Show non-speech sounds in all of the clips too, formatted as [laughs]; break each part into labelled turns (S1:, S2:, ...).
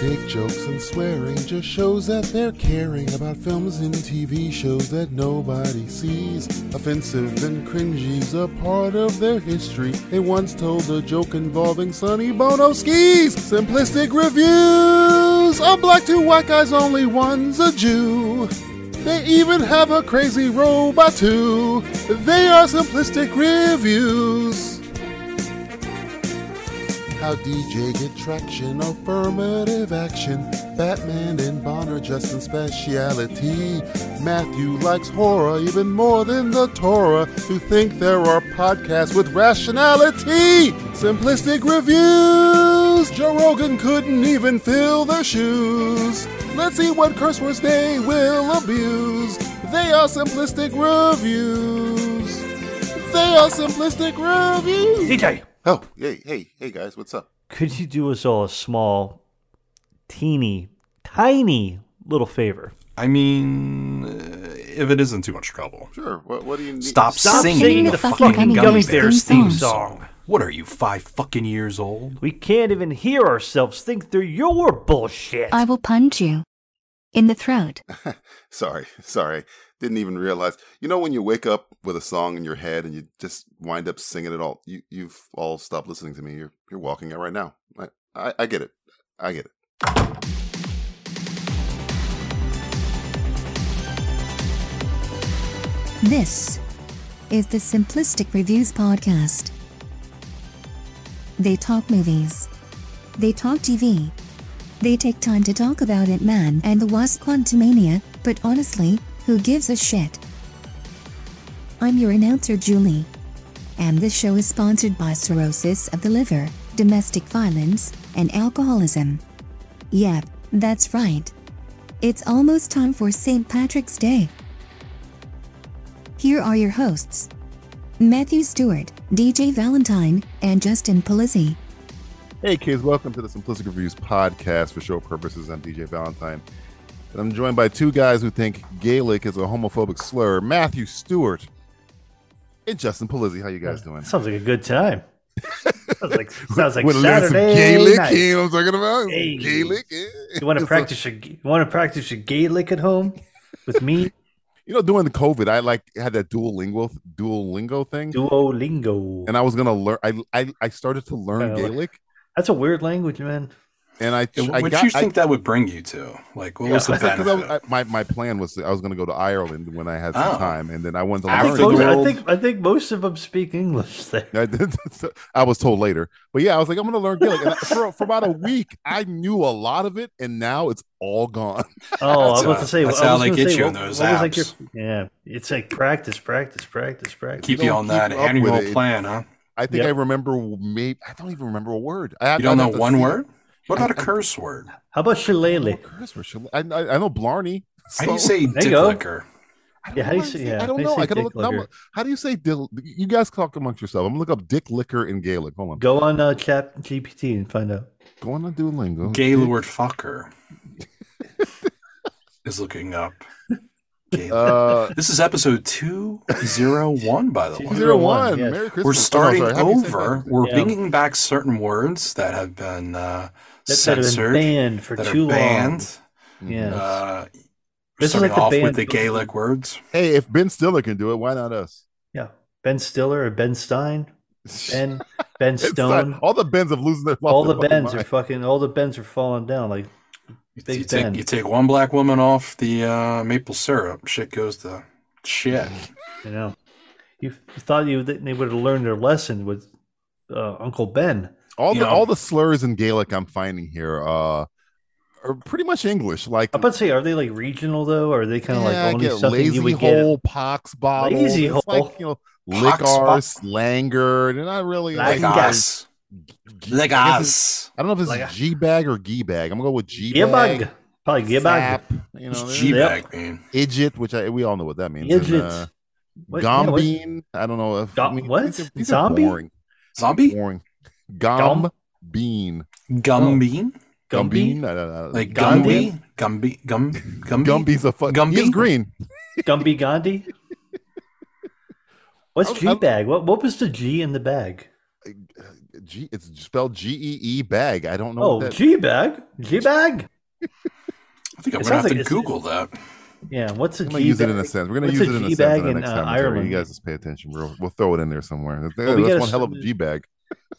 S1: dick jokes and swearing just shows that they're caring about films and TV shows that nobody sees. Offensive and cringy's a part of their history. They once told a joke involving Sonny Bono skis. Simplistic reviews of black to white guys, only one's a Jew. They even have a crazy robot too. They are simplistic reviews. How DJ get traction, affirmative action. Batman and Bonner, Justin speciality. Matthew likes horror even more than the Torah. Who think there are podcasts with rationality? Simplistic reviews. Joe Rogan couldn't even fill their shoes. Let's see what curse words they will abuse. They are simplistic reviews. They are simplistic reviews.
S2: DJ,
S1: Oh, hey, hey, hey, guys, what's up?
S2: could you do us all a small, teeny, tiny little favor?
S3: I mean, uh, if it isn't too much trouble.
S1: Sure. What, what do you need?
S3: Stop,
S2: Stop singing, the, fucking, Gummy Bears theme song.
S3: What are you, five fucking years old?
S2: We can't even hear ourselves think through your bullshit.
S4: I will punch you in the throat.
S1: [laughs] Sorry, sorry. Didn't even realize. You know when you wake up with a song in your head and you just wind up singing it all. You you've all stopped listening to me. You're you're walking out right now. I I, I get it. I get it.
S4: This is the Simplistic Reviews Podcast. They talk movies. They talk TV. They take time to talk about Ant Man and the Wasp Quantumania, but honestly, who gives a shit? I'm your announcer, Julie. And this show is sponsored by cirrhosis of the liver, domestic violence, and alcoholism. Yep, that's right. It's almost time for St. Patrick's Day. Here are your hosts Matthew Stewart, DJ Valentine, and Justin Polizzi.
S1: Hey kids, welcome to the Simplistic Reviews podcast for show purposes. I'm DJ Valentine, and I'm joined by two guys who think Gaelic is a homophobic slur: Matthew Stewart and Justin Polizzi. How you guys doing?
S2: That sounds like a good time.
S3: [laughs]
S2: sounds like, sounds like
S1: Wanna learn some
S2: Saturday
S1: Gaelic.
S2: night.
S1: You know what I'm talking about?
S2: Hey.
S1: Gaelic. eh?
S2: You want to
S1: So-
S2: practice your you want to practice your Gaelic at home with me?
S3: [laughs]
S1: You know, during the COVID, I like had that Duolingo Duolingo thing,
S2: Duolingo.
S1: and I was gonna learn. I I, I started to learn
S2: Kinda like-
S1: Gaelic,
S2: That's a weird language, man.
S1: and I
S3: And
S1: I
S3: What
S1: got
S3: you
S1: I-
S3: think that would bring you to? Like, what was the
S1: [laughs]
S2: Yeah,
S1: because I, was-
S3: benefit?
S1: I- my my plan was I was gonna go to Ireland when I had some
S3: Oh.
S1: time, and then I wanted to
S2: I think,
S3: After
S1: learn.
S2: most,
S3: the
S1: Gaelic.
S2: I
S3: world-
S2: think I think most of them speak English there.
S1: I, did- [laughs] I was told later, but yeah, I was like, I'm gonna learn Gaelic. And I- for for about a week, I knew a lot of it, and now it's all gone. [laughs]
S2: Oh, I was
S3: That's,
S2: about
S3: uh,
S2: to say.
S3: that's
S2: I
S3: how
S2: was
S3: they
S2: gonna
S3: get
S2: say,
S3: you in
S2: what-
S3: those
S2: what was, like,
S3: apps.
S2: your- yeah, it's like practice, practice, practice, practice.
S3: Keep
S1: you
S3: you
S1: don't
S3: on that
S1: keep up with
S3: annual
S1: it.
S3: plan, huh?
S1: I think
S2: Yep.
S1: I remember maybe I don't even remember a word. I,
S3: You don't
S1: I'd
S3: know
S1: have to
S3: one
S1: see it.
S3: word? What
S1: [laughs]
S3: about a
S1: I- I-
S3: curse word?
S2: How about shillelagh?
S1: What curse word should- I, I, I know Blarney. [laughs]
S3: How do you
S1: so-
S3: say
S2: There you go.
S3: dicklicker?
S1: I don't
S2: Yeah,
S1: know
S2: how do you
S1: why I
S2: say-
S1: say-
S2: yeah,
S1: I don't
S2: how do you
S1: know.
S2: say
S1: I gotta look.
S2: dick liquor?
S1: Now, how do you say dil? You guys talk amongst yourself. I'm gonna look up dick liquor in Gaelic. Hold on.
S2: Go on uh, Chat GPT and find out.
S1: Go on to Duolingo.
S3: Gaylord fucker is looking
S1: [laughs]
S3: up. Gaylord.
S2: [laughs]
S1: Uh,
S3: this is episode 201, by
S1: [laughs]
S3: the way.
S1: zero one.
S2: yes.
S1: Merry Christmas.
S3: We're starting
S1: Oh, sorry. Happy
S3: over.
S1: Saint
S3: We're
S2: Yeah.
S3: bringing back certain words that have been uh,
S2: That should have been
S3: censored,
S2: banned for
S3: that are
S2: too long.
S3: banned.
S1: Patrick's Day.
S2: Yeah. Yes.
S3: Uh,
S2: This is
S3: starting
S2: like the
S3: off with
S2: banned
S3: the
S2: books.
S3: Gaelic words.
S1: Hey, if Ben Stiller can do it, why not us?
S2: Yeah, Ben Stiller or Ben Stein, Ben
S1: [laughs]
S2: Ben
S1: It's
S2: Stone.
S1: not- all the Bens have losing their
S2: all the
S1: lost their fucking
S2: bends are
S1: mind.
S2: fucking. All the bends are falling down. Like
S3: You,
S2: Big
S3: you take,
S2: Ben.
S3: you take one black woman off the uh, maple syrup, shit goes to shit.
S2: you know, you, you thought you that they would have learned their lesson with uh, Uncle Ben.
S1: all the
S3: you know.
S1: all the slurs in Gaelic I'm finding here uh, are pretty much English. Like
S2: I'm about to say, are they like regional though? Or are they kind of
S1: yeah,
S2: like only
S1: get
S2: something
S1: lazy
S2: you would
S1: hole, pox bottle,
S2: Lazy
S1: it's
S2: hole.
S1: like, you know,
S3: Pox
S1: liquor,
S3: bottle.
S1: slanger. They're not really
S2: Like
S3: Like
S1: like,
S3: us.
S1: g-
S3: Like
S1: I guess it's-
S3: us.
S1: I don't know if
S2: Like
S1: it's
S2: a-
S1: G bag or G bag. I'm gonna go with G
S2: get? Gibag,
S1: bag.
S2: probably Gibag.
S1: You know,
S3: It's
S1: there's
S3: G
S2: Yep.
S3: bag, man.
S1: Idjit, which I, we all know what that means. and,
S2: Idiots.
S1: uh,
S2: What- yeah, what-
S1: Gombeen. I don't know if
S2: Go-
S1: I mean,
S2: what?
S1: these are- these are
S2: Zombie?
S1: boring.
S3: Zombie?
S1: Boring.
S2: Gum-
S1: Gom bean.
S2: Oh.
S3: Gum bean?
S2: Gumby,
S1: Gumbean? I don't know.
S3: Like
S2: Gandhi?
S3: Gumby? Gumby? Gum? Gumby?
S1: Gumby's a fuck.
S3: Gumby?
S1: He's green.
S2: Gumby Gandhi. What's
S1: I'm-
S2: G
S1: I'm-
S2: bag? What what was the G in the bag?
S1: G. It's spelled G E E bag. I don't know.
S2: Oh,
S1: what that-
S2: G bag, G bag.
S5: I think I'm
S2: It
S5: gonna
S2: sounds
S5: have to
S2: like it's-
S5: Google that.
S2: Yeah, what's a
S1: I'm
S2: G
S1: gonna use
S2: bag?
S1: it in a sense. We're gonna
S2: What's
S1: use
S2: a
S1: it in a
S2: G
S1: sense
S2: bag
S1: in the
S2: in,
S1: next
S2: uh,
S1: time.
S2: Ireland?
S1: You guys just pay attention. We'll, we'll throw it in there somewhere. That's,
S2: we
S1: that's
S2: gotta
S1: one hell of a
S2: s-
S1: G bag.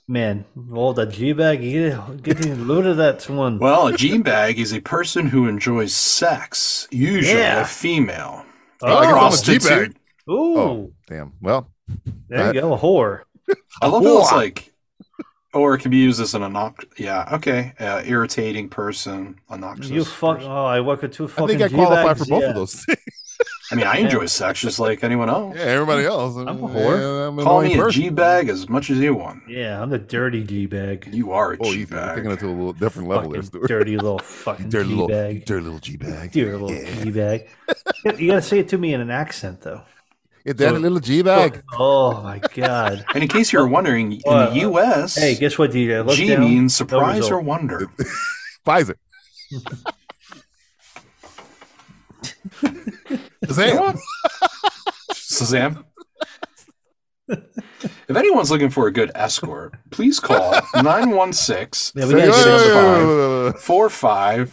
S2: Man, all the G bag, get, get a load of that one.
S5: Well, a G bag is a person who enjoys sex, usually
S2: Yeah.
S5: a female.
S1: I guess I'm a
S5: Prostitute.
S1: G-bag.
S2: Oh, Ooh,
S1: Oh. Damn. Well,
S2: there you go, a whore.
S5: I love how it's
S1: Whoa.
S5: like, or it can be used as an obnox. Yeah, okay, uh, irritating person, obnoxious.
S2: You fuck!
S5: person.
S2: Oh, I work with two
S1: I
S2: fucking.
S1: think I qualify
S2: G-bags,
S1: for both
S2: yeah.
S1: of those [laughs] things.
S5: I mean, I enjoy sex just like anyone else.
S1: yeah,
S2: [laughs]
S1: everybody else. I'm,
S2: a whore.
S1: yeah, I'm an
S5: Call
S1: annoying
S5: me a
S1: person.
S5: G bag as much as you want.
S2: Yeah, I'm the dirty G bag.
S5: You are a
S1: Oh,
S5: G
S1: you are taking
S5: bag.
S1: it to a little different level there, Stuart. [laughs]
S2: dirty little fucking
S1: dirty
S2: G
S1: little,
S2: bag.
S1: dirty little G bag.
S2: Dirty little G bag. You gotta say it to me in an accent though.
S1: Get that
S2: So-
S1: little G bag.
S2: Oh my god!
S5: And in case you were wondering, in
S2: Well,
S5: the U.S.,
S2: Hey, guess what, DJ? Look
S5: G
S2: down.
S5: means surprise or
S2: result.
S5: wonder.
S1: Buys
S2: [laughs]
S1: it. Sam,
S5: Sazam. if anyone's looking for a good escort,
S2: [laughs]
S5: please call 916
S2: Yeah, we gotta get
S5: Six
S2: it.
S5: five.
S1: Hey,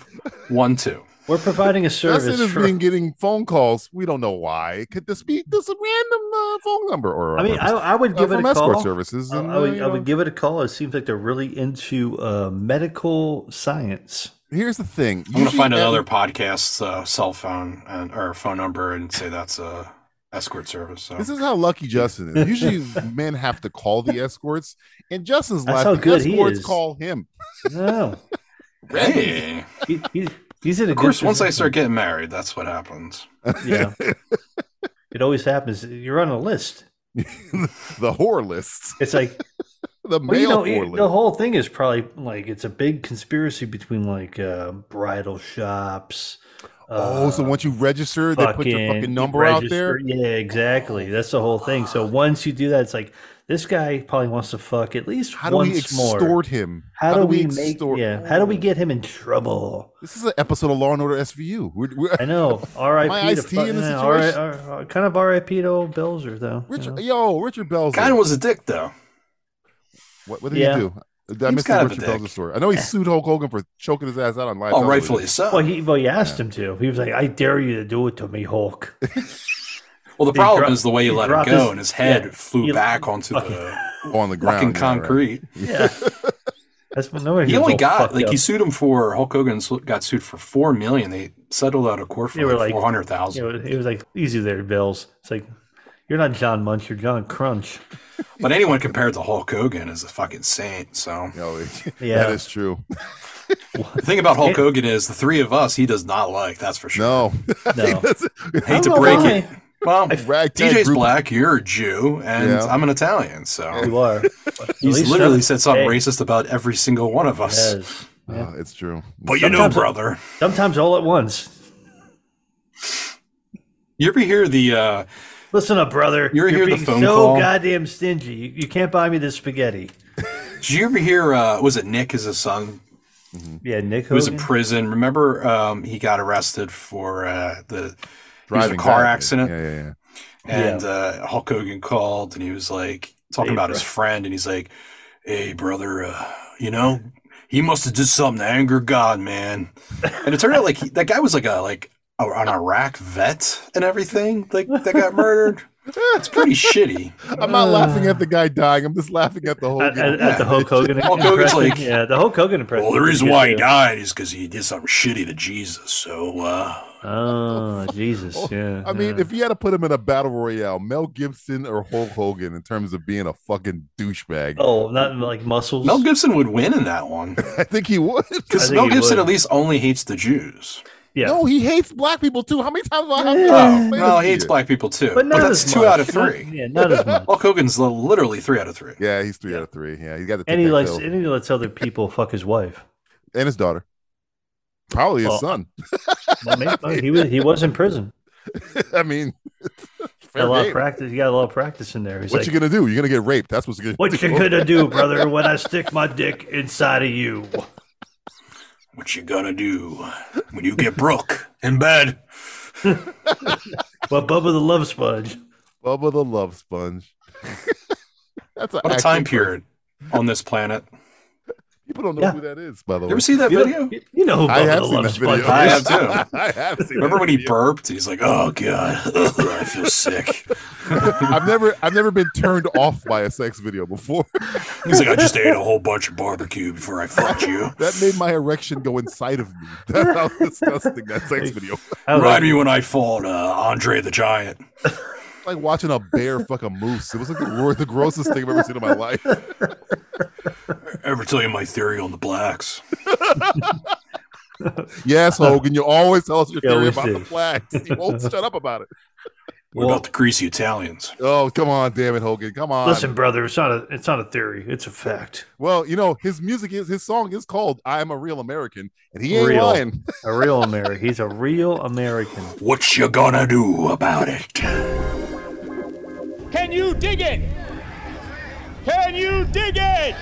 S5: 4512.
S2: We're providing a
S1: Justin
S2: service
S1: has
S2: for.
S1: been getting phone calls. We don't know why. Could this be this a random uh, phone number or?
S2: I mean, I, I would give it
S1: Uh, from
S2: a
S1: escort
S2: call.
S1: services.
S2: I,
S1: And,
S2: I
S1: uh,
S2: would,
S1: you
S2: I
S1: know.
S2: would give it a call. It seems like they're really into uh, medical science.
S1: Here's the thing.
S5: I'm going to
S1: Usually
S5: find
S1: at-
S5: another podcast's uh, cell phone and or phone number and say that's a escort service. So.
S1: This is how lucky Justin is. Usually, [laughs] men have to call the escorts, and Justin's
S2: That's
S1: life.
S2: how
S1: the
S2: good he
S1: escorts
S2: is.
S1: call him.
S2: No,
S5: hey.
S2: he, he's, he's in a
S5: Of course, once I start getting married, that's what happens.
S2: Yeah. it always happens. You're on a list.
S1: The whore list, [laughs]
S2: It's like
S1: the
S2: well,
S1: male
S2: you know,
S1: whore
S2: it-
S1: list.
S2: the whole thing is probably like it's a big conspiracy between like uh, bridal shops.
S1: oh, so
S2: uh,
S1: once you register, they put your fucking
S2: you
S1: number out there.
S2: register- Yeah, exactly. That's the whole thing. So once you do that, it's like this guy probably wants to fuck at least
S1: How do we
S2: once
S1: extort
S2: more.
S1: him?
S2: How, do, we, make?
S1: extort-
S2: Yeah, how do we get him in trouble?
S1: This is an episode of Law and Order SVU. We're, we're, [laughs]
S2: I know. R.I.P. to
S1: iced tea
S2: fuck-
S1: in this
S2: yeah, R.I-
S1: situation?
S2: R- R- kind of R.I.P. to old Belzer though. you know?
S1: Richard, yo, Richard Bell's.
S5: Kind of was a dick, though.
S1: What, what did
S2: Yeah.
S1: he do? I
S5: He's
S1: missed
S5: kind
S1: the
S5: of a
S1: Richard Belzer
S5: dick.
S1: story. I know he sued Hulk Hogan for choking his ass out on live.
S5: Oh,
S1: television.
S5: rightfully so.
S2: Well, he well, you asked him to. He was like, "I dare you to do it to
S1: [laughs]
S2: me, Hulk."
S5: Well, the problem
S2: dro-
S5: is the way he
S2: he
S5: let it
S2: dropped
S5: go,
S2: his-
S5: and his head
S2: yeah,
S5: flew
S2: he-
S5: back onto
S2: fucking-
S5: the
S1: on the ground.
S5: fucking
S1: yeah, right. [laughs]
S5: concrete.
S2: Yeah, that's no wonder
S5: He
S2: was
S5: only
S2: all
S5: got
S2: fucked
S5: like
S2: up.
S5: he sued him for Hulk Hogan su- got sued for four million. They settled out of court
S2: They
S5: for
S2: were
S5: like,
S2: like-
S5: four hundred thousand.
S2: You know, it was like easy there, Bills. It's like you're not John Munch, you're
S1: [laughs]
S2: John Crunch.
S5: But anyone compared to Hulk Hogan is a fucking saint. So
S1: Yo,
S2: Yeah.
S1: that is true.
S5: the thing about Hulk Hogan is the three of us he does not like. That's for sure.
S1: No, [laughs]
S2: No, I
S5: Hate
S2: don't
S5: to
S2: know
S5: break
S2: why.
S5: it. Well,
S1: ragtag
S5: DJ's
S1: group.
S5: black. You're a Jew, and
S1: Yeah.
S5: I'm an Italian. So
S2: You are. At
S5: he's
S2: least
S5: literally
S2: some-
S5: said something
S2: Hey.
S5: racist about every single one of us.
S2: Yes. Yeah.
S1: Oh, it's true.
S5: But you know,
S2: Sometimes-
S5: brother.
S2: Sometimes all at once.
S5: You ever hear the? uh
S2: Listen up, brother.
S5: You ever hear the
S2: being
S5: phone
S2: so
S5: call?
S2: goddamn stingy. You, you can't buy me this spaghetti.
S5: Did you ever hear? uh Was it Nick as a son
S2: Yeah, Nick
S5: He was in
S2: Hogan.
S5: prison. Remember, um, he got arrested for uh, the he was in a
S1: Driving
S5: car
S1: back.
S5: accident,
S1: Yeah, yeah, [laughs] yeah.
S5: and uh, Hulk Hogan called, and he was like talking
S2: Hey,
S5: about his
S2: bro.
S5: friend, and he's like, "Hey, brother, uh, you know, he must have did something to anger God, man." And it turned out like he, that guy was like a like a, an Iraq vet and everything, like that
S2: [laughs]
S5: got murdered. It's pretty shitty.
S1: I'm
S2: Uh.
S1: not laughing at the guy dying. I'm just laughing at the whole.
S2: at, [laughs] at-
S1: game.
S2: at the Hulk
S5: [laughs]
S2: Hogan
S5: Hulk Hogan's
S2: impression.
S5: like-
S2: yeah, the Hulk Hogan impression.
S5: Well, the
S2: was
S5: reason
S2: good,
S5: why he
S2: too.
S5: died is because he did something shitty to Jesus. So uh,
S2: Oh, Jesus. Yeah.
S1: I mean,
S2: yeah.
S1: if you had to put him in a battle royale, Mel Gibson or Hulk Hogan, in terms of being a fucking douchebag,
S2: Oh, not like muscles.
S5: Mel Gibson would win in
S2: [laughs]
S5: that one.
S1: [laughs] I think he would.
S2: I
S5: Because
S2: think
S5: Mel
S2: he
S5: Gibson
S2: would.
S5: at least only hates the Jews.
S2: yeah.
S1: No, he hates black people too. How many times have I have to
S5: Oh,
S1: explain
S5: well,
S1: this
S5: he
S1: to
S5: hates
S1: you?
S5: black people too.
S2: but
S5: But,
S2: not
S5: that's
S2: as
S5: two
S2: much.
S5: out of
S2: Not-
S5: three.
S2: yeah, not as
S5: [laughs]
S2: much.
S5: Hulk Hogan's li- literally three out of three.
S1: Yeah, he's three out of three. Yeah, he's got to take
S2: and he
S1: that
S2: lets
S1: pill.
S2: and he lets other people fuck
S1: [laughs]
S2: his wife.
S1: and his daughter, probably his
S2: Well,
S1: son. [laughs]
S2: Well, maybe- he was he was in prison.
S1: I mean,
S2: [laughs] Got
S1: fair
S2: a lot of
S1: game.
S2: practice. He got a lot of practice in there. He's
S1: What
S2: like,
S1: you gonna do? You're gonna get raped. That's what's gonna.
S2: "What you
S1: [laughs]
S2: gonna do, brother, when I stick my dick inside of you?"
S5: What you gonna do when you get broke in bed?
S2: But Bubba the Love Sponge.
S1: Bubba the Love Sponge. [laughs] That's an
S5: What a
S1: actual
S5: time
S1: person.
S5: period.
S3: on this planet.
S1: People don't know
S2: Yeah.
S1: who that is, by the
S3: You
S1: way.
S3: ever see that
S2: You know-
S3: video?
S2: You, you know who
S1: I have
S2: Bubba
S1: seen that
S2: loves
S1: video.
S2: Bud Light.
S3: I have too.
S1: [laughs] I have seen
S3: Remember
S1: that
S3: when he
S1: video.
S3: burped? He's like, "Oh god, I feel sick."
S1: I've never I've never been turned off by a sex video before. [laughs]
S3: He's like, "I just ate a whole bunch of barbecue before I fucked you."
S1: That made my erection go inside of me. [laughs] That's how disgusting that sex video.
S2: I
S3: Remind
S2: was like,
S3: me when I fought uh, Andre the Giant.
S1: Like watching a bear fuck a moose. It was like the, wor- the grossest thing I've ever seen in my life.
S3: Ever tell you my theory on the blacks?
S1: Yes,
S2: [laughs]
S1: Hogan, you always tell us your
S2: Yeah,
S1: theory
S2: we
S1: about the
S2: did.
S1: flags.
S2: [laughs]
S1: You won't shut up about it.
S3: What
S2: Well-
S3: about the greasy Italians?
S1: Oh, come on, damn it, Hogan. Come on.
S2: Listen, brother, it's not a it's not a theory. It's a fact.
S1: Well, you know, his music is his song is called I'm a Real American, and he ain't
S2: Real.
S1: lying.
S2: A real American. He's a real American.
S3: What you gonna do about it?
S6: Can you dig it? Can you dig it?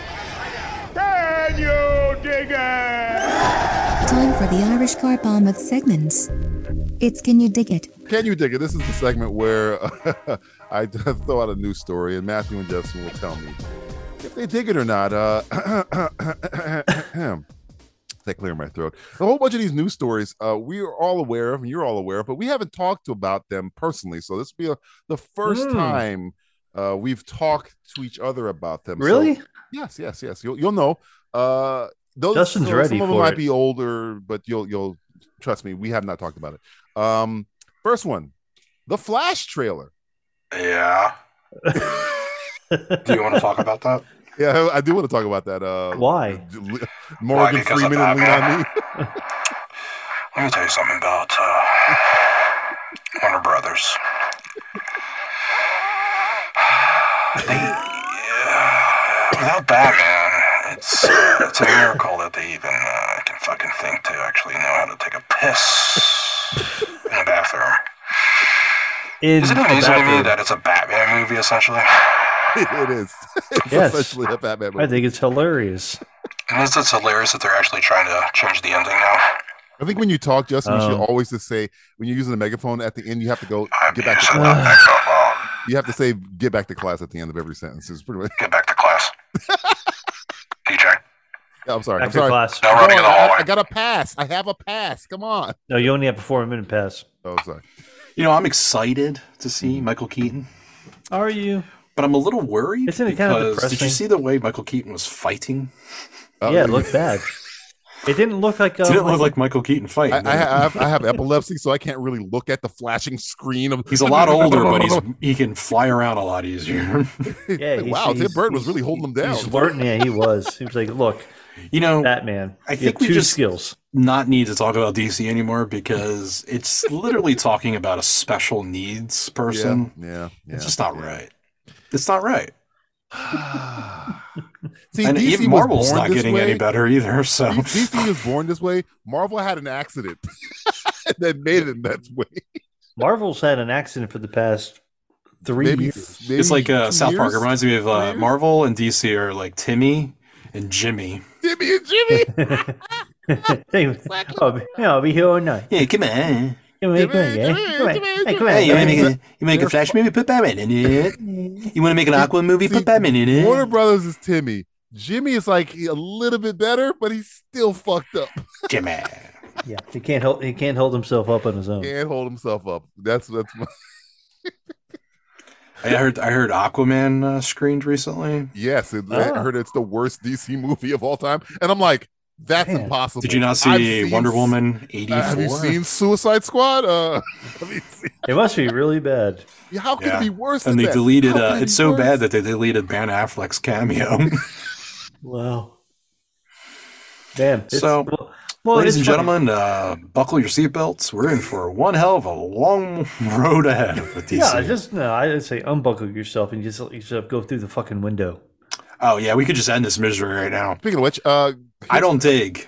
S6: Can you dig it?
S4: Time for the Irish car bomb of segments. It's Can You Dig It?
S1: Can you dig it? This is the segment where [laughs] I [laughs] throw out a news story, and Matthew and Justin will tell me if they dig it or not. Uh, [clears throat] that clear my throat. A whole bunch of these news stories uh, we are all aware of, and you're all aware of, but we haven't talked about them personally. So this will be a, the first
S2: Mm.
S1: time uh, we've talked to each other about them. So-
S2: [laughs] Really?
S1: Yes, yes, yes. You'll you'll know. Uh, those
S2: Justin's
S1: so
S2: ready
S1: Some of them
S2: for
S1: might
S2: it.
S1: be older, but you'll you'll trust me. We have not talked about it. Um, first one, the Flash trailer.
S2: [laughs]
S3: Yeah. Do you want to talk about that?
S1: Yeah, I, I do want to talk about that. Uh,
S2: Why?
S1: li- [laughs] Morgan
S3: because of
S1: Freeman and Lean
S3: Batman?
S1: on Me. [laughs]
S3: Let me tell you something about uh, [sighs] Warner Brothers. [sighs] They, uh, without Batman, it's uh, it's a miracle that they even uh, can fucking think to actually know how to take a piss in a bathroom.
S2: In
S3: Is it
S2: a
S3: amazing to me
S2: bathroom.
S3: that it's a Batman movie essentially?
S1: it is. It's
S2: Yes.
S1: essentially a Batman movie.
S2: I think it's hilarious.
S3: And it's, it's hilarious that they're actually trying to change the ending now.
S1: I think when you talk, Justin, you should
S2: Um,
S1: always just say when you're using a megaphone at the end, you have to go
S3: I'm
S1: get back to
S3: using
S1: class.
S3: the microphone.
S1: You have to say get back to class at the end of every sentence. It's pretty much. [laughs]
S3: Get back to class. DJ,
S1: Yeah, I'm sorry. I'm
S2: After
S1: sorry.
S2: class.
S3: no running in the
S1: I- I,
S3: hallway.
S1: I got a pass. I have a pass. Come on.
S2: No, you only have a four minute pass.
S1: Oh, sorry.
S5: You know, I'm excited to see Michael Keaton,
S2: Are you?
S5: but I'm a little worried
S2: Isn't it
S5: because
S2: kind of
S5: did you
S2: depressing?
S5: see the way Michael Keaton was fighting?
S1: Uh,
S2: yeah, it looked bad. It didn't look like um, a.
S5: Didn't look like Michael Keaton fighting.
S1: I, I,
S5: did it?
S1: have, I have epilepsy, so I can't really look at the flashing screen. Of,
S5: he's
S1: [laughs]
S5: a lot older, but he's he can fly around a lot easier. [laughs]
S2: yeah, he's-
S1: wow, Tim
S2: he's-
S1: Burton was really holding him down.
S2: He's learning. Yeah, he was. He was like, "Look,
S5: you know,
S2: Batman.
S5: I
S2: I think you
S5: think
S2: have
S5: we
S2: two
S5: just-
S2: skills.
S5: not need to talk about DC anymore because it's literally talking about a special needs person.
S1: yeah, yeah, yeah.
S5: it's just not right. It's not right.
S1: [sighs] See,
S5: and
S1: DC
S5: even
S1: was
S5: Marvel's
S1: born
S5: not
S1: this
S5: getting
S1: way.
S5: any
S1: [laughs]
S5: better either. So [laughs]
S1: DC was born this way. Marvel had an accident [laughs] that made it that way.
S2: Marvel's had an accident for the past three
S1: Maybe, [laughs]
S2: years. [laughs]
S1: maybe
S5: it's like uh,
S1: two
S5: South Park. It
S1: years?
S5: reminds me of uh,
S1: years?
S5: Marvel and DC are like Timmy and Jimmy.
S1: Timmy and Jimmy.
S2: Anyway, I'll be, yeah, I'll be here all night.
S5: Yeah, come on.
S2: Come on,
S1: Give
S2: come on,
S1: me-
S2: yeah.
S1: give me-
S2: Come on,
S1: give me-
S2: hey,
S1: give
S2: come
S1: me-
S2: on.
S1: Hey,
S5: Hey, you want to make
S2: yeah.
S5: a you make a Flash movie? Put Batman in [laughs] it. You want to make an Aqua movie?
S1: See,
S5: Put Batman in it.
S1: Warner Brothers is Timmy. Jimmy is like a little bit better, but he's still fucked
S5: [laughs]
S1: up.
S5: Jimmy.
S2: Yeah, he can't hold. He can't hold himself up on his own.
S1: Can't hold himself up. That's that's my,
S5: I heard I heard Aquaman uh, screened recently.
S1: yes. It, I
S2: Ah.
S1: heard it's the worst DC movie of all time, and I'm like, that's
S2: Man.
S1: impossible.
S5: Did you not
S1: I've
S5: see
S1: seen
S5: Wonder
S1: s-
S5: Woman eighty four?
S1: Uh, have you seen Suicide Squad? Uh, have you seen-
S2: It must be really bad.
S1: Yeah, how could
S5: Yeah.
S1: it be worse?
S5: And
S1: than
S5: they
S1: that?
S5: deleted.
S1: How could
S5: Uh,
S1: it
S5: it's
S1: be
S5: so
S1: worse?
S5: bad that they deleted Ben Affleck's [laughs] cameo.
S2: Wow. Damn. it's-
S5: So,
S2: well, well,
S5: Ladies and
S2: it's funny.
S5: gentlemen, uh, buckle your seatbelts. We're in for one hell of a long road ahead with DC.
S2: Yeah, just no. I would say unbuckle yourself and just let yourself go through the fucking window.
S5: oh yeah, we could just end this misery right now.
S1: Speaking of which, uh,
S5: I don't dig.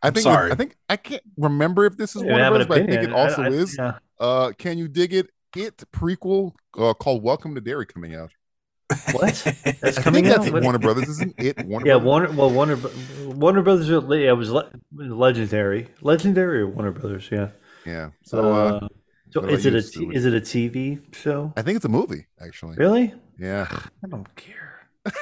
S1: I think
S5: sorry.
S1: I think I can't remember if this is
S2: You
S1: one of
S2: have an
S1: those, but I think it
S2: opinion.
S1: also
S2: I- I-
S1: is.
S2: yeah.
S1: Uh, can you dig it? It prequel uh, called Welcome to Dairy coming out.
S2: What? That's
S1: I
S2: coming
S1: think
S2: out.
S1: that's
S2: What-
S1: Warner Brothers, isn't
S2: [laughs]
S1: it? Warner
S2: Yeah,
S1: Brothers?
S2: Warner. Well, Warner. Bro- Warner Brothers. are le- Yeah, it was le- legendary. Legendary or Warner Brothers. Yeah.
S1: yeah. So uh,
S2: Uh, so
S1: what
S2: is
S1: about
S2: it
S1: you,
S2: a t-
S1: Stewie?
S2: is it a TV show?
S1: I think it's a movie actually.
S2: Really?
S1: Yeah,
S2: I don't care.
S1: [laughs]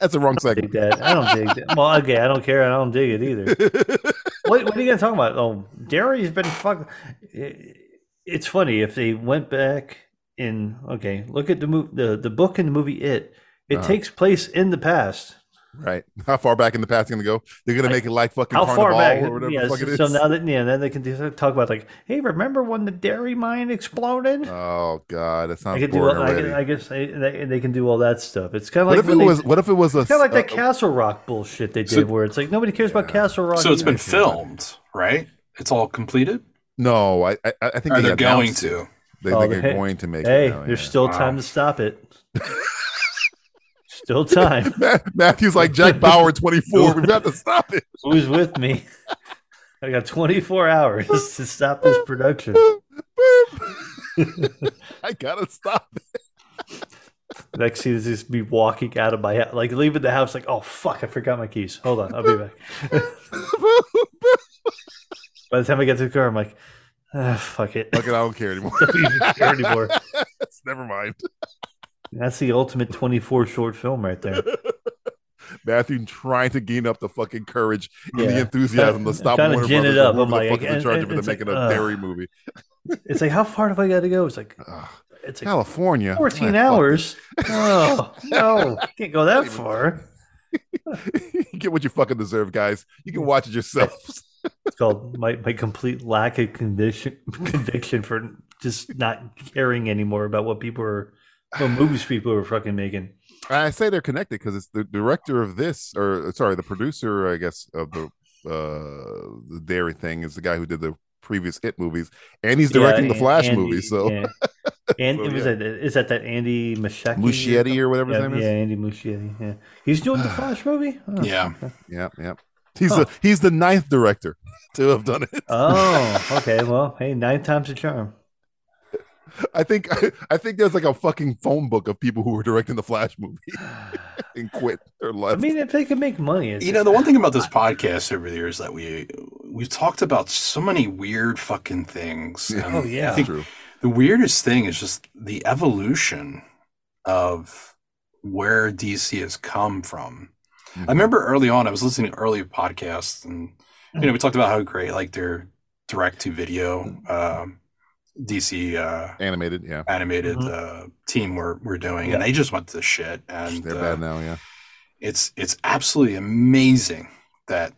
S1: That's the wrong
S2: dig
S1: segment.
S2: that. I don't dig that. Well, okay, I don't care. I don't dig it either.
S1: [laughs]
S2: what, what are you going to talk about? Oh, Derry's been fucked. It's funny if they went back in. Okay, look at the movie, the, the book and the movie. It it
S1: Uh-huh.
S2: takes place in the past.
S1: Right. [laughs] How far back in the past are going to go? They're going to make it like fucking
S2: How far
S1: Carnival
S2: back?
S1: or whatever
S2: Yeah,
S1: the fuck it
S2: so,
S1: is.
S2: so now that yeah, then they can do- talk about like, hey, remember when the dairy mine
S1: [laughs]
S2: exploded?
S1: oh god, that
S2: I
S1: sounds
S2: could do.
S1: boring
S2: all- I,
S1: already.
S2: could, I guess they, they, they can do all that stuff. It's kind of
S1: what
S2: like
S1: if it
S2: when they-
S1: was? What if it was a?
S2: It's kind of like that
S1: uh,
S2: Castle Rock bullshit they did, where it's like nobody cares about Castle Rock.
S5: So it's been
S2: either.
S5: filmed, right? It's all completed.
S1: no, I I, I think
S5: Or
S1: they
S5: they're going
S1: announced it.
S5: to.
S1: They
S2: Oh,
S1: think
S2: they-
S1: they're going to make.
S2: Hey,
S1: it now, Oh, [laughs]
S2: there's
S1: yeah.
S2: still time to stop it.
S1: [laughs]
S2: still time.
S1: Matthew's like Jack Bauer,
S2: [laughs]
S1: 24. We've got to stop it. [laughs]
S2: Who's with me? [laughs] I got 24 hours to stop this production.
S1: I gotta stop it.
S2: Next scene is just me walking out of my house, like leaving the house, like, oh fuck, I forgot my keys. Hold on, I'll be back. By the time I get to the car, I'm like, ah, fuck it.
S1: Fuck it, I don't care anymore. [laughs]
S2: Don't even care anymore.
S1: Never mind.
S2: That's the ultimate 24 short film right there.
S1: Matthew trying to gain up the fucking courage and
S2: Yeah.
S1: the enthusiasm to
S2: Trying-
S1: stop
S2: trying to
S1: Warner
S2: gin
S1: Brothers
S2: it up.
S1: from
S2: I'm
S1: whoever the
S2: like,
S1: fuck is in
S2: and-
S1: charge of
S2: and
S1: it,
S2: it's
S1: they're making
S2: like,
S1: a
S2: ugh.
S1: dairy movie.
S2: It's like, how far do I got to go? It's like,
S1: Ugh.
S2: it's like
S1: California. Man,
S2: 14
S1: fuck
S2: hours. Oh, no, can't go that far.
S1: this. [laughs] you get what you fucking deserve, guys. You can watch it yourselves.
S2: It's called my, my complete lack of condition conviction for just not caring anymore about what people are, what movies people are fucking making.
S1: [laughs] I say they're connected because it's the director of this, or sorry, the producer, I guess, of the uh the dairy thing is the guy who did the previous hit movies, and he's directing
S2: Yeah,
S1: the Flash
S2: Andy-
S1: movie. So [laughs]
S2: yeah. and
S1: So,
S2: it was
S1: yeah.
S2: that, is that that Andy Muschietti?
S1: Muschietti or whatever
S2: yeah,
S1: his name
S2: yeah,
S1: is.
S2: Andy Muschietti. Yeah, he's
S1: [sighs]
S2: doing the Flash movie. Oh.
S5: Yeah.
S1: Yeah, yeah. He's
S2: Huh.
S1: the he's the ninth director to have done it. [laughs]
S2: Oh, okay. Well, hey, nine times the charm.
S1: I think [laughs] I, think there's like a fucking phone book of people who were directing the Flash
S2: [sighs]
S1: movie and quit or
S2: I
S1: left.
S2: mean, if they could make money, it's
S5: You know,
S2: [laughs]
S5: the one thing about this podcast over the years that we we've talked about so many weird fucking things. And
S2: Oh, yeah.
S1: That's
S5: I think
S1: true.
S5: the weirdest thing is just the evolution of where DC has come from.
S1: Mhm.
S5: I remember early on, I was listening to early podcasts, and you know, we talked about how great like their direct to video uh, DC uh,
S1: Animated, yeah.
S5: animated uh, team were were doing, and they just went to shit. And
S1: They're
S5: uh,
S1: bad now, yeah.
S5: it's it's absolutely amazing that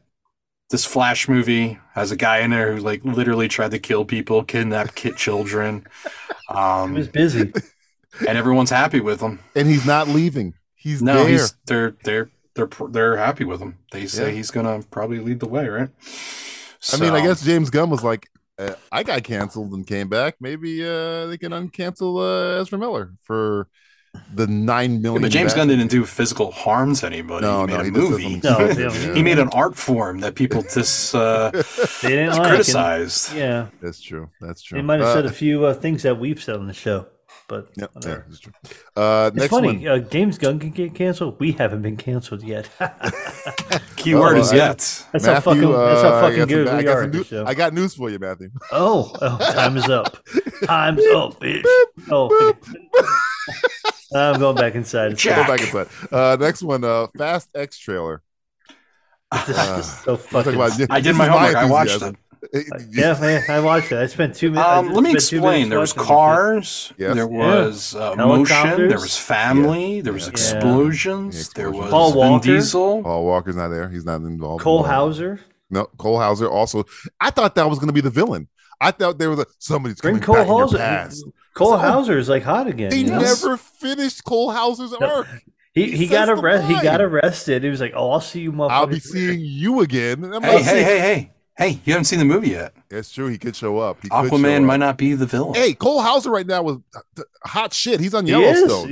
S5: this Flash movie has a guy in there who like literally tried to kill people, kidnap
S1: [laughs]
S5: kid children,
S2: He
S5: um,
S2: was busy.
S5: and everyone's happy with him.
S1: And he's not leaving. He's
S5: No,
S1: there.
S5: he's they're they're they're pr- they're happy with him. They say
S1: Yeah.
S5: he's gonna probably lead the way, right?
S1: I mean, I
S5: So-
S1: guess James Gunn was like, uh, I got canceled and came back. Maybe uh, they can uncancel uh, Ezra Miller for the nine
S5: Yeah,
S1: million.
S5: but James
S1: back-
S5: Gunn didn't do physical harm to anybody.
S1: No,
S5: he made
S1: no,
S5: a
S1: he just
S5: movie.
S1: doesn't-
S2: No, yeah.
S5: he made an art form that people dis uh,
S2: They didn't like him.
S5: criticized.
S2: Yeah,
S1: That's true. That's true.
S2: they might have
S1: Uh,
S2: said a few uh, things that we've said on the show, but
S1: Yep, yeah,
S2: whatever.
S1: that's true. Uh,
S2: It's
S1: next one.
S2: funny. Uh, James Gunn can get canceled. We haven't been canceled yet. [laughs] that's
S5: Key
S1: Oh,
S5: word
S1: well,
S5: is
S1: I-
S5: yet.
S2: how fucking. that's
S1: uh,
S2: how
S1: I got
S2: fucking
S1: some-
S2: good
S1: I
S2: we
S1: got
S2: are.
S1: some
S2: At the
S1: new-
S2: show.
S1: I got news for you, Matthew.
S2: Oh, oh, time is up. Time's up, bitch. Oh, [laughs] I'm going back
S1: [laughs]
S2: inside. It's-
S1: Go
S5: Jack.
S1: back inside. Uh, next one. Uh, Fast X trailer.
S2: This
S1: Uh,
S2: is so
S1: Let's
S2: fucking.
S5: I
S1: this
S5: did my
S1: is
S5: homework. I watched
S1: enthusiasm.
S5: it.
S2: yeah, man, I watched it. I spent two minutes.
S5: Um, let me explain. There was cars.
S1: Yes.
S5: There
S2: Yeah.
S5: was uh, motion. There
S2: Helicopters.
S5: was family. There was
S1: Yeah.
S5: explosions.
S1: Yeah,
S5: There
S1: explosions.
S5: was
S2: Paul
S5: Vin
S2: Walker.
S5: Diesel.
S1: Paul Walker's not there. He's not involved.
S2: Cole
S1: at all.
S2: Hauser.
S1: No, Cole Hauser also. I thought that was going to be the villain. I thought there was a somebody's
S2: Bring
S1: coming
S2: Cole
S1: back in your
S2: Hauser.
S1: past.
S2: Cole
S1: So-
S2: Hauser is like hot again.
S1: They
S2: you know?
S5: Yes.
S1: never finished Cole Hauser's
S2: No.
S1: arc.
S2: He
S1: He
S2: he got
S1: says the
S2: arrested. He got
S1: line.
S2: arrested. He was like, "Oh, I'll see you, motherfucker."
S1: I'll be seeing you again. And I'm
S5: Hey,
S1: like,
S5: hey, hey, hey, hey! You haven't seen the movie yet.
S1: It's true. He could show up. He could show
S5: Aquaman might
S1: up.
S5: not be the villain.
S1: Hey, Cole Hauser right now was uh, hot shit. He's on
S2: He is
S1: Yellowstone.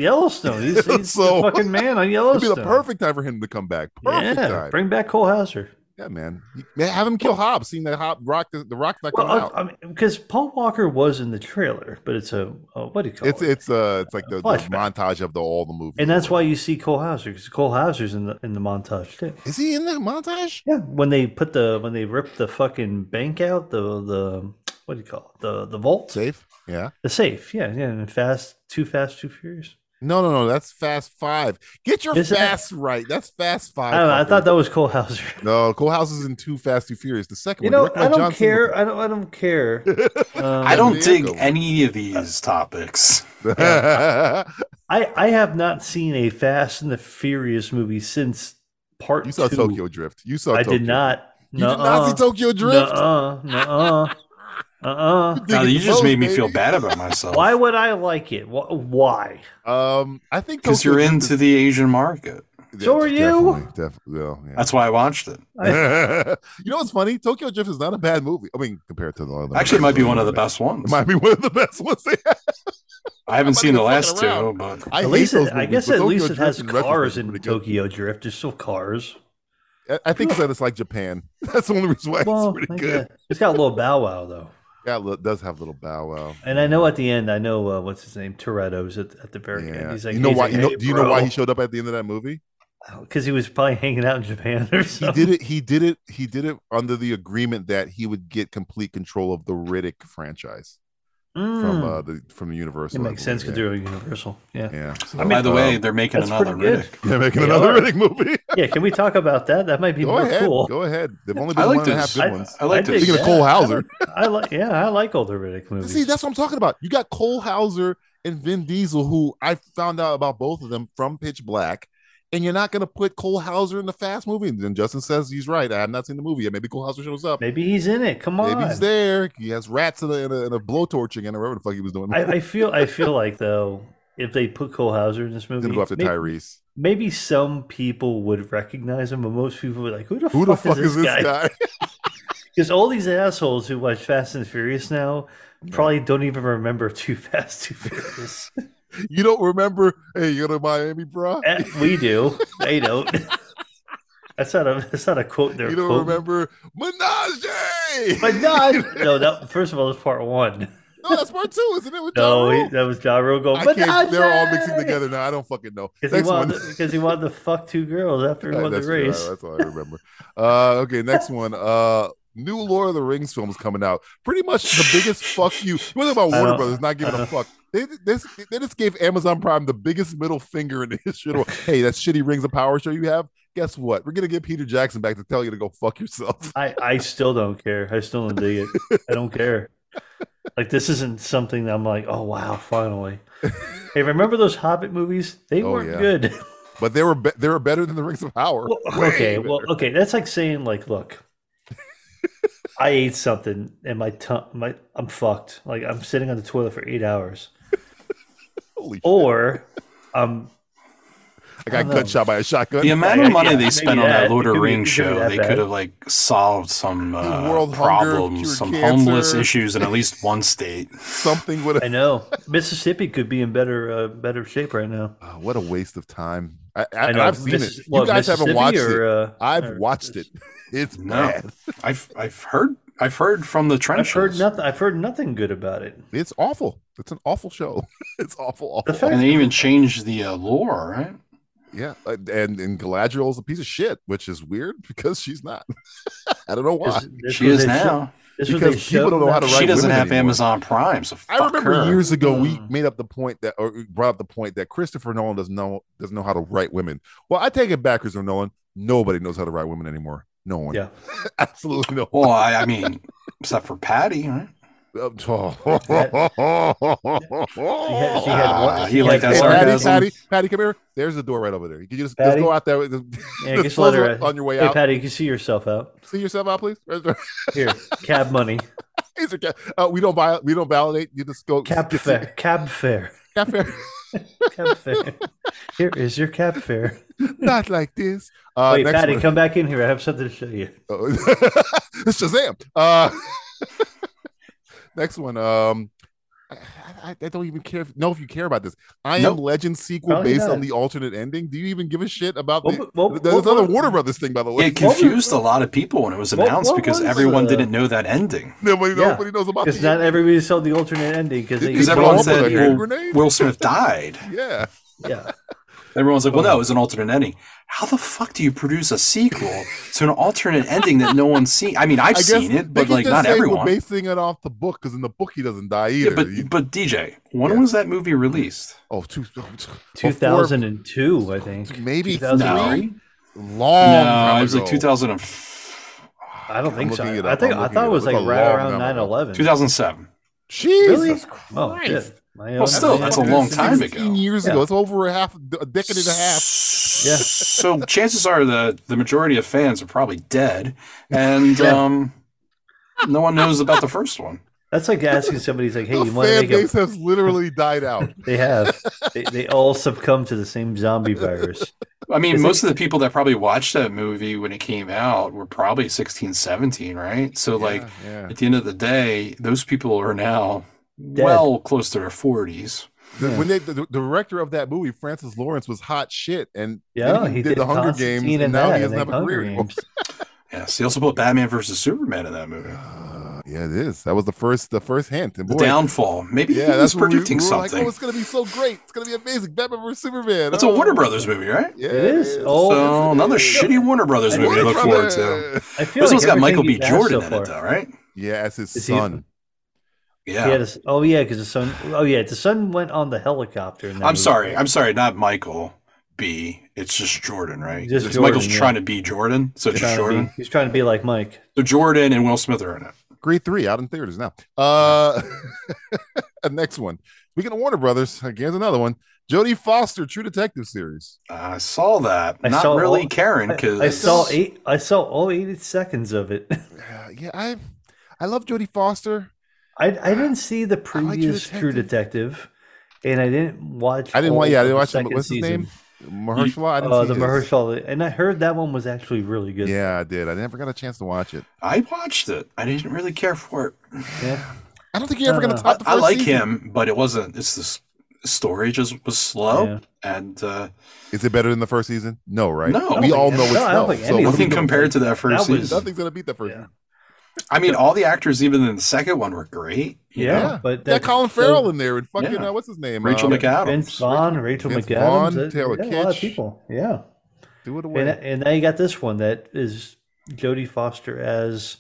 S1: [laughs]
S2: Yellowstone. He's, he's
S1: So-
S2: the fucking man on
S1: It'd be
S2: Yellowstone.
S1: the perfect time for him to come back. Perfect
S2: yeah,
S1: time.
S2: bring back Cole Hauser.
S1: yeah, man. You- man. Have him kill Hobbs. Seeing that Hob Rock, the, the Rock's not
S2: Well, uh,
S1: coming
S2: I-
S1: out.
S2: I mean, because Paul Walker was in the trailer, but it's a uh, what do you call
S1: it's
S2: it?
S1: it's uh it's like the, the
S2: Flashback.
S1: montage of the all the movies.
S2: and that's why you see Cole Hauser because Cole Hauser's in the in the montage too.
S1: is he in that montage?
S2: Yeah, when they put the when they rip the fucking bank out, the the what do you call it? The the vault,
S1: Safe. Yeah.
S2: the safe. Yeah, yeah. And fast, too fast, too furious.
S1: No, no, no. That's Fast Five. Get your
S2: Is that-
S1: fast right. That's Fast Five.
S2: I don't know. I
S1: fucker.
S2: thought that was
S1: [laughs]
S2: Cole Hauser.
S1: No, Cole House is in Too Fast, Too Furious. The second
S2: You
S1: one.
S2: know,
S1: directed by
S2: I don't
S1: John
S2: care.
S1: Singleton.
S2: I don't. I
S1: [laughs]
S2: don't care. Um,
S5: I don't dig
S1: Diego.
S5: any of these topics.
S2: I I have not seen a Fast and the Furious movie since
S1: [laughs]
S2: part.
S1: you saw
S2: two.
S1: Tokyo Drift. You saw.
S2: I
S1: Tokyo.
S2: did not.
S1: You did not see Tokyo Drift.
S2: Uh. Uh. Uh.
S1: Dig
S5: Now,
S1: it
S5: you
S1: the
S5: just
S1: most,
S5: made me
S1: baby.
S5: feel bad about myself.
S2: Why would I like it? Wh- Why?
S1: Um, I think
S5: Because
S1: Tokyo
S5: you're
S1: Drift
S5: into the Asian market.
S1: is-
S2: So are you.
S1: Definitely, definitely. well, yeah.
S5: That's why I watched it.
S1: you know what's funny? Tokyo Drift is not a bad movie. I mean, compared to the other.
S5: Actually, it might be one of the
S1: movies.
S5: best ones.
S1: It might be one of the best ones. [laughs] They have.
S5: I haven't
S1: might
S5: seen
S1: be
S5: the last
S1: fucking
S5: two,
S1: around.
S5: but
S1: I
S2: at
S1: hate
S2: least,
S1: those
S2: it, I
S1: movies,
S2: guess
S1: but
S2: at
S1: Tokyo
S2: least it
S1: Drift
S2: has
S1: retrospect
S2: cars
S1: is
S2: in
S1: pretty good.
S2: Tokyo Drift. There's still cars.
S1: I- I think it's that it's like Japan. [laughs] That's the only reason why [laughs]
S2: Well,
S1: it's pretty
S2: like,
S1: good.
S2: uh, it's got a little bow wow though,
S1: Yeah, it does have a little bow wow.
S2: and I know at the end, I know uh, what's his name, Toretto's at, at the very end.
S1: Yeah.
S2: He's like,
S1: you know
S2: he's
S1: why?
S2: like,
S1: you know,
S2: "Hey,
S1: do you know why
S2: bro."
S1: he
S2: [laughs]
S1: showed up at the end of that movie?
S2: because he was probably hanging out in Japan or
S1: He
S2: something.
S1: did it. He did it. He did it under the agreement that he would get complete control of the Riddick franchise from
S2: Mm.
S1: uh, the from the Universal.
S2: it
S1: I
S2: makes sense because
S1: believe,
S2: they're Universal.
S1: yeah.
S2: Yeah.
S1: yeah. So,
S5: by the
S1: [laughs]
S5: way,
S1: um,
S5: they're making
S2: that's
S5: another
S2: pretty good.
S5: Riddick.
S1: they're making
S2: they
S1: another
S2: are.
S1: Riddick movie.
S2: [laughs] Yeah, can we talk about that? That might be
S1: go
S2: more
S1: ahead.
S2: cool.
S1: Go ahead. They've only
S5: I
S1: been
S5: like
S1: one and a half
S5: this.
S1: good
S5: I-
S1: ones.
S5: I like
S2: dig
S5: this.
S1: Speaking
S2: that.
S1: of Cole Hauser,
S2: I like. Yeah, I like older Riddick movies.
S1: see that's what I'm talking about. You got Cole Hauser and Vin Diesel, who I found out about both of them from Pitch Black. And you're not going to put Cole Hauser in the Fast movie. And then Justin says he's right. I have not seen the movie yet. Maybe Cole Hauser shows up.
S2: Maybe he's in it. Come on.
S1: Maybe he's there. He has rats and a, and a, and a blowtorching and whatever the fuck he was doing.
S2: I, I feel. I feel like though, if they put Cole Hauser in this
S1: He's
S2: movie,
S1: gonna go after
S2: may- maybe,
S1: Tyrese.
S2: some people would recognize him, but most people would be like, "Who the,
S1: Who the
S2: fuck,
S1: fuck
S2: is this guy?"
S1: guy? [laughs]
S2: Because all these assholes who watch Fast and Furious now probably don't even remember Too Fast, Too Furious.
S1: you don't remember? Hey, you go to Miami, bro.
S2: Eh, we do. They don't. [laughs] That's not a. That's not a quote. They're
S1: You don't
S2: quoting.
S1: remember Menage? [laughs]
S2: But not no. That first of all, that's part one.
S1: no, that's part two, isn't it? With
S2: No,
S1: John
S2: he,
S1: Rule?
S2: that was John Rule going.
S1: I can't. They're all
S2: "Menage!"
S1: mixing together now. I don't fucking know.
S2: Because he
S1: Next
S2: wanted
S1: one.
S2: because he wanted to fuck two girls after he
S1: All right,
S2: won the
S1: that's true. All right,
S2: race.
S1: That's all I remember. uh, okay, next one. Uh, new Lord of the Rings film is coming out. Pretty much the biggest
S2: [laughs]
S1: fuck you. What about
S2: I
S1: Warner
S2: don't-
S1: Brothers not giving
S2: I
S1: a fuck? They this they just gave Amazon Prime the biggest middle finger in the [laughs] history. of the world. hey, that shitty Rings of Power show you have. Guess what? We're gonna get Peter Jackson back to tell you to go fuck yourself. [laughs]
S2: I I still don't care. I still don't dig it. I don't
S1: [laughs]
S2: care. Like this isn't something that I'm like, oh wow, finally. Hey, remember those Hobbit movies? They
S1: Oh,
S2: weren't
S1: yeah.
S2: good.
S1: But they were be- they were better than the Rings of Power. [laughs]
S2: Well,
S1: Way
S2: [laughs] okay,
S1: better.
S2: well, okay. That's like saying like, look,
S1: [laughs]
S2: I ate something and my tongue, my I'm fucked. Like I'm sitting on the toilet for eight hours,
S1: Holy shit,
S2: or um,
S1: I
S2: I
S1: got
S2: don't
S1: gut
S2: know.
S1: shot by a shotgun.
S5: The amount
S2: Yeah,
S5: of money
S2: yeah,
S5: they
S2: maybe
S5: spent on
S2: that.
S5: that Lord
S2: It
S5: of
S2: could
S5: the
S2: be-
S5: Rings
S2: it could be
S5: show,
S2: that
S5: they
S2: bad.
S5: could have like solved some uh,
S1: world hunger,
S5: problems,
S1: cured
S5: some
S1: cancer.
S5: homeless issues in at least
S1: [laughs]
S5: one state.
S1: Something would
S2: I know Mississippi could be in better uh, better shape right now.
S1: Oh, what a waste of time. I, I,
S2: I know
S1: have seen
S2: Missis-
S1: it.
S2: well,
S1: you guys haven't
S2: Mississippi
S1: watched
S2: or,
S1: it.
S2: uh,
S1: I've
S2: or-
S1: watched it. [laughs] It's
S5: No,
S1: bad.
S5: I've I've heard I've heard from the
S2: I've
S5: trenches.
S2: heard nothing. I've heard nothing good about it.
S1: It's awful. It's an awful show. [laughs] It's awful, awful.
S2: The fact-
S1: awful.
S5: and they even changed the uh, lore, right?
S1: Yeah, uh, and and Galadriel's a piece of shit, which is weird because she's not. [laughs] I don't know why.
S2: This- this
S5: She
S2: was
S5: is
S2: a show-
S5: now.
S2: this was a
S1: Because people don't know how to
S2: showdown.
S1: write
S5: she doesn't
S1: women
S5: have
S1: anymore.
S5: Amazon Prime, so fuck
S1: I remember
S5: her.
S1: years ago we
S2: Mm.
S1: made up the point that or brought up the point that Christopher Nolan doesn't know doesn't know how to write women. Well, I take it back, Christopher Nolan. Nobody knows how to write women anymore. No one.
S2: Yeah.
S1: [laughs] Absolutely no.
S5: Well, I, I mean, except for Patty, right?
S1: one.
S2: had- she had one-
S5: Ah,
S2: she
S5: you
S2: had
S5: like that
S1: Hey,
S2: one-
S1: Patty,
S5: sarcasm?
S1: Patty, Patty, come here. There's the door right over there. You can just, just
S2: Patty?
S1: go out there. with the-
S2: Yeah,
S1: [laughs] Just
S2: just
S1: close
S2: let her
S1: it on your way
S2: hey,
S1: out.
S2: Patty, you can see yourself out.
S1: See yourself out, please. [laughs] Right there.
S2: Here, cab money,
S1: These are ca- uh, we don't buy. We don't validate. You just go. [laughs]
S2: cab
S1: get
S2: fare, cab fare,
S1: some- cab
S2: [laughs]
S1: fare.
S2: cab fare. Here is your cab fare.
S1: Not like this. Uh,
S2: Wait,
S1: next
S2: Patty,
S1: one.
S2: come back in here. I have something to show you.
S1: Oh, [laughs] it's Shazam. Uh, [laughs] next one. Um, I, I, I don't even care. If, know if you care about this. I am
S5: Nope.
S1: Legend sequel
S2: Probably
S1: based
S2: not.
S1: on the alternate ending. Do you even give a shit about
S2: What-
S1: the?
S2: what-
S1: there's
S2: what-
S1: another
S2: what-
S1: Warner Brothers thing, by the [laughs] way.
S5: It confused a lot of people when it was
S2: What-
S5: announced
S2: what
S5: because
S2: was,
S5: everyone
S2: uh,
S5: didn't know that ending.
S1: Nobody,
S2: Yeah.
S1: nobody knows about
S2: Because
S1: it.
S2: not everybody saw the alternate ending. Because
S1: Did
S2: they
S1: you
S5: Because
S1: blow
S5: everyone
S1: up with
S5: said
S1: a hand
S5: well,
S1: grenade?
S5: Will Smith died.
S1: yeah.
S2: yeah.
S5: Everyone's like, well,
S1: Uh-huh.
S5: no, it was an alternate ending. How the fuck do you produce a sequel to an alternate ending that no one's seen? I mean,
S1: [laughs]
S5: I've
S1: I guess
S5: seen it,
S1: they
S5: but
S1: can
S5: like
S1: just
S5: not
S1: say
S5: everyone.
S1: We're basing it off the book because in the book he doesn't die
S5: Yeah,
S1: either.
S5: but
S1: You-
S5: but DJ, when
S1: Yeah.
S5: was that movie released?
S1: oh, two, oh, two- oh, four-
S2: 2002, I think.
S1: maybe
S2: 2003?
S1: three. Um, Long.
S5: no,
S1: time
S5: it was like
S1: ago.
S5: 2000 and
S2: I don't think so.
S1: looking it
S2: I
S1: up.
S2: think
S1: I'm
S2: I
S1: looking
S2: thought
S1: it
S2: it
S1: up.
S2: was
S1: It's
S2: like
S1: a
S2: right
S1: long
S2: around
S1: number.
S2: 9 11.
S5: 2007.
S1: Jesus.
S2: Really? Oh,
S1: Christ.
S2: shit. My
S5: Well,
S2: own-
S5: still, that's a long time
S1: 16
S5: ago.
S1: years
S2: Yeah.
S1: ago. It's over a half, a decade and a half.
S2: Yeah.
S5: So chances are the the majority of fans are probably dead, and
S2: Yeah.
S5: um, no one knows about the first one.
S2: That's like asking somebody's like, hey,
S1: the
S2: you want to
S1: fan
S2: make a
S1: base has
S2: [laughs]
S1: literally died out.
S2: They have. they, they all succumb to the same
S1: [laughs]
S2: zombie virus.
S5: I mean,
S2: Is it-
S5: most of the people that probably watched that movie when it came out were probably 16, 17, right? So, [laughs] like,
S1: yeah.
S5: at the end of the day, those people are now well close to their 40s.
S1: The- when they, the, the director of that movie, Francis Lawrence, was hot shit, and
S2: Yeah,
S1: then he, did, the Hunger
S2: Constantine
S1: Games, and now
S2: that,
S1: he doesn't
S2: then
S1: have a
S2: Hunger
S1: career anymore.
S2: Games.
S5: Yes. They also put Batman versus Superman in that movie.
S1: Uh, yeah, it is. That was the first, the first hint. And
S5: The
S1: boy,
S5: downfall. Maybe
S1: yeah,
S5: he was
S1: that's what we-
S5: predicting
S1: we were
S5: something.
S1: Like, oh, it's gonna be so great. It's gonna be amazing. Batman vs Superman.
S5: That's a
S1: oh.
S5: Warner Brothers movie, right?
S1: Yeah,
S2: It is? Oh.
S5: So, another shitty Warner Brothers
S2: I-
S5: movie to
S1: Warner
S5: look forward to.
S1: Brothers.
S2: I feel
S5: This
S2: like
S5: one's got
S2: everything
S5: Michael B.
S2: you've asked
S5: Jordan
S2: so
S5: in it,
S2: far-
S5: though, right?
S1: Yeah, it's his
S2: Is he-
S1: son.
S2: He had
S5: Yeah.
S2: a s- oh yeah, because the son. Oh yeah, the son went on the helicopter. in that
S5: I'm
S2: movie.
S5: sorry. I'm sorry. Not Michael B. It's just Jordan, right?
S2: Just
S5: It's Michael's
S2: Jordan, yeah.
S5: trying to be Jordan, so it's just
S2: Trying to
S5: Jordan.
S2: be- he's trying to be like Mike.
S5: So Jordan and Will Smith are in it.
S1: Grade three out in theaters now. Uh, [laughs] next one. Speaking of Warner Brothers, again another one. Jodie Foster, True Detective series.
S5: I saw that.
S2: I
S5: Not
S2: saw
S5: really
S2: all-
S5: caring because
S2: I, I saw eight. I saw all eighty seconds of it. [laughs]
S1: Uh, yeah, I, I love Jodie Foster.
S2: I I didn't see the
S1: True
S2: previous True Detective, and I didn't watch.
S1: I didn't
S2: all
S1: want. Yeah, I
S2: of
S1: didn't
S2: Oh, the
S1: watch him.
S2: second
S1: What's his
S2: season.
S1: name? Mahershala. I didn't
S2: Uh,
S1: see
S2: the
S1: his.
S2: Mahershala, and I heard that one was actually really good.
S1: Yeah, I did. I never got a chance to watch it.
S5: I watched it. I didn't really care for it.
S2: yeah.
S1: I don't think you're ever
S2: No,
S1: going
S2: no.
S1: to
S5: I,
S1: top the
S5: I
S1: first
S5: like
S1: season.
S5: him, but it wasn't. It's this story just was slow,
S2: Yeah.
S5: and uh,
S1: Is it better than the first season? No, right?
S5: No. I don't
S1: we
S5: think
S1: all
S2: it-
S1: know it's
S2: no, I don't
S1: no.
S2: think
S1: So what
S2: any
S1: do
S2: of
S1: we
S5: nothing
S2: them-
S1: know?
S5: compared to that first
S2: That was-
S5: season.
S1: nothing's going to beat the first.
S2: Yeah.
S1: Season.
S5: I mean, all the actors, even in the second one, were great. you
S2: Yeah,
S5: know?
S2: but
S1: yeah,
S2: that-
S1: Colin Farrell in there and fucking
S5: Yeah.
S1: uh, what's his name?
S5: Rachel
S1: uh,
S5: McAdams.
S2: Vince Vaughn, Rachel
S1: Vince
S2: McAdams,
S1: Vaughn,
S2: uh,
S1: Taylor
S2: yeah, a lot of
S1: Kitsch.
S2: people. Yeah,
S1: Do it away.
S2: and and now you got this one that is Jodie Foster as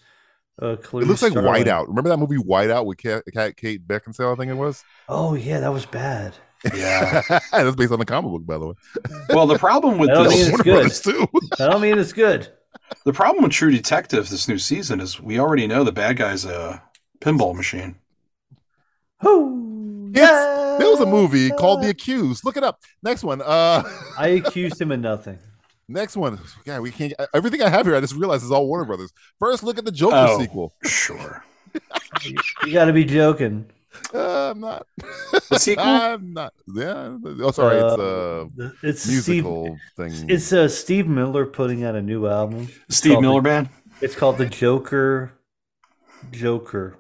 S2: uh,
S1: it
S2: Clarice.
S1: looks like
S2: Starling.
S1: Whiteout. Remember that movie Whiteout with Cat, Cat Kate Beckinsale? I think it was.
S2: Oh yeah, that was bad.
S5: [laughs] yeah.
S1: That's based on the comic book, by the way.
S5: Well, the
S2: [laughs]
S5: problem with
S2: I don't
S1: That was
S2: mean,
S5: this,
S2: it's
S1: Warner
S2: good.
S1: Brothers too. [laughs]
S2: I don't mean it's good. [laughs]
S5: the problem with True Detective this new season is we already know the bad guy's a pinball machine.
S2: Whoo!
S1: Yes, there was a movie called The Accused. Look it up. Next one. Uh,
S2: I accused him of nothing.
S1: next one. Yeah, we can't. Everything I have here, I just realized is all Warner Brothers. First, look at the Joker
S5: Oh.
S1: sequel.
S5: Sure.
S2: You got to be joking.
S1: Uh, I'm not.
S5: The sequel?
S1: [laughs] I'm not. Yeah. Oh, sorry. It's a
S2: it's
S1: musical
S2: Steve.
S1: thing.
S2: It's uh, Steve Miller putting out a new album. It's
S5: Steve
S2: called the-
S5: Miller Band?
S2: It's called The Joker. Joker.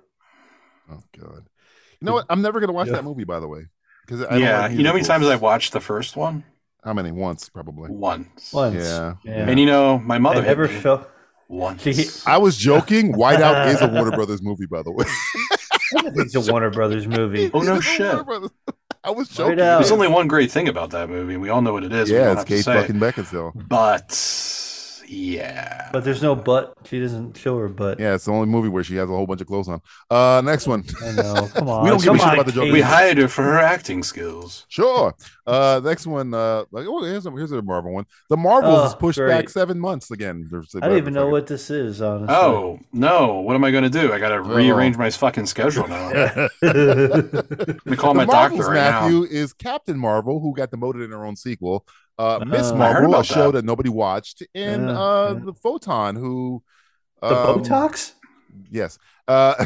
S1: oh god. You know what? I'm never gonna watch that movie. By the way, because
S5: yeah. you know how many times I've
S1: watched?
S5: watched the first one?
S1: How many? Once probably.
S5: Once.
S2: Once.
S1: Yeah.
S5: And you know, my
S2: I
S5: mother hit
S2: never
S5: me
S2: felt. [laughs]
S5: once.
S2: She-
S1: I was joking. Whiteout is a Warner Brothers movie, by the
S5: [laughs]
S1: way.
S2: It's a Warner Brothers movie.
S5: Oh,
S1: [laughs]
S5: no
S1: It's a
S5: shit.
S1: Warner Brothers- [laughs] I was joking.
S2: Whiteout.
S5: There's only one great thing about that movie. and We all know what it is. we
S1: Oh. yeah,
S5: don't
S1: it's
S5: have to
S1: Kate
S5: say it.
S1: fucking Beckinsale.
S5: But yeah,
S2: But there's no butt. She doesn't show her butt.
S1: Yeah, it's the only movie where she has a whole bunch of clothes on. Uh, next one. [laughs]
S2: I know. Come on.
S1: We don't give
S2: Come
S1: a shit
S2: on,
S1: about the Joker.
S2: Kate.
S5: we hired her for her acting skills.
S1: Sure. Uh, next one. Uh, like, oh, here's a, here's a Marvel one. The Marvels
S2: Oh,
S1: is pushed
S2: great.
S1: back seven months again. There's-
S2: I don't even know
S1: fucking-
S2: what this is, honestly. [laughs]
S5: Oh no, what am I going to do? I got to
S1: Oh.
S5: rearrange my fucking
S2: [laughs]
S5: schedule now. I'm gonna call my
S1: the Marvels,
S5: doctor right
S1: Matthew,
S5: now.
S1: is Captain Marvel, who got demoted in her own sequel. Uh, Miss
S2: Oh. I
S5: heard
S1: Marvel, a
S5: about
S1: show
S5: that.
S1: that nobody watched, and
S2: Yeah,
S1: uh,
S2: yeah.
S1: the Photon, who
S2: the
S1: um,
S2: Botox?
S1: Yes. Uh,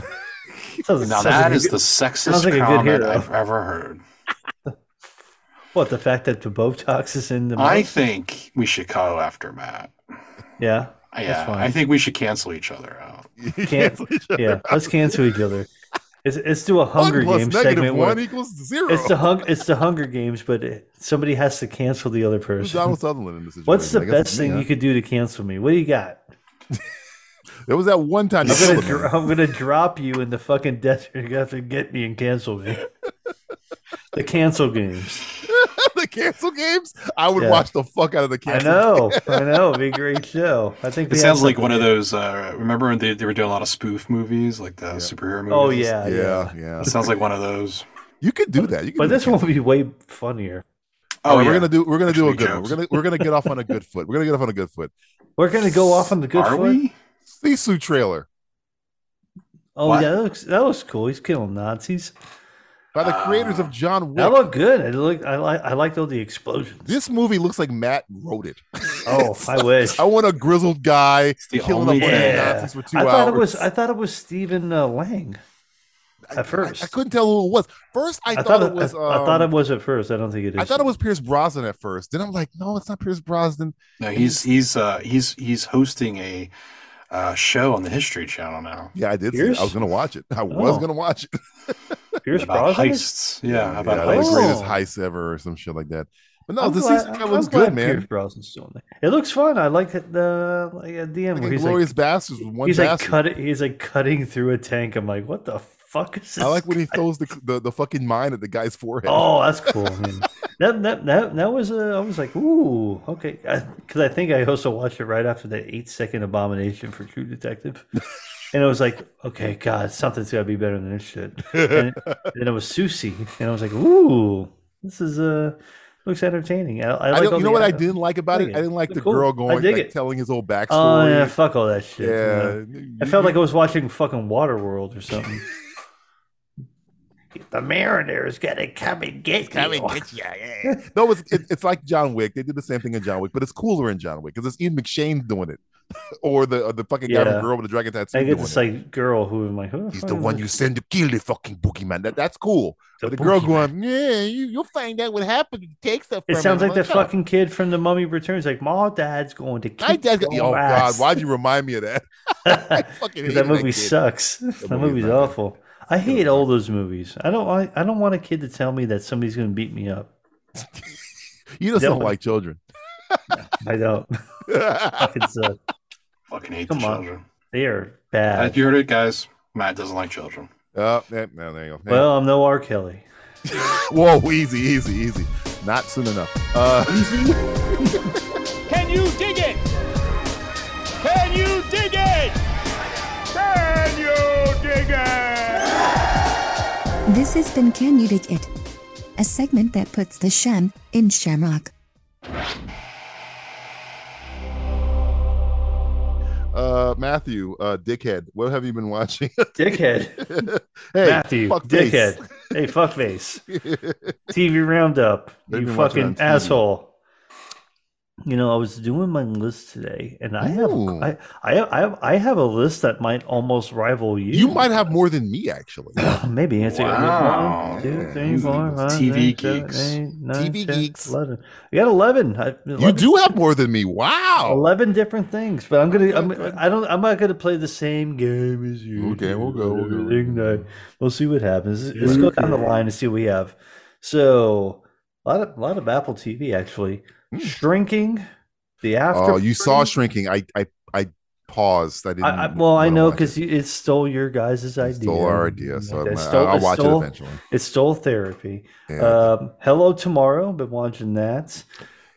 S1: [laughs]
S2: Sounds-
S5: Now
S2: sounds
S5: that
S2: like a
S5: is
S2: good-
S5: the sexist
S2: sounds like a good
S5: comment
S2: hero.
S5: I've ever heard.
S2: What, the fact that the Botox is in the
S5: I
S2: mouth?
S5: think we should go after Matt.
S2: Yeah.
S5: Yeah,
S2: fine.
S5: I think we should cancel each other out.
S1: you
S2: Can't-
S1: cancel [laughs] each other.
S2: Yeah. Let's cancel each other. It's, let's do a Hunger
S1: one plus
S2: Games
S1: negative
S2: segment.
S1: one
S2: where
S1: equals zero.
S2: it's, the hung, it's the Hunger Games, but it, somebody has to cancel the other
S1: Who's
S2: person.
S1: Donald Sutherland in this situation?
S2: What's the
S1: I guess it's
S2: best
S1: me,
S2: thing
S1: huh?
S2: you could do to cancel me? What do you got?
S1: There was that one time. you
S2: I'm gonna,
S1: killed a
S2: dr-
S1: man.
S2: I'm gonna drop you in the fucking desert. You have to get me and cancel me. The cancel games.
S1: the cancel games, I would
S2: Yeah.
S1: watch the fuck out of the [laughs]
S2: I
S1: cancel.
S2: know, I know. It'd be a great show. I think they
S5: It
S2: have
S5: sounds like one of
S2: something
S5: those. Uh, remember when they, they were doing a lot of spoof movies, like the superhero movies?
S2: there. Oh yeah, yeah.
S1: [laughs] Yeah, yeah.
S5: It sounds like one of those.
S1: You could do that. You could
S2: But
S1: do
S2: this
S1: that.
S2: one would be way funnier.
S1: All
S5: Oh,
S1: right,
S5: yeah.
S1: we're gonna do we're gonna do a
S5: Actually
S1: good one. We're
S5: jokes.
S1: gonna we're gonna get off on a good foot. We're gonna get off on a good foot.
S2: We're gonna go off on the good
S5: Are
S2: foot.
S5: we?
S1: Sisu trailer
S2: Oh
S5: What?
S2: yeah, that looks that looks cool. He's killing Nazis.
S1: by the creators
S5: Ah.
S1: of John
S2: That
S1: Wick.
S2: looked good. It looked I like I liked all the explosions.
S5: [laughs]
S1: this movie looks like Matt wrote it.
S2: oh, I wish.
S1: I want a grizzled guy
S5: the
S1: killing
S5: only
S1: a bunch of
S5: thing.
S1: Nazis for two
S2: I thought
S1: hours.
S2: it was I thought it was Stephen uh, Lang at first.
S1: I couldn't tell who it was. First, I,
S2: I
S1: thought, it was.
S2: I, I thought
S1: um,
S2: it was at first. I don't think it is.
S1: I thought it was Pierce Brosnan at first. Then I'm like, no, it's not Pierce Brosnan.
S5: No, he's he's uh, he's he's hosting a uh, show on the History Channel now
S1: Yeah, I did. See it.
S2: Pierce?
S1: I was gonna watch it. I was
S2: Oh.
S1: gonna watch it.
S2: Pierce
S5: about
S2: Brosnan. Oh,
S1: [laughs]
S5: heists. Yeah, about
S1: like
S2: heists.
S5: heists.
S1: greatest heist ever, or some shit like that. But no,
S2: I'm
S1: this
S2: glad-
S1: season guy
S2: I'm
S1: looks
S2: glad
S1: good, man.
S2: Pierce Brosnan's doing that. It looks fun. I like it, the like at the end
S1: Like
S2: where he's like
S1: Glorious Bastards with one
S2: he's like
S1: bastard.
S2: cutting he's like cutting through a tank. I'm like, what the fuck is this?
S1: I like
S2: [laughs]
S1: when he throws the, the the fucking mine at the guy's forehead.
S2: Oh, that's cool. man. that, that that that was uh, I was like, ooh, okay, because I, think I also watched it right after that eight second abomination for True Detective, and I was like, okay, God, something's got to be better than this shit. And then it was Susie, and I was like, ooh, this is uh looks entertaining. I, I,
S1: I
S2: like
S1: don't,
S2: all
S1: you know
S2: the-
S1: what I didn't like about it?
S2: like
S1: I
S2: it.
S1: didn't like the
S2: Cool.
S1: girl
S2: I
S1: going
S2: dig
S1: like
S2: it.
S1: telling his whole
S2: Oh
S1: backstory.
S2: yeah, fuck all that shit.
S1: yeah.
S2: I felt like I was watching fucking Waterworld
S1: [laughs]
S2: or something. the Mariner's gonna come and get you.
S1: no, it's it, it's like John Wick. They did the same thing in John Wick, but it's cooler in John Wick because it's Ian McShane doing it, [laughs] or the or the fucking guy
S2: Yeah.
S1: from Girl with the Dragon Tattoo.
S2: I get
S1: doing
S2: this
S1: it.
S2: like girl who am like, who
S1: He's
S2: fuck
S1: the
S2: is
S1: one
S2: this?
S1: you send to kill the fucking boogeyman. That that's cool.
S2: The
S1: but the girl
S2: boogeyman.
S1: going, yeah, you, you'll find out what happened. You take stuff.
S2: It
S1: from
S2: sounds
S1: him."
S2: like that
S1: I'm "Oh,
S2: fucking kid from The Mummy Returns. Like, my dad's going to kick
S1: My dad got,
S2: [laughs] your
S1: oh
S2: ass."
S1: God, why'd you remind me of that? [laughs]
S2: [laughs]
S1: I fucking hated
S2: Because that movie
S1: kid.
S2: sucks. [laughs]
S1: movie's
S2: That, movie's
S1: not good.
S2: awful. I hate all those movies. I don't. I, I don't want a kid to tell me that somebody's going to beat me up.
S1: You just don't
S2: Dylan.
S1: like children. [laughs]
S2: I don't. [laughs] Fucking suck.
S5: Fucking hate
S2: Come
S5: the
S2: on.
S5: children.
S2: They
S1: [laughs]
S2: are
S5: Uh,
S2: bad.
S5: you heard it, guys. Matt doesn't like children.
S1: Oh, eh, no, there you go.
S2: Well, I'm no R. Kelly.
S1: Whoa, easy, easy, easy. Not soon enough. Uh,
S6: Can you dig it? Can you dig it? Can you dig it?
S4: This has been Can You Dig It? A segment that puts the sham in shamrock.
S1: [laughs] uh, Matthew, uh, dickhead, what have you been watching? [laughs]
S2: Dickhead.
S1: hey,
S2: Matthew.
S1: fuck face.
S2: dickhead.
S1: [laughs]
S2: Hey, fuckface. TV Roundup.
S1: They've
S2: you
S1: been watching on
S2: fucking
S1: TV.
S2: asshole. You know, I was doing my list today, and I have
S1: Ooh.
S2: I, I have I have I have a list that might almost rival you.
S1: You might have more than me, actually.
S2: [laughs] maybe it's
S5: Wow.
S2: one, two,
S5: Yeah,
S2: three,
S5: these
S2: four,
S5: are the
S2: five,
S5: TV
S2: six, seven,
S5: geeks.
S2: eight, nine,
S1: TV
S2: 10,
S1: geeks.
S2: Eleven. I got eleven. I, 11
S1: You do have more than me. Wow.
S2: eleven different things, but I'm gonna I'm, I don't I'm not gonna play the same game as you.
S1: Okay,
S2: do
S1: we'll go, we'll go.
S2: everything that- we'll see what happens. Let's go down the line and see what we have. So a lot of a lot of Apple TV actually shrinking. The after
S1: Hmm. Oh, you saw shrinking. I, I, I paused. I didn't.
S2: I, I, well, I
S1: wanna
S2: know
S1: watch it.
S2: because it stole your guys' idea.
S1: It's Stole our idea, so
S2: It
S1: I'm- uh,
S2: stole-
S1: I'll
S2: it
S1: watch
S2: stole-
S1: it eventually.
S2: It stole therapy.
S1: Yeah.
S2: Um, Hello Tomorrow. Been watching that.
S1: is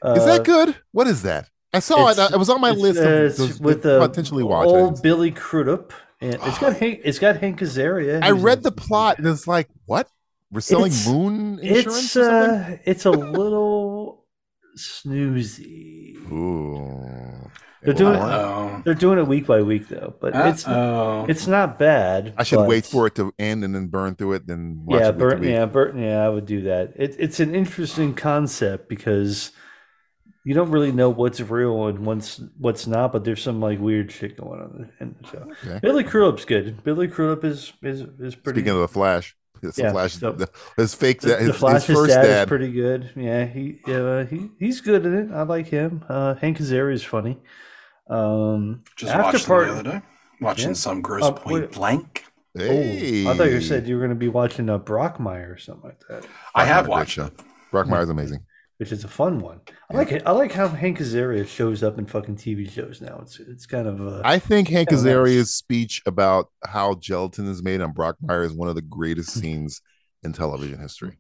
S2: Uh,
S1: that good? What is that? I saw it.
S2: it's-
S1: It was on my
S2: it's,
S1: list
S2: uh,
S1: of
S2: it's
S1: those to
S2: with uh,
S1: potentially watch. I
S2: old
S1: didn't-
S2: Billy Crudup. And it's
S1: [gasps]
S2: got Hank. It's got Hank Azaria.
S1: I
S2: who's
S1: read
S2: in-
S1: the plot and it's like, what? We're selling
S2: It's-
S1: moon insurance?
S2: It's
S1: or something?
S2: uh, it's a little snoozy.
S1: Ooh.
S2: uh, They're doing
S1: Well,
S5: Oh,
S2: they're doing it week by week though, but it's
S5: oh,
S2: it's not bad.
S1: I should wait
S2: but-
S1: for it to end and then burn through it, then watch
S2: yeah,
S1: it week to
S2: Burton.
S1: week.
S2: Yeah, Burton. Yeah, I would do that. It, it's an interesting concept because you don't really know what's real and what's what's not. But there's some like weird shit going on in the show.
S1: Okay.
S2: Billy Crudup's good. Billy Crudup is is is pretty.
S1: Speaking of the Flash, it's the
S2: Yeah,
S1: Flash,
S2: so-
S1: the- his fake,
S2: the,
S1: dad, his,
S2: the
S1: his
S2: Flash's
S1: first
S2: dad,
S1: dad.
S2: is pretty good. Yeah, he uh, he he's good in it. I like him. Uh, Hank Azaria is funny. Um,
S5: just
S2: after
S5: watched
S2: part.
S5: them the other day. Watching
S2: Yeah.
S5: some gross
S2: Uh,
S5: point
S2: wait.
S5: blank.
S1: hey.
S2: Oh, I thought you said you were going to be watching uh, Brockmire or something like that.
S5: I have
S1: Good
S5: watched
S1: show.
S5: it.
S1: Brockmire's amazing.
S2: which is a fun one. I like it. I like how Hank Azaria shows up in fucking TV shows now. It's it's kind of uh,
S1: I think Hank
S2: Yeah, that's-
S1: Azaria's speech about
S2: [laughs]
S1: how gelatin is made on Brockmire is one of the greatest scenes in television history.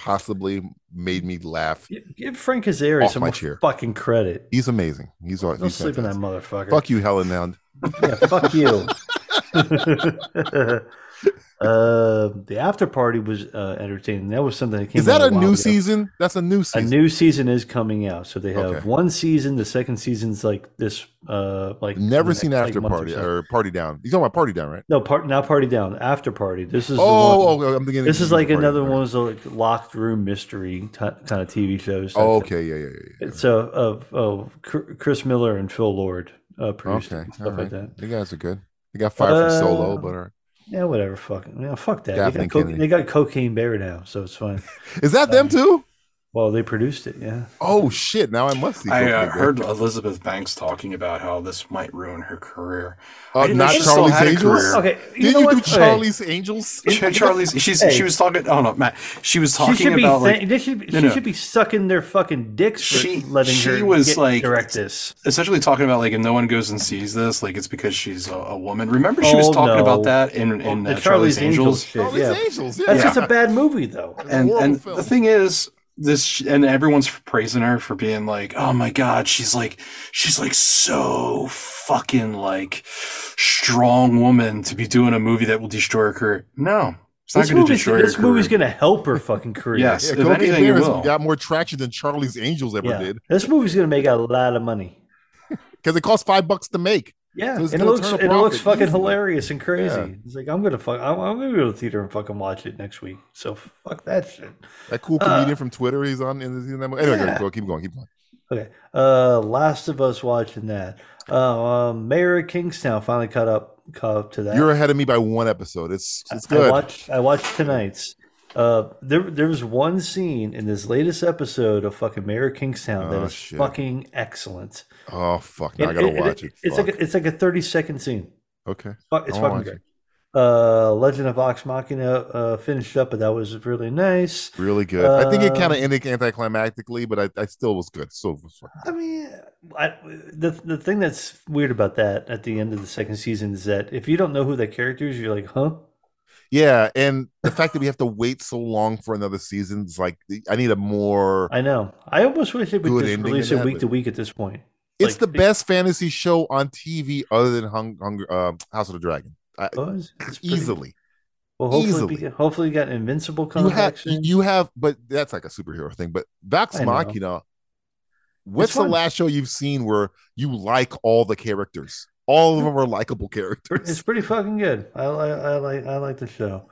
S1: possibly made me laugh.
S2: Give- Give Frank Azaria
S1: Off
S2: some
S1: my
S2: more
S1: chair.
S2: fucking credit.
S1: He's amazing. He's all.
S2: Don't
S1: He's
S2: sleep in that
S1: fantastic.
S2: motherfucker.
S1: Fuck you, Helen Hound.
S2: Yeah, fuck
S1: [laughs]
S2: you. uh, the after party was uh, entertaining. That was something that came.
S1: Is that
S2: out
S1: a
S2: while
S1: new
S2: ago.
S1: season? That's a new
S2: A
S1: season.
S2: new season is coming out, so they have
S1: Okay.
S2: one season. The second season's like this. Uh, like
S1: Never
S2: the
S1: seen
S2: next, like,
S1: After
S2: month or
S1: Party
S2: so.
S1: or Party Down. You talking about Party Down, right?
S2: No, part not party down. After party. This is the one-
S1: Oh, okay, I'm thinking
S2: This
S1: it's
S2: is like
S1: Party
S2: another
S1: Down.
S2: one of those like locked room mystery t- kind of TV shows.
S1: Oh, okay, yeah, yeah, yeah, yeah.
S2: It's uh, of of Chr- Chris Miller and Phil Lord uh, produced it
S1: Okay,
S2: and
S1: all
S2: stuff
S1: right.
S2: like that.
S1: You guys are good. They got fired from Solo,
S2: Uh,
S1: but all right.
S2: Yeah, whatever. Fucking yeah, fuck that. They
S1: Daphne
S2: got, co-
S1: Kennedy.
S2: they got cocaine bear now, so it's fine.
S1: is that them too?
S2: well, they produced it. Yeah,
S1: Oh shit! Now I must see.
S5: I
S1: Cocaine
S5: uh,
S1: Bear.
S5: heard Elizabeth Banks talking about how this might ruin her career.
S1: Uh,
S5: I didn't know
S1: not
S5: she still
S1: Charlie's
S5: had a
S1: Angels.
S5: career.
S2: Okay, you
S1: Did
S2: know
S1: you,
S2: what?
S1: do
S2: Okay.
S1: Charlie's Angels?
S5: Char- Charlie's, she's
S2: Hey.
S5: she was talking. Oh no, Matt, she was
S2: she
S5: talking
S2: should be
S5: about like
S2: thank- they should,
S5: no,
S2: she
S5: no.
S2: should be sucking their fucking dicks for
S5: She-
S2: letting
S5: she
S2: her
S5: was
S2: get-
S5: like-
S2: direct this.
S5: essentially talking about like if no one goes and sees this, like it's because she's a, a woman. Remember, she was
S2: Oh,
S5: talking
S2: no. Oh,
S5: about that in in
S2: The
S5: uh, Charlie's Angels.
S2: shit,
S1: Charlie's
S2: yeah.
S1: Angels. Yeah.
S2: That's just a bad movie, though.
S5: and
S1: horrible
S5: and
S1: film.
S5: the thing is this sh- and everyone's praising her for being like oh my god she's like she's like so fucking like strong woman to be doing a movie that will destroy her career no it's not
S2: This
S5: going to
S2: movie's,
S5: destroy
S2: this
S5: her career
S2: movie's gonna help her
S5: [laughs]
S2: fucking career.
S5: yes
S1: yeah,
S5: if
S1: Cocaine
S5: anything it
S1: Bear
S5: will
S1: has got more traction than Charlie's Angels ever
S2: Yeah.
S1: did
S2: This movie's gonna make a lot of money.
S1: because it cost five bucks to make.
S2: Yeah,
S1: So it's
S2: and it
S1: gonna
S2: looks
S1: turn a
S2: and it looks
S1: profit
S2: fucking
S1: easily.
S2: hilarious and crazy.
S1: Yeah.
S2: It's like I'm gonna fuck. I'm, I'm gonna go to the theater and fucking watch it next week. So fuck that shit.
S1: That cool
S2: Uh,
S1: comedian from Twitter, he's on. In, he's in that movie. Anyway, go-
S2: yeah.
S1: go, keep going, keep going.
S2: Okay. Uh, Last of Us watching that. Uh, um, Mayor of Kingstown finally caught up caught up to that.
S1: You're ahead of me by one episode. It's it's
S2: I
S1: good.
S2: watched I watched tonight's. Uh, there there was one scene in this latest episode of fucking Mayor of Kingstown that
S1: Oh,
S2: is
S1: shit.
S2: fucking excellent.
S1: oh fuck! Now I
S2: And
S1: gotta watch it.
S2: It's
S1: Fuck.
S2: like a, it's like a thirty second scene.
S1: okay.
S2: Fuck, it's
S1: I wanna
S2: fucking
S1: watch
S2: great. Uh, Legend of Vox Machina uh, finished up, but that was really nice.
S1: Really good. I think it kind
S2: Um,
S1: of ended anticlimactically, but I, I still was good. So was fucking-
S2: I mean, I, the the thing that's weird about that at the end of the second season is that if you don't know who that character is, you're like, huh?
S1: yeah, and the fact that we have to wait so long for another season is like I need a more.
S2: I know. I almost wish they
S1: Good
S2: would just
S1: ending
S2: release
S1: to
S2: it
S1: that,
S2: week
S1: but-
S2: to week at this point.
S1: it's
S2: like-
S1: the best fantasy show on TV other than Hung, Hunger, uh, House of the Dragon. I,
S2: Oh, it's- it's pretty-
S1: easily,
S2: Well, hopefully,
S1: easily.
S2: we- hopefully, you got Invincible
S1: you have
S2: context.
S1: you have, but that's like a superhero thing. But Vox
S2: I know.
S1: Machina. What's the
S2: fun.
S1: last show you've seen where you like all the characters? All of them are likable characters.
S2: It's pretty fucking good. I, I, I like I like the show.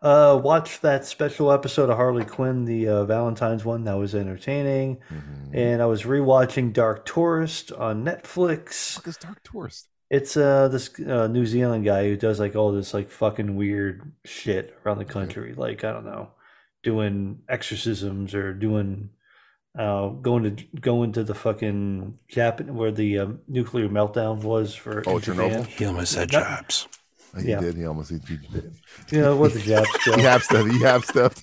S2: Uh, watch that special episode of Harley Quinn, the uh, Valentine's one. That was entertaining.
S1: Mhm.
S2: And I was rewatching Dark Tourist on Netflix.
S1: Fuck is Dark Tourist?
S2: It's uh this uh, New Zealand guy who does like all this like fucking weird shit around the country. Like I don't know, doing exorcisms or doing uh going to going to the fucking Japan where the um, nuclear meltdown was for
S1: Oh,
S2: in
S1: Chernobyl?
S2: Japan.
S5: he almost had
S2: That-
S5: jobs
S1: He
S2: Yeah.
S1: did. He almost he,
S2: [laughs]
S1: he, he
S2: You know what
S1: [laughs]
S2: the Japs do.
S1: half stepped. He half
S2: [laughs]
S1: stepped.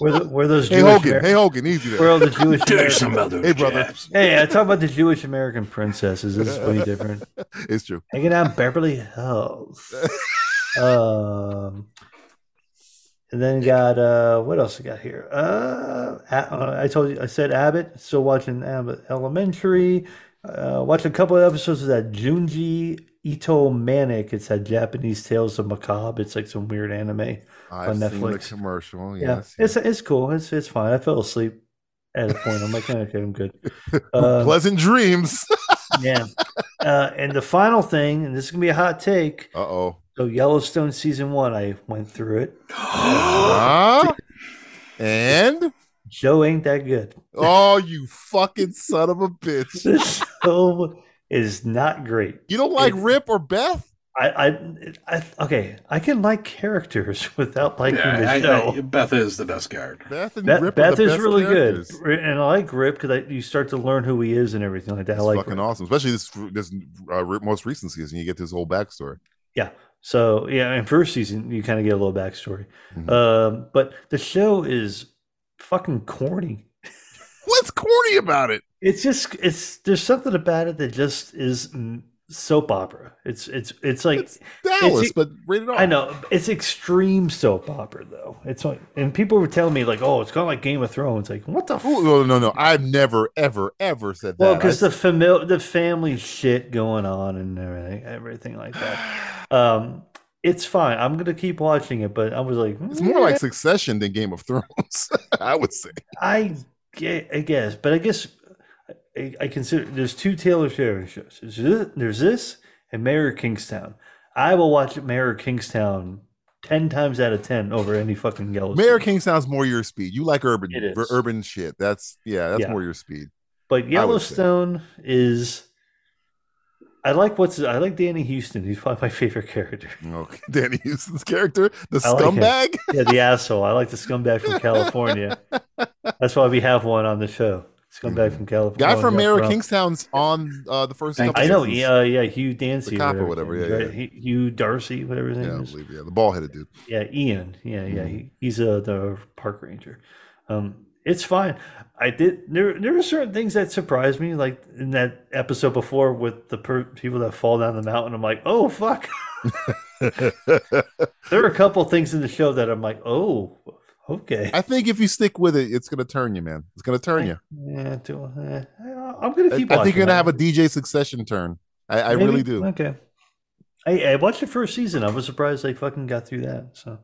S2: Where, the, where those
S1: Hey
S2: Jewish
S1: Hogan.
S2: Amer-
S1: Hey Hogan. Easy there.
S2: where all the Jewish
S5: Tell you
S2: Ameri-
S5: something about those
S1: Hey, brother.
S2: [gasps]
S5: jabs.
S2: Hey, I talk about the Jewish American princesses. This is way different.
S1: It's true.
S2: Hanging out in Beverly Hills. um, and then got uh, what else I got here? Uh, A- uh, I told you, I said Abbott. Still watching Abbott Elementary. Uh, watched a couple of episodes of that Junji Ito Manic. It's that Japanese Tales of Macabre. It's like some weird anime.
S1: I've seen the
S2: Netflix.
S1: commercial.
S2: Yeah,
S1: Yes.
S2: it's it's cool. It's it's fine. I fell asleep at a point. I'm like, okay, I'm good.
S1: yes.
S2: Uh,
S1: Pleasant
S2: [laughs]
S1: dreams.
S2: yeah. Uh, and the final thing, and this is gonna be a hot take.
S1: Uh oh.
S2: So Yellowstone season one, I went through it.
S1: Huh? And
S2: Joe ain't that good. [laughs]
S1: oh, you fucking son of a bitch!
S2: This show is not great.
S1: You don't like
S2: It-
S1: Rip or Beth?
S2: I, I, I okay. I can like characters [laughs] without liking
S5: [gasps] yeah,
S2: the
S5: I- I-
S2: show.
S5: Beth is the best guard
S1: Beth and
S2: Beth,
S1: Rip. are
S2: Beth
S1: the
S2: is
S1: best
S2: really
S1: characters.
S2: good, Ri- and I like Rip because you start to learn who he is and everything like that.
S1: It's
S2: I like
S1: fucking
S2: Rip.
S1: awesome, especially this this uh, Rip most recent season. You get this whole backstory.
S2: So yeah, in first season you kind of get a little backstory,
S1: Mhm.
S2: um, but the show is fucking corny.
S1: What's corny about it?
S2: It's just it's there's something about it that just is mm, soap opera. It's it's it's like
S1: It's Dallas,
S2: it's-
S1: but rated R.
S2: I know it's extreme soap opera though. It's like, and people were telling me like, oh, it's kind of like Game of Thrones. Like, what the? F-?
S1: Ooh, no, no, no. I've never, ever, ever said that.
S2: Well, because
S1: I-
S2: the famil- the family shit going on and everything, everything
S1: [sighs]
S2: like that. Um, it's fine. I'm gonna keep watching it, but I was like, "Mm,
S1: it's more like Succession than Game of Thrones. [laughs] I would say.
S2: I get, I guess, but I guess I, I consider there's two Taylor Sheridan shows. There's this, there's this and Mayor of Kingstown. I will watch Mayor of Kingstown ten times out of ten over any fucking Yellowstone.
S1: Mayor King sounds more your speed. You like urban,
S2: It is.
S1: urban shit. That's yeah, that's
S2: Yeah.
S1: more your speed.
S2: but
S1: I would say.
S2: Yellowstone is. I like what's I like Danny Houston. He's probably my favorite character. [laughs]
S1: Okay, [laughs] Danny Houston's character, the
S2: I like him.
S1: scumbag.
S2: Yeah, the asshole. I like the scumbag
S1: [laughs]
S2: from California. That's why we have one on the show. Scumbag from California.
S1: Mm-hmm. Guy from Mayor of
S2: Kingstown.
S1: Kingstown's on uh, the first.
S5: Thank
S1: couple
S2: I know.
S1: seasons.
S2: Yeah, yeah. Hugh Dancy,
S1: cop or
S2: his
S1: whatever, yeah,
S2: name is, right? He- Hugh Darcy, whatever his name
S1: Yeah, I
S2: is.
S1: believe, yeah, the ball headed dude.
S2: Yeah, Ian. Yeah, yeah. He, he's uh, the park ranger. Um, it's fine. I did. There, there were certain things that surprised me, like in that episode before with the per- people that fall down the mountain. I'm like,
S1: [laughs]
S2: oh fuck. there are a couple things in the show that I'm like, oh, okay.
S1: I think if you stick with it, it's gonna turn you, man. It's gonna turn you.
S2: Yeah, do, uh, I'm gonna
S1: I, I think
S2: keep.
S1: you're
S2: watching
S1: gonna
S2: it.
S1: have a DJ Succession turn. I, I
S2: Maybe?
S1: really do.
S2: Okay. I, I watched the first season. I was surprised they fucking got through that. So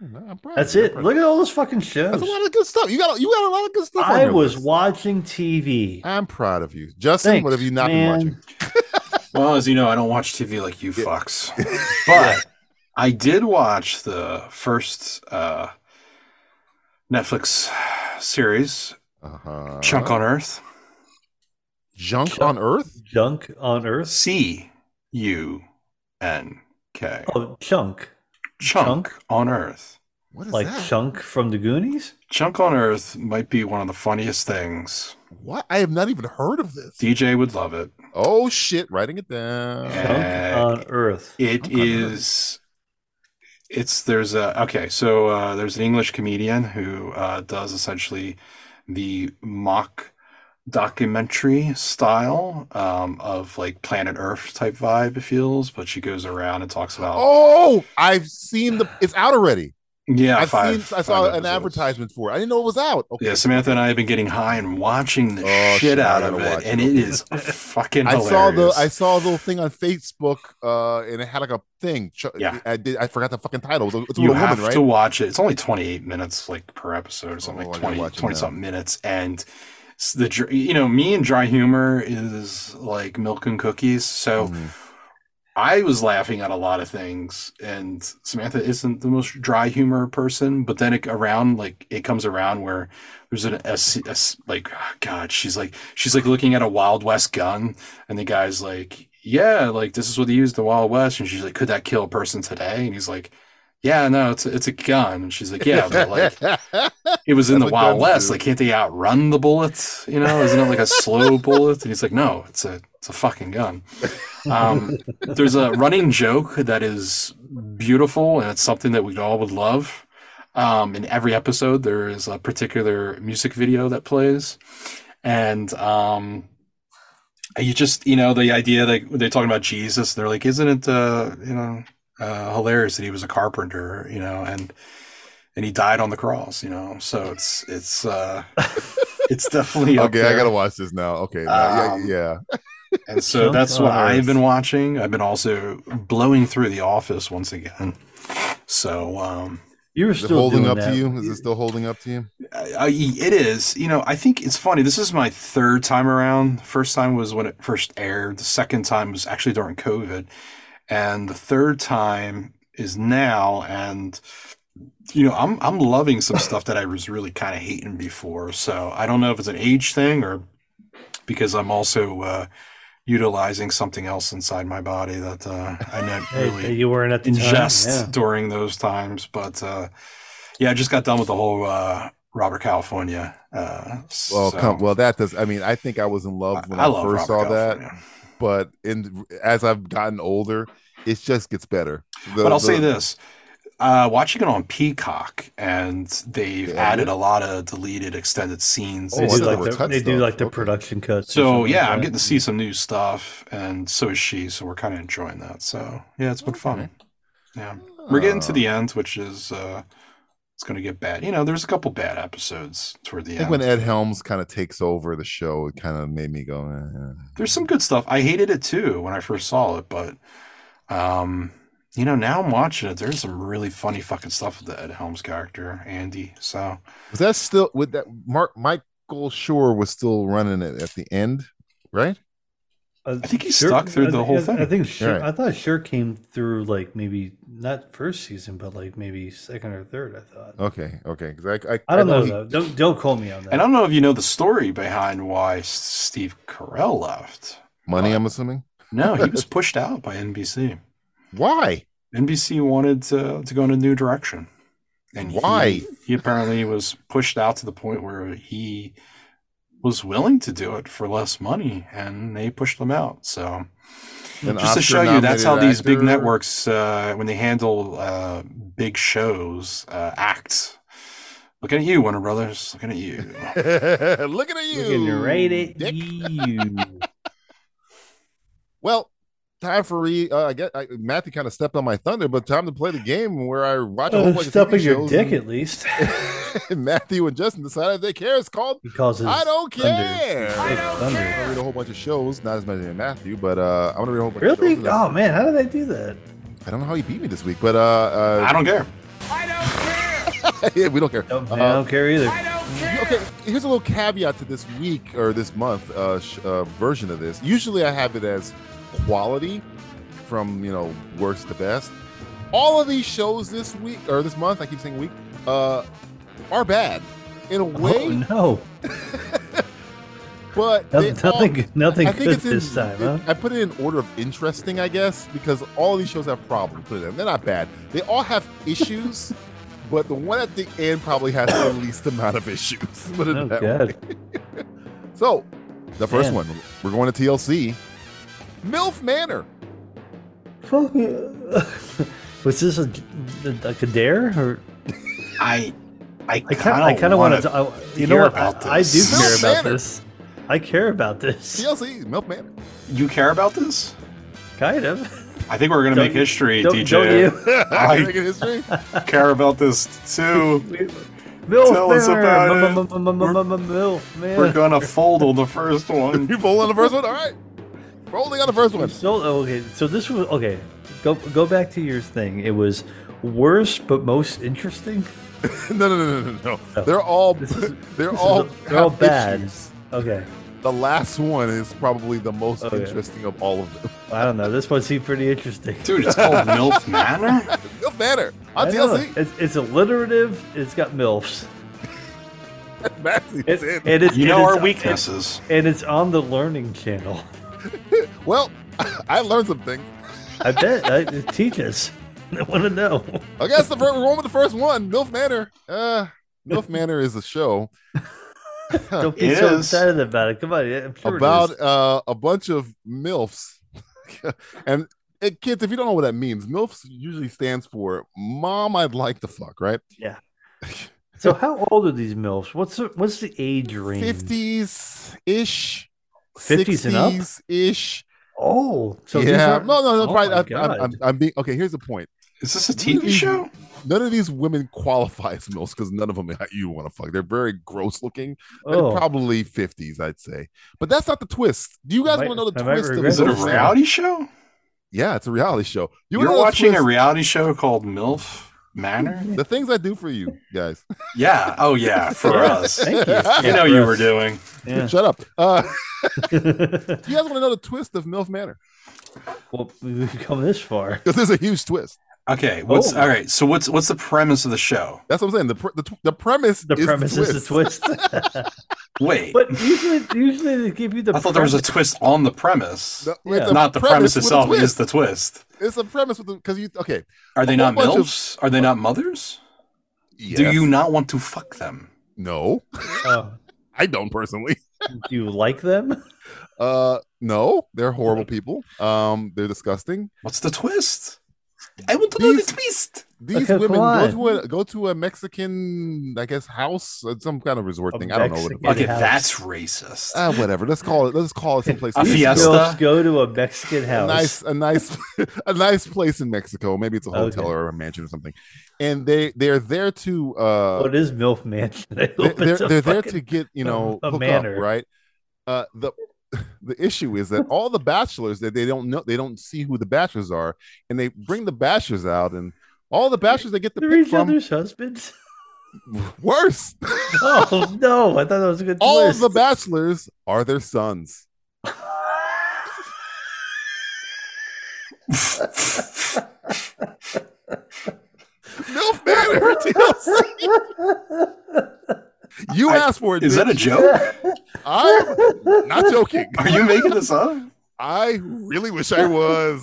S1: I'm proud
S2: that's
S1: of you.
S2: it. Look at all those fucking shows.
S1: That's a lot of good stuff. You got you got a lot of good stuff. on
S2: I
S1: your
S2: was
S1: list.
S2: watching TV.
S1: I'm proud of you, Justin. what have
S2: Thanks,
S1: you not
S2: man.
S1: been watching?
S5: Well, as you know, I don't watch TV like you fucks. But I did watch the first uh, Netflix series,
S1: Uh-huh.
S5: Chunk on Earth.
S1: junk on Earth.
S2: Junk on Earth.
S5: C U N K.
S2: Oh, Chunk.
S5: Chunk on Earth.
S1: What is
S2: Like
S1: that?
S2: Chunk from the Goonies?
S5: Chunk on Earth might be one of the funniest things.
S1: What? I have not even heard of this.
S5: DJ would love it.
S1: Oh shit! Writing it down.
S5: Yeah.
S2: Chunk
S5: Uh,
S2: on Earth.
S5: It is. It's there's a okay. So uh, there's an English comedian who uh, does essentially the mock documentary style um, of like Planet Earth type vibe. It feels, but she goes around and talks about.
S1: Oh, I've seen the. It's out already.
S5: yeah,
S1: I've
S5: five-
S1: seen. I saw
S5: five
S1: an
S5: episodes.
S1: advertisement for it. I didn't know it was out. Okay.
S5: Yeah, Samantha and I have been getting high and watching the
S1: Oh,
S5: shit,
S1: shit, I
S5: out
S1: gotta
S5: of
S1: watch
S5: it,
S1: it.
S5: and
S1: [laughs]
S5: it is fucking.
S1: I
S5: Hilarious.
S1: saw the I saw the thing on Facebook, uh, and it had like a thing. Ch-
S5: Yeah.
S1: I did. I forgot the fucking title. It was- It's with
S5: you
S1: a woman,
S5: have
S1: right?
S5: to watch it. It's only 28 minutes like per episode or something
S1: Oh, I
S5: like
S1: gotta
S5: 20,
S1: watch it
S5: 20
S1: now.
S5: something minutes. And s- the, dr- you know, me and dry humor is like milk and cookies. So
S2: Mm-hmm.
S1: Mhm.
S5: I was laughing at a lot of things. And Samantha isn't the most dry humor person, but then it around, like it comes around where there's an S, S like, oh God, she's like, she's like looking at a Wild West gun and the guy's like, yeah, like this is what they used in the Wild West. And she's like, could that kill a person today? And he's like, yeah, no, it's a, it's a gun. And she's like, yeah, but
S1: [laughs]
S5: like it was in
S1: That's what
S5: the Wild
S1: guns
S5: West.
S1: do.
S5: Like, can't they outrun the bullets? You know, isn't it like a slow bullet? And he's like, no, it's a it's a fucking gun. Um, there's a running joke that is beautiful, and it's something that we all would love. Um, in every episode, there is a particular music video that plays, and um, you just you know the idea that they're talking about Jesus. They're like, isn't it uh, you know uh, hilarious that he was a carpenter? You know, and and he died on the cross. You know, so it's it's uh, it's definitely up
S1: okay, I
S5: there.
S1: gotta watch this now. Okay, now,
S5: Um,
S1: yeah,
S5: And so
S2: Junk
S5: that's what
S2: on
S5: I've
S2: Earth.
S5: been watching. I've been also blowing through The Office once again. So um,
S2: You were
S1: yeah. Is it
S2: still
S1: holding
S2: doing
S1: up
S2: that.
S1: to you? Is it still holding up to you?
S5: I, I- it is, you know, I think it's funny. This is my third time around. First time was when it first aired. The second time was actually during COVID. And the third time is now. And, you know, I'm, I'm loving some stuff that I was really kind of hating before. So I don't know if it's an age thing or because I'm also uh, utilizing something else inside my body that uh, I not
S2: Hey,
S5: really
S2: hey, you weren't at the
S5: ingest
S2: time.
S5: during those times. But uh, yeah, I just got done with the whole uh, Robert California. Uh,
S1: Well,
S5: so-
S1: come. Well, that does. I mean, I think I was in love when I,
S5: love
S1: first saw
S5: Robert
S1: that,
S5: California.
S1: but in as I've gotten older, it just gets better. The-
S5: but I'll
S1: the-
S5: say this: uh, watching it on Peacock, and they've added a lot of deleted extended scenes.
S1: Oh,
S2: They
S1: I
S2: do
S1: thought
S2: like
S1: it
S2: the,
S1: was cut
S2: they do
S1: stuff.
S2: like the
S1: Okay.
S2: production cuts. or something
S5: So
S2: like
S5: yeah, I'm
S2: that.
S5: getting to see some new stuff, and so is she. So we're kind of enjoying that. So yeah, it's been fun. Yeah, we're getting
S1: uh,
S5: to the end, which is uh it's going to get bad. You know, there's a couple bad episodes toward
S1: I
S5: the
S1: think
S5: end.
S1: when Ed Helms kind of takes over the show, it kind of made me go. eh, eh.
S5: there's some good stuff. I hated it too when I first saw it, but um, you know, now I'm watching it. There's some really funny fucking stuff with the Ed Helms character, Andy. So
S1: Was that still with that? Mark Michael Shore was still running it at the end, right?
S5: I think he's stuck through
S2: Uh, I
S5: the
S2: thi-
S5: whole
S2: I- I
S5: thing.
S2: think Cher,
S1: Right.
S2: I thought Sure came through like maybe not first season, but like maybe second or third. I thought.
S1: Okay, okay. 'cause I, Oh. I,
S2: I don't know
S1: he-
S2: though. Don't don't call me on that.
S5: and I don't know if you know the story behind why S- Steve Carell left.
S1: money. I'm assuming
S5: No, he was pushed out by NBC.
S1: why?
S5: NBC wanted to, to go in a new direction. And he-
S1: Why?
S5: He, apparently was pushed out to the point where he was willing to do it for less money and they pushed him out. So
S1: An
S5: just to show you, that's how
S1: Oscar-nominated
S5: these big
S1: actor? [laughs]
S5: networks, uh, when they handle uh, big shows, uh, act. Looking at you, Warner Brothers. Looking
S1: [laughs]
S5: at you.
S1: Looking at you.
S2: Looking right at
S1: dick.
S2: you.
S1: Well, time for re. Uh, I guess I, Matthew kind of stepped on my thunder, but time to play the game where I watch a whole
S2: Uh,
S1: bunch of
S2: stuffing
S1: TV
S2: your
S1: shows
S2: dick
S1: and-
S2: at least.
S1: Matthew [laughs] and Justin decided they care. It's called [laughs]
S2: [laughs] He calls his
S1: I don't
S2: thunder.
S1: care.
S2: His
S1: I
S2: thunder.
S1: I read a whole bunch of shows, not as many as Matthew, but uh, I'm gonna read a whole bunch. Of shows
S2: Really?
S1: and I-
S2: Oh man, how did I do that?
S1: I don't know how he beat me this week, but uh, uh
S5: I don't care.
S1: [laughs] yeah, we don't care.
S2: Don't, I
S1: Uh,
S2: don't care either.
S1: okay, here's a little caveat to this week or this month uh, sh- uh, version of this. Usually, I have it as quality from you know worst to best. All of these shows this week or this month, I keep saying week, uh, are bad in a
S2: Oh,
S1: way,
S2: no,
S1: but they
S2: nothing, nothing, nothing
S1: I
S2: good
S1: think it's in,
S2: this time,
S1: [laughs]
S2: huh?
S1: I put it in order of interesting, I guess, because all these shows have problems. Put it in. They're not bad. They all have
S2: [laughs]
S1: issues, but the one at the end probably has the least amount of issues. [laughs] Put it
S2: Oh
S1: that way.
S2: god,
S1: So, the first one,
S2: Man.
S1: we're going to TLC. MILF Manor.
S2: Fuck. [laughs] was this a like a dare or
S5: I, I
S2: I kind of, I kind of want
S5: wanna-
S2: to. You know
S5: hear
S2: what?
S5: about
S2: I, I do
S5: this.
S2: care
S1: Milf
S2: about
S1: Manor.
S2: this. I care about this.
S1: TLC, MILF
S2: [laughs]
S1: Manor. [laughs]
S5: You care about this?
S2: Kind of.
S5: I think we're going to
S2: Don't
S5: make
S2: you-
S5: history,
S2: Don't,
S5: DJ.
S2: don't you?
S5: I-
S1: Making history.
S5: [laughs] care about this too.
S2: [laughs] Milf
S5: Tell us
S2: Manor,
S5: about
S2: m-
S5: it.
S2: m- m- m- m- m- Milf
S5: We're
S2: Manor.
S5: gonna fold on the first
S2: [laughs]
S5: one.
S1: You roll on the first one? All right. Rolling on the first one. [laughs]
S2: So okay, so this was okay. Go go back to your thing. It was worst but most interesting. [laughs]
S1: No, no, no, no, no, no. They're all,
S2: is-
S1: [laughs] they're all, [laughs]
S2: they're all
S1: have
S2: bad.
S1: Oh, issues.
S2: Okay,
S1: The last one is probably the most
S2: Oh, yeah.
S1: interesting of all of them.
S2: I don't know. This one seemed pretty interesting.
S5: Dude, it's called
S2: [laughs]
S5: MILF Manor?
S1: MILF Manor on
S2: I know.
S1: TLC.
S2: [laughs] It's, it's alliterative. It's got milfs.
S1: [laughs] Matthew
S2: It,
S1: said.
S2: and it's,
S5: You
S2: and
S5: know
S2: it's-
S5: our weaknesses.
S2: [laughs] and it's on the learning channel.
S1: Well, [laughs] I learned some things.
S2: I bet. I, it teaches. [laughs] I want to know.
S1: I guess the first, we're going with the first one. MILF Manor. Uh,
S2: [laughs]
S1: MILF Manor is a show
S2: Don't be
S5: It
S2: so
S5: is.
S2: excited about it. Come on. yeah, I'm sure it
S1: about
S2: is.
S1: uh, a bunch of milfs [laughs] and eh, kids if you don't know what that means milfs usually stands for mom i'd like to fuck right
S2: So, how old are these milfs? What's the, what's the age range?
S1: 50s ish
S2: 50s and up?
S1: ish
S2: Oh, so these
S1: yeah
S2: are-
S1: no no no
S2: Oh
S1: probably,
S2: my
S1: I, I'm,
S2: God.
S1: I'm, I'm being okay here's the point
S5: Is this a
S1: Really?
S5: TV show?
S1: none of these women qualify as milfs because none of them [laughs] you want to fuck they're very gross looking they're
S2: Oh,
S1: probably 50s i'd say but that's not the twist do you guys
S2: might-
S1: want to know the
S2: I might
S1: twist of
S2: regret
S5: Is it a
S2: Milf
S1: MILFs?
S2: Manor.
S5: reality show?
S1: yeah it's a reality show
S5: You
S1: wanna
S5: are
S1: know the
S5: watching a
S1: twist?
S5: reality show called MILF Manor?
S1: the things i do for you guys [laughs]
S5: Yeah.
S2: [laughs]
S5: Oh yeah, for
S2: Yeah.
S5: us.
S2: thank you.
S5: [laughs] You know you were doing.
S2: Yeah.
S1: Shut up. Uh, [laughs]
S2: well, [laughs]
S1: you guys want to know the twist of MILF Manor?
S2: we've come this far.
S1: Because there's a huge twist.
S5: Okay, what's
S2: Oh.
S5: all right, so what's what's the premise of the show?
S1: That's what I'm saying. The pr- the, tw- the premise
S2: The
S1: is
S2: premise
S1: the twist.
S2: is the
S1: [laughs]
S2: twist.
S5: Wait.
S2: but usually, usually they give you the.
S5: I thought there was a
S2: premise.
S5: twist on the premise.
S1: The- it's
S2: Yeah.
S1: a
S5: Not the premise,
S1: with a
S5: itself is
S1: twist.
S5: the twist.
S1: It's a premise with the because you okay.
S5: Are they
S1: A
S5: not
S1: whole bunch of-
S5: MILFs? Are they not mothers? Do
S1: Yes.
S5: you not want to fuck them?
S1: No, [laughs]
S2: Oh,
S1: I don't personally.
S2: do you like them?
S1: Uh, no, they're horrible people. Um, they're disgusting.
S5: What's the twist? I want to know the twist.
S1: These
S2: Okay,
S1: women
S2: come
S1: go
S2: on.
S1: to a go to a Mexican, I guess, house, uh, some kind of resort
S2: A
S1: thing. I don't know what.
S2: Mexican-
S1: It
S5: Okay,
S2: house.
S5: that's racist.
S1: Ah, whatever. Let's call it. Let's call it
S2: [laughs]
S1: someplace.
S5: A
S1: nice.
S5: fiesta.
S2: Girls go to a Mexican
S1: A
S2: house.
S1: nice, a nice, [laughs] a nice place in Mexico. Maybe it's a hotel
S2: Okay.
S1: or a mansion or something. And they they're there to uh,
S2: What is MILF Mansion? [laughs] I
S1: they- [laughs]
S2: hope
S1: they're,
S2: it's a
S1: they're there
S2: fucking-
S1: to get you
S2: a-
S1: know
S2: a
S1: hook
S2: manor.
S1: up, right? Uh, the [laughs] the issue is that all the bachelors that they don't know, they don't see who the bachelors are, and they bring the bachelors out, and all the bachelors they get the
S2: They're each
S1: pick from
S2: other's husbands. [laughs]
S1: [laughs] worse.
S2: Oh no! I thought that was a good.
S1: all
S2: twist.
S1: the bachelors are their sons.
S2: [laughs]
S1: Milf Manor TLC. You
S5: I-
S1: asked for it.
S5: [laughs] Is that a
S1: bitch. [laughs]
S5: joke?
S1: I'm not joking.
S5: Are you making this up?
S1: I really wish I
S2: [laughs]
S1: was.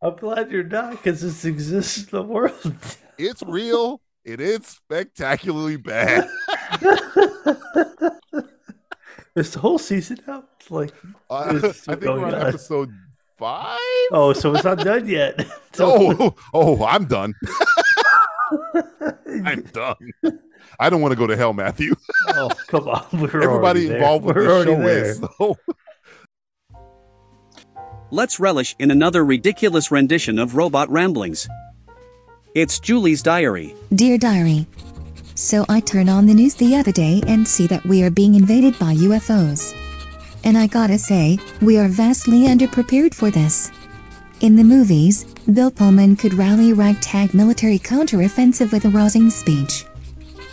S2: I'm glad you're not, because this exists in the world. [laughs]
S1: It's real. It is spectacularly bad.
S2: Is the whole season out? Like,
S1: Uh, [laughs] I
S2: This is
S1: think
S2: going
S1: we're on
S2: on.
S1: episode five.
S2: oh, so it's not done yet. [laughs] So-
S1: Oh, [laughs] oh, I'm
S2: [laughs]
S1: done. I'm done. I don't want to go to hell, Matthew.
S2: oh, come on! [laughs] We're already
S1: Everybody
S2: there.
S1: involved with
S2: We're
S1: the
S2: already
S1: show
S2: there.
S1: is. [laughs] So.
S7: Let's relish in another ridiculous rendition of Robot Ramblings. It's Julie's Diary.
S4: Dear Diary. So I turn on the news the other day and see that we are being invaded by UFOs. And I gotta say, we are vastly underprepared for this. In the movies, Bill Pullman could rally a ragtag military counteroffensive with a rousing speech.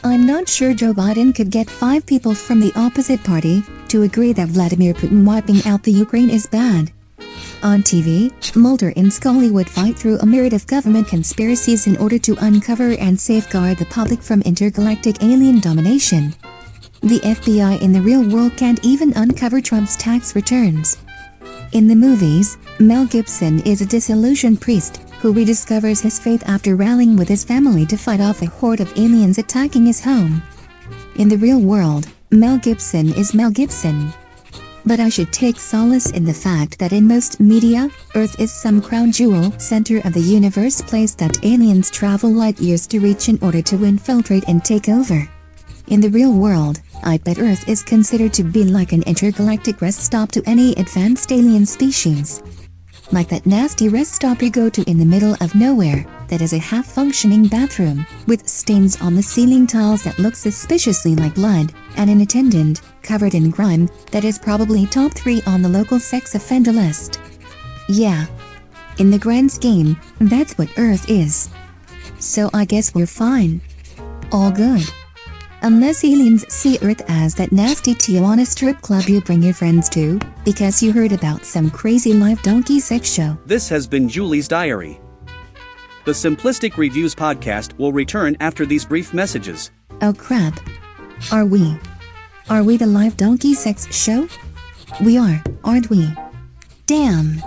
S4: I'm not sure Joe Biden could get five people from the opposite party to agree that Vladimir Putin wiping out the Ukraine is bad. On TV, Mulder and Scully would fight through a myriad of government conspiracies in order to uncover and safeguard the public from intergalactic alien domination. The FBI in the real world can't even uncover Trump's tax returns. In the movies, Mel Gibson is a disillusioned priest who rediscovers his faith after rallying with his family to fight off a horde of aliens attacking his home. In the real world, Mel Gibson is Mel Gibson. But I should take solace in the fact that in most media, Earth is some crown jewel center of the universe place that aliens travel light years to reach in order to infiltrate and take over. In the real world, I bet Earth is considered to be like an intergalactic rest stop to any advanced alien species. Like that nasty rest stop you go to in the middle of nowhere, that is a half functioning bathroom, with stains on the ceiling tiles that look suspiciously like blood, and an attendant, covered in grime, that is probably top 3 on the local sex offender list. Yeah. In the grand scheme, that's what Earth is. So I guess we're fine. All good. Unless aliens see Earth as that nasty Tijuana strip club you bring your friends to, because you heard about some crazy live donkey sex show.
S7: This has been Julie's Diary. The Simplistic Reviews podcast will return after these brief messages.
S4: Oh crap. Are we? Are we the live donkey sex show? We are, aren't we? Damn.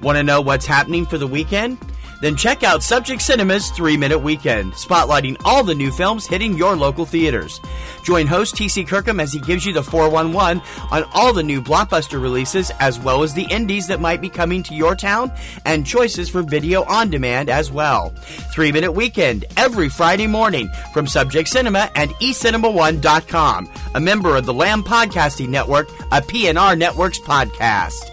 S8: Want to know what's happening for the weekend? Then check out Subject Cinema's 3 Minute Weekend, spotlighting all the new films hitting your local theaters. Join host TC Kirkham as he gives you the 411 on all the new blockbuster releases, as well as the indies that might be coming to your town, and choices for video on demand as well. 3 Minute Weekend, every Friday morning from Subject Cinema and eCinema1.com, a member of the Lamb Podcasting Network, a PNR Networks podcast.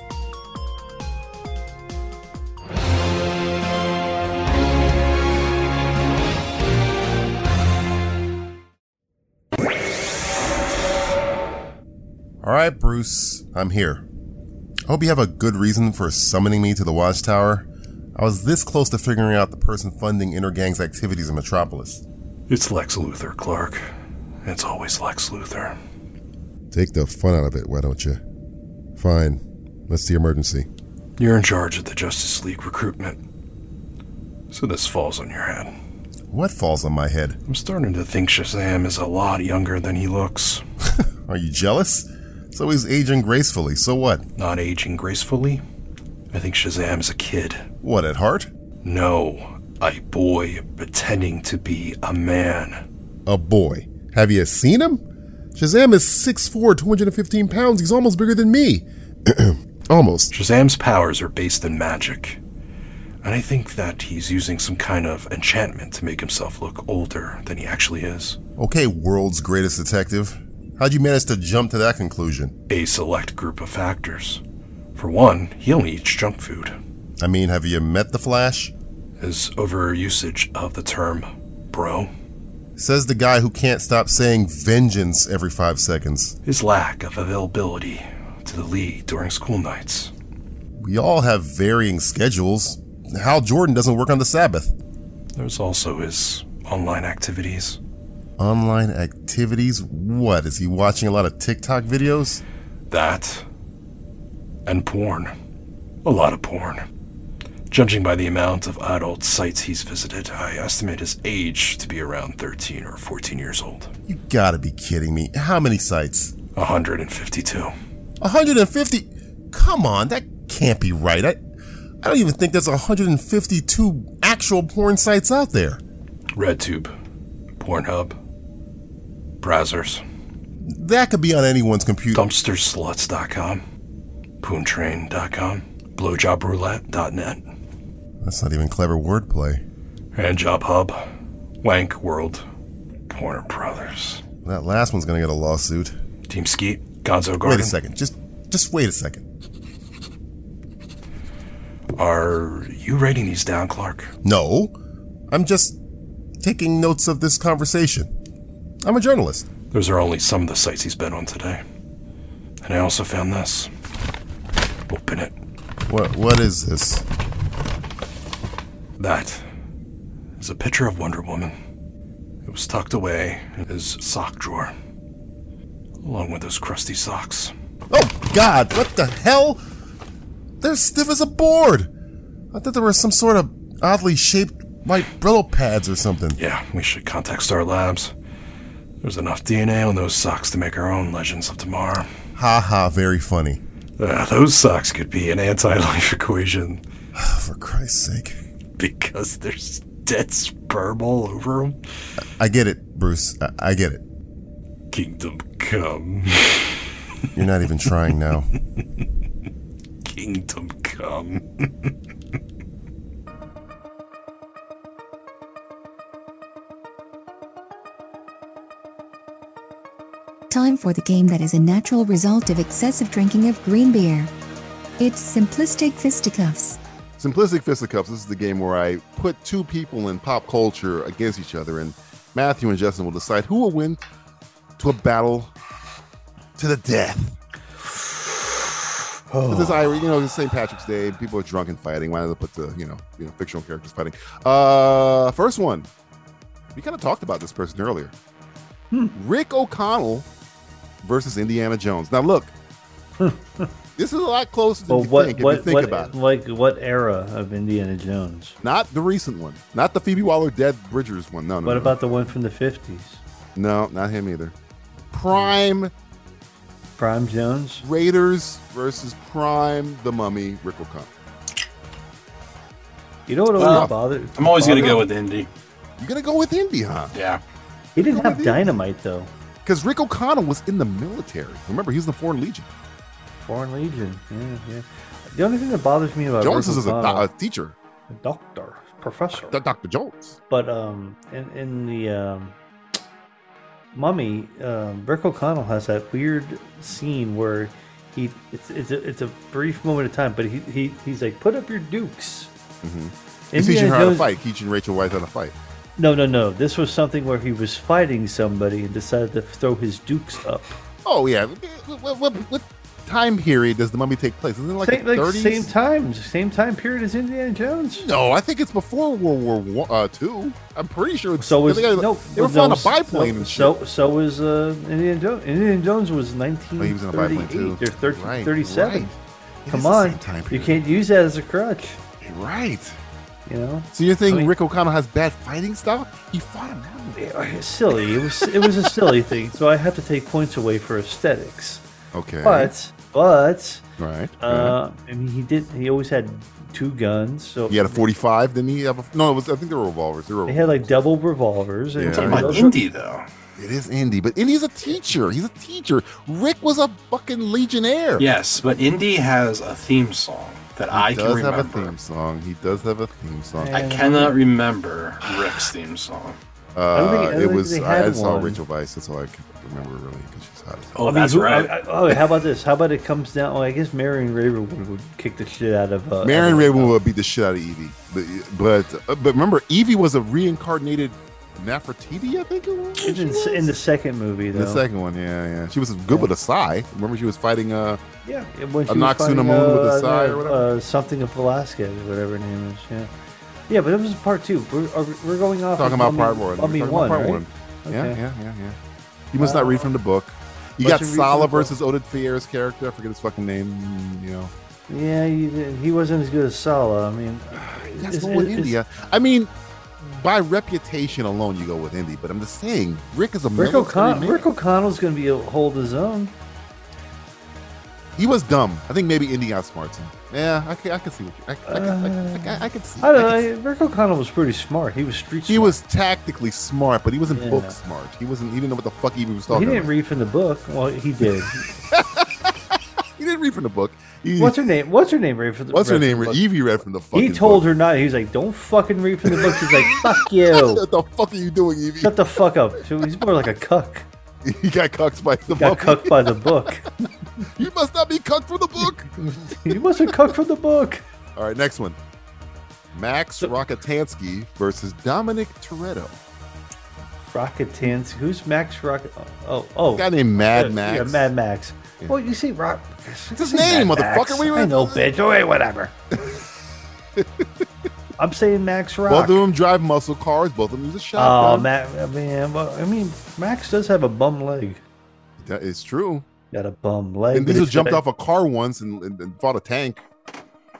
S9: All right, Bruce, I'm here. I hope you have a good reason for summoning me to the Watchtower. I was this close to figuring out the person funding Intergang's activities in Metropolis.
S3: It's Lex Luthor, Clark. It's always Lex Luthor.
S9: Take the fun out of it, why don't you? Fine. Let's the emergency.
S3: You're in charge of the Justice League recruitment. So this falls on your head.
S9: What falls on my head?
S3: I'm starting to think Shazam is a lot younger than he looks.
S9: Are you jealous? So he's aging gracefully, so what?
S3: Not aging gracefully. I think Shazam is a kid.
S9: What, at heart?
S3: No, a boy pretending to be a man.
S9: A boy. Have you seen him? Shazam is 6'4, 215 pounds. He's almost bigger than me. [clears throat] Almost.
S5: Shazam's powers are based in magic. And I think that he's using some kind of enchantment to make himself look older than he actually is.
S9: Okay, world's greatest detective. How'd you manage to jump to that conclusion?
S5: A select group of factors. For one, he only eats junk food.
S9: I mean, have you met the Flash?
S5: His overusage of the term bro,
S9: Says the guy who can't stop saying vengeance every five seconds.
S5: his lack of availability to the league during school nights,
S9: We all have varying schedules. Hal Jordan doesn't work on the Sabbath.
S5: there's also his online activities.
S9: Online activities? What? Is he watching a lot of TikTok videos?
S5: That and porn. A lot of porn. Judging by the amount of adult sites he's visited, I estimate his age to be around 13 or 14 years old.
S9: You gotta be kidding me. How many sites?
S5: 152.
S9: 150? Come on, that can't be right. I, I don't even think there's 152 actual porn sites out there.
S5: RedTube, Pornhub, browsers,
S9: That could be on anyone's computer.
S5: dumpstersluts.com, poontrain.com, blowjobroulette.net,
S9: That's not even clever wordplay.
S5: handjob hub, wank world, Porner Brothers,
S9: That last one's gonna get a lawsuit.
S5: Team Skeet, Gonzo Garden.
S9: Wait a second. Just, just wait a second.
S5: Are you writing these down, Clark?
S9: No, I'm just taking notes of this conversation. I'm a journalist.
S5: Those are only some of the sites he's been on today. And I also found this. Open it.
S9: What, what is this?
S5: That is a picture of Wonder Woman. It was tucked away in his sock drawer, along with those crusty socks.
S9: Oh God! What the hell? They're stiff as a board. I thought there were some sort of oddly shaped white Brillo pads or something.
S5: Yeah, we should contact Star Labs. There's enough DNA on those socks to make our own Legends of Tomorrow.
S9: Ha ha! Very funny.
S5: Ah, those socks could be an anti life [laughs] equation
S9: For Christ's sake!
S5: because there's dead sperm all over them.
S9: I get it, Bruce. I, I get it.
S5: Kingdom come. [laughs]
S9: You're not even trying now.
S5: Kingdom come.
S4: Time for the game that is a natural result of excessive drinking of green beer. It's simplistic fisticuffs.
S1: Simplistic Fisticuffs, this is the game where I put two people in pop culture against each other, and Matthew and Justin will decide who will win to a battle to the
S2: [sighs]
S1: death.
S2: Oh.
S1: This is Irish, you know, it's St. Patrick's Day. People are drunk and fighting. Why not put the, you know, you know, fictional characters fighting? Uh, first one. We kind of talked about this person earlier.
S2: Hmm.
S1: Rick O'Connell versus Indiana Jones. Now
S2: [laughs]
S1: look, this is a lot closer than
S2: Well,
S1: you
S2: what,
S1: think
S2: what,
S1: if you think
S2: what,
S1: about it.
S2: like, what era of Indiana Jones?
S1: Not the recent one. Not the Phoebe Waller Dead Bridgers one. No, no.
S2: What
S1: no.
S2: about the one from the fifties?
S1: No, not him either. Prime
S2: Prime Jones?
S1: Raiders versus Prime the Mummy Rick O'Connell.
S2: You know what always
S5: Well,
S2: bothered?
S5: I'm always going to
S2: bothered-
S5: go with Indy.
S1: You're gonna go with Indy, huh?
S5: Yeah.
S2: He didn't
S1: go with
S2: have dynamite though.
S1: Because Rick O'Connell was in the military. Remember, he's in the Foreign Legion.
S2: Foreign Legion. Yeah, yeah. The only thing that bothers me about
S1: Jones
S2: Uh, Rick
S1: is a, do-
S2: O'Connell-
S1: a teacher.
S2: a doctor, professor.
S1: Do- Dr. Jones.
S2: But um, in, in the um, Mummy, um, Rick O'Connell has that weird scene where he it's it's a, it's a brief moment of time, but he, he he's like, put up your dukes.
S1: Mm-hmm. He's
S2: Indiana
S1: teaching her how to
S2: Jones-
S1: fight, teaching Rachel White how to fight.
S2: No, no, no. This was something where he was fighting somebody and decided to throw his dukes up.
S1: Oh yeah. What, what- what- what time period does the mummy take place? Isn't it like
S2: same,
S1: the
S2: like,
S1: 30s?
S2: same time, same time period as Indiana Jones.
S1: No, I think it's before World War One, uh, Two. I'm pretty sure. It's,
S2: So was
S1: they, got-
S2: no.
S1: they were
S2: no,
S1: flying a
S2: so-
S1: biplane and shit.
S2: So so was uh, Indiana Jones. Indiana Jones was
S1: Oh, he was in a
S2: 1938
S1: biplane too.
S2: or 13,
S1: Right,
S2: 37.
S1: right. It is
S2: Come
S1: the
S2: on,
S1: same time
S2: you
S1: period.
S2: can't use that as a crutch.
S1: Right.
S2: You know,
S1: So you're thinking
S2: I mean-
S1: Rick O'Connell has bad fighting style? He fought him out.
S2: It's silly. It was it was
S1: [laughs]
S2: a silly thing. So I have to take points away for aesthetics.
S1: Okay.
S2: But but
S1: right.
S2: uh, I mean, he did. He always had two guns. So
S1: he had a 45. Didn't he have a? No, it was. I think they were revolvers. They were
S2: They had like double revolvers. And
S1: Yeah.
S5: Talking about
S2: those-
S5: Indy, though.
S1: It is Indy, but Indy's a teacher. He's a teacher. Rick was a fucking legionnaire.
S5: Yes, but Indy has a theme song that I
S1: he
S5: can
S1: does
S5: remember.
S1: have a theme song. He does have a theme song.
S5: I cannot remember Rick's theme song.
S2: don't think- I
S1: Uh,
S2: don't
S1: it
S2: think
S1: was.
S2: they
S1: I, I
S2: had
S1: saw
S2: one.
S1: Rachel Vice. That's all I can remember really because she's hot. As hell.
S5: Oh, that's
S2: who-
S5: right.
S2: I- I- oh, how about this? How about it comes down? Well, I guess Marion Ravenwood would kick the shit out of. Uh,
S1: Marion
S2: Evelyn.
S1: Raven would beat the shit out of Evie, but but, uh, but remember, Evie was a reincarnated Nefertiti. I think it was.
S2: In,
S1: She was?
S2: in the second movie, though.
S1: The second one, yeah, yeah. She was good with a sigh. Remember, she was fighting. Uh,
S2: yeah, when she
S1: A
S2: was
S1: Noxuna
S2: fighting,
S1: Moon with a
S2: uh,
S1: sigh or
S2: uh,
S1: whatever?
S2: something of Velasquez, or whatever her name is. Yeah, yeah, but it was part two. We're, are, we- we're going off
S1: talking
S2: of
S1: about
S2: Mummy-
S1: part one.
S2: Mummy
S1: We're talking
S2: one,
S1: about part
S2: right?
S1: one. Yeah,
S2: Okay.
S1: yeah, yeah, yeah. You must not read from the book. You
S2: Must
S1: got
S2: you read
S1: Sala
S2: from the book?
S1: versus Odin Fierre's character. I forget his fucking name. You know,
S2: Yeah, he, did. he wasn't as good as Sala. I mean,
S1: [sighs] that's
S2: it's-
S1: going with
S2: it's-
S1: India. I mean, by reputation alone, you go with Indy. But I'm just saying, Rick is a
S2: Rick,
S1: military
S2: O'Con-
S1: man.
S2: Rick O'Connell's going to be a hold his own.
S1: He was dumb. I think maybe Indy outsmarts him. Yeah, I can, I can see what you. I, I, can- I, I, I, I can see.
S2: I don't
S1: I can
S2: know. Rick O'Connell was pretty smart. He was street.
S1: He
S2: smart.
S1: was tactically smart, but he wasn't
S2: Yeah.
S1: book smart. He wasn't. He didn't know what the fuck he was
S2: He
S1: talking.
S2: didn't
S1: about.
S2: read from the book. Well, he did.
S1: He didn't read from the book. [laughs] He,
S2: What's her name? What's her name? Read from the.
S1: what's her
S2: read from
S1: name?
S2: the book?
S1: Evie read from the fucking.
S2: He told
S1: book.
S2: her not. He was like, "Don't fucking read from the book." She's like,
S1: [laughs]
S2: "Fuck you!
S1: [laughs] What the fuck are you doing, Evie?
S2: Shut the fuck up!" So he's more like a cuck.
S1: [laughs] he got cucked by the book.
S2: Got cucked by the book. [laughs]
S1: You must not be cucked for the book.
S2: He wasn't cucked from the book.
S1: All right, next one. Max Rockatansky versus Dominic Toretto.
S2: Rocketans. Who's Max Rocket? Oh,
S1: A
S2: oh,
S1: guy named Mad
S2: yeah,
S1: Max.
S2: Yeah, Mad Max. Well, you see, Rock.
S1: It's his name,
S2: Mad Max.
S1: motherfucker. We
S2: I know,
S1: were
S2: bitch. Oh,
S1: [laughs]
S2: wait, whatever. I'm saying Max Rock.
S1: both of them drive muscle cars. Both of them use a
S2: Oh,
S1: shotgun.
S2: Max, man. Well, I mean, Max does have a bum leg.
S1: that is true.
S2: Got a bum leg.
S1: And
S2: but
S1: Diesel
S2: he's
S1: jumped
S2: got
S1: off a car once and, and, and fought a tank.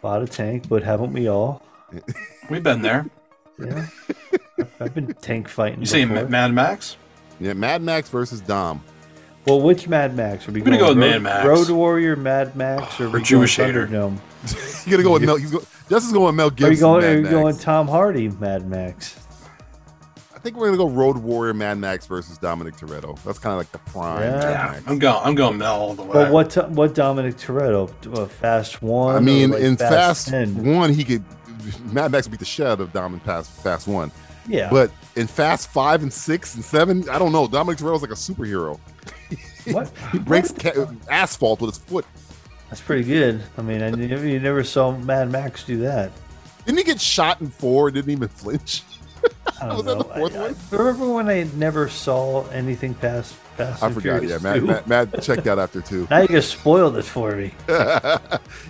S2: Bought a tank, but haven't we all?
S5: We've been there.
S1: [laughs]
S2: Yeah. I've been tank fighting.
S5: You say
S2: before.
S5: Ma- Mad Max?
S1: Yeah, Mad Max versus Dom. [laughs]
S2: Well, which Mad Max? Are we
S5: gonna
S2: going
S5: go with
S2: Road-
S5: Mad Max. Oh,
S2: Road Warrior, Mad Max, or, are we
S5: Jewish
S2: going
S5: Hater.
S2: Thunderdome?
S1: You gotta go with Mel. He's go, Justin's going with Mel
S2: Are
S1: Gibson.
S2: you going?
S1: Mad
S2: Are you
S1: Max.
S2: going Tom Hardy, Mad Max?
S1: I think we're gonna go Road Warrior Mad Max versus Dominic Toretto. That's kind of like the prime.
S2: Yeah.
S1: Mad
S5: Yeah,
S1: Max.
S5: I'm going. I'm going Mel all the way.
S2: But what? To, what Dominic Toretto? Uh, fast one.
S1: I
S2: or,
S1: mean,
S2: like,
S1: in Fast,
S2: 10?
S1: One, he could Mad Max beat the shit out of Dom in Fast Fast One.
S2: Yeah.
S1: But in Fast Five and Six and Seven, I don't know. Dominic Toretto's like a superhero.
S2: what?
S1: He breaks ca- asphalt with his foot.
S2: That's pretty good. I mean, I never, you never saw Mad Max do that.
S1: Didn't he get shot in four? and Didn't even flinch.
S2: I don't
S1: Was
S2: know.
S1: that the fourth
S2: I-
S1: one?
S2: I remember when I never saw anything past Fast.
S1: I
S2: and
S1: forgot. Yeah,
S2: Furious
S1: Matt,
S2: two?
S1: Matt, Matt checked out after two.
S2: Now you just spoiled it
S1: [laughs]
S2: for me.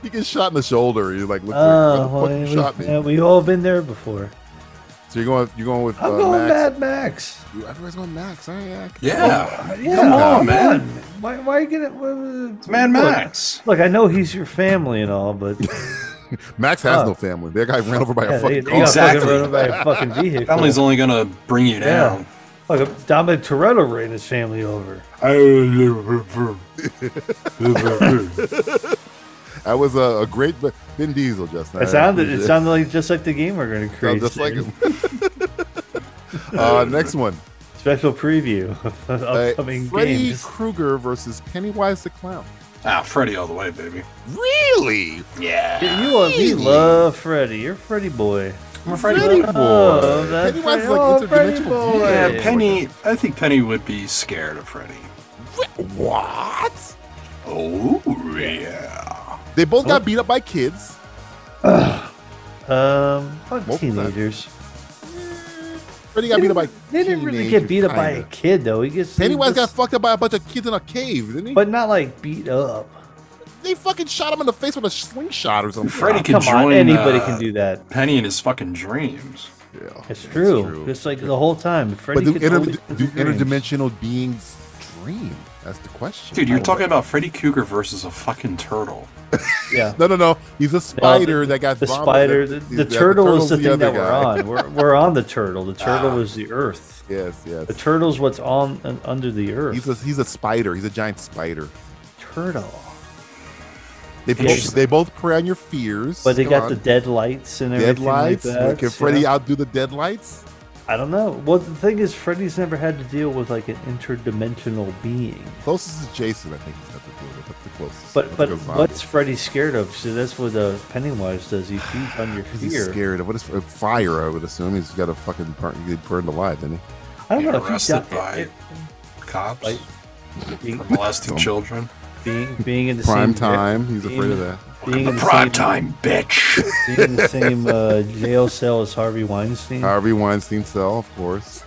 S1: he gets shot in the shoulder. You like, look,
S2: Oh,
S1: where the fuck
S2: well,
S1: you
S2: we,
S1: shot me?
S2: yeah, we all been there before.
S1: So you're going, you're going with
S2: I'm
S1: uh,
S2: going
S1: Max.
S2: Mad Max.
S1: Dude, Everybody's going Max. All right, yeah. I can-
S5: Yeah,
S2: Yeah, Oh,
S5: come on, Oh, man.
S2: Why? Why get it? It's
S5: Mad Max.
S2: Look, I know he's your family and
S1: [laughs]
S2: all, but
S1: Max has
S2: Huh.
S1: no family. That guy ran over by
S2: yeah,
S1: a fucking
S2: they, they
S1: car.
S2: got
S5: Exactly.
S2: fucking run over by a fucking vehicle.
S5: Family's only gonna bring
S2: yeah.
S5: you down.
S2: Look, Dominic Toretto ran his family over.
S1: That was a, a great Vin Diesel just now.
S2: It sounded. It sounded like just like the game we're going to create.
S1: just like
S2: soon.
S1: him. [laughs] uh, next
S2: [laughs]
S1: one.
S2: Special preview of
S1: Uh,
S2: upcoming
S1: Freddy
S2: games.
S1: Krueger versus Pennywise the Clown.
S5: [laughs] Ah, Freddy all the way, baby.
S1: Really?
S5: Yeah,
S2: You are, we love Freddy. You're Freddy boy.
S5: I'm afraid of
S1: Freddy
S5: that.
S1: boy.
S2: Oh, that's
S1: Pennywise is
S2: Freddy-
S1: like
S2: oh, Freddy
S1: interdimensional.
S2: boy.
S1: demon.
S5: Yeah, uh, Penny. I think Penny would be scared of Freddy.
S1: What?
S5: Oh yeah.
S1: They both
S2: Oh.
S1: got beat up by kids.
S2: Um, fuck
S1: Well,
S2: teenagers.
S1: Freddy got beat up by.
S2: They didn't really
S1: teenagers,
S2: get beat up by a
S1: kinda.
S2: kid though. He gets
S1: Pennywise
S2: he
S1: got
S2: just-
S1: fucked up by a bunch of kids in a cave, didn't he?
S2: but not like beat up.
S1: they fucking shot him in the face with a slingshot or something.
S5: Freddy could
S2: Come
S5: join.
S2: on, anybody
S5: uh,
S2: can do that.
S5: Penny in his fucking dreams.
S1: Yeah,
S2: It's true.
S1: Oh, true.
S2: It's like the whole time. Freddy
S1: But do,
S2: could
S1: inter-
S2: always
S1: do
S2: his dreams.
S1: interdimensional beings dream? That's the question.
S2: Oh,
S5: Dude, you're
S1: I don't
S5: talking
S1: know.
S5: about Freddy Cougar versus a fucking turtle.
S2: Yeah.
S1: No, no, no. He's a spider that got
S2: The
S1: vomited.
S2: spider, the,
S1: He's-
S2: the
S1: yeah,
S2: turtle was
S1: turtle's
S2: the thing
S1: other
S2: that we're
S1: guy.
S2: on. We're, we're on the turtle.
S1: [laughs]
S2: The turtle was the earth.
S1: Yes,
S2: The
S1: yes.
S2: turtle's what's on and under the earth.
S1: He's a he's a spider. He's a giant spider.
S2: turtle.
S1: They both,
S5: Interesting.
S1: they both prey on your fears.
S2: But they
S1: Come
S2: got
S1: on.
S2: the deadlights and everything
S1: deadlights.
S2: like that.
S1: Can Freddy
S2: yeah.
S1: outdo the deadlights?
S2: I don't know. Well, the thing is, Freddy's never had to deal with like an interdimensional being.
S1: Closest is Jason, I think he's got to deal with. That's the closest.
S2: But
S1: That's
S2: but
S1: a good zombie.
S2: what's Freddy scared of? So that's what uh, Pennywise does. He feeds on your
S1: [sighs] He's
S2: fear.
S1: scared of what is uh, fire? I would assume he's got a fucking burn, he got burned alive, didn't he?
S2: I don't
S5: Get
S2: know if he
S5: arrested
S2: died.
S5: by
S2: it-
S5: cops
S2: Like- being,
S5: for molesting children.
S2: being being in the
S1: Prime
S2: same
S1: time. He's
S2: being-
S1: afraid of that.
S2: Being in the
S5: Prime
S2: same,
S5: time, bitch. [laughs]
S2: Being in the same uh, jail cell as Harvey Weinstein.
S1: Harvey Weinstein cell, of course.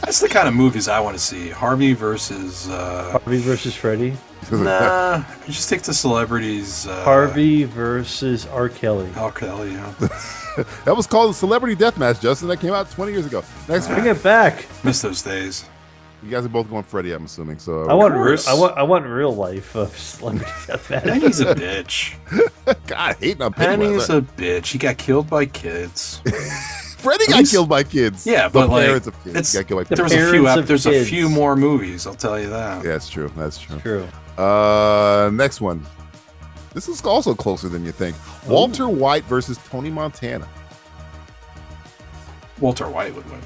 S5: That's the kind of movies I want to see. Harvey versus. Uh,
S2: Harvey versus Freddy.
S5: [laughs] nah, I just take the celebrities. Uh,
S2: Harvey versus R. Kelly.
S5: Al Kelly, yeah.
S1: That was called Celebrity Deathmatch, Justin. That came out 20 years ago. Next
S2: Bring
S5: Ah.
S1: week,
S2: it back.
S5: Miss those days.
S1: you guys are both going Freddy, I'm assuming. So
S2: I want,
S5: course.
S2: I want, I want real life [laughs] of celebrity deathmatch.
S5: Penny's a bitch.
S1: God, hating on Pennywise.
S5: Penny's a bitch. He got killed
S1: [laughs]
S5: by kids.
S1: Freddy got killed by kids.
S5: Yeah,
S1: the
S5: but like
S1: parents of kids
S5: it's-
S1: got killed by kids.
S5: there was a few.
S2: parents
S5: ep-
S2: of
S5: There's
S2: kids.
S5: a few more movies. I'll tell you that.
S1: Yeah, that's true. That's true.
S2: True.
S1: Uh, next one. This is also closer than you think.
S5: Oh.
S1: Walter White versus Tony Montana.
S5: Walter White would win.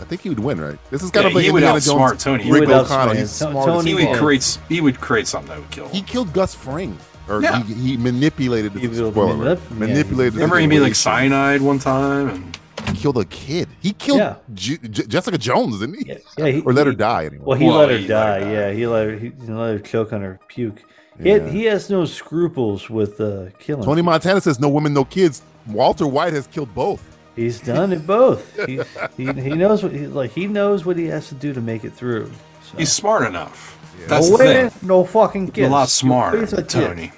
S1: I think he would win, right? This is kind
S5: Yeah,
S1: of like
S5: he would
S1: Indiana
S5: outsmart
S1: Jones.
S5: Tony. He
S1: Rick
S2: would
S1: O'Connell.
S2: outsmart
S1: He's
S2: him.
S1: smart.
S2: Tony
S1: as
S5: He
S1: fuck.
S5: would
S2: Yeah.
S5: create. He would create something that would kill.
S1: He
S5: Him.
S1: killed Gus Fring. Or
S5: Yeah.
S1: he, he manipulated.
S2: He
S1: He
S2: will
S1: spoiler alert.
S2: manip- yeah, he-
S1: manipulated. the
S5: Remember he made like
S1: situation.
S5: cyanide one time, and
S1: He killed a kid. He killed
S2: Yeah.
S1: Ju- J- Jessica Jones, didn't he?
S2: Yeah, yeah, he-
S1: or let her
S2: he-
S1: die. Anyway.
S2: Well, he
S5: Well,
S2: let her
S5: he
S2: die.
S5: let her
S2: Yeah,
S5: die.
S2: he let her. He, he let her choke on her puke.
S1: Yeah.
S2: He, he has no scruples with uh, killing.
S1: Tony Montana says no women, no kids. Walter White has killed both.
S2: He's done it both. He, he, he knows what he like. He knows what he has to do to make it through. So.
S5: he's smart enough. That's
S2: no
S5: the thing.
S2: women, no fucking
S5: He's
S2: kids.
S5: a lot
S2: You're
S5: smarter,
S2: a
S5: than
S2: kid.
S5: Tony.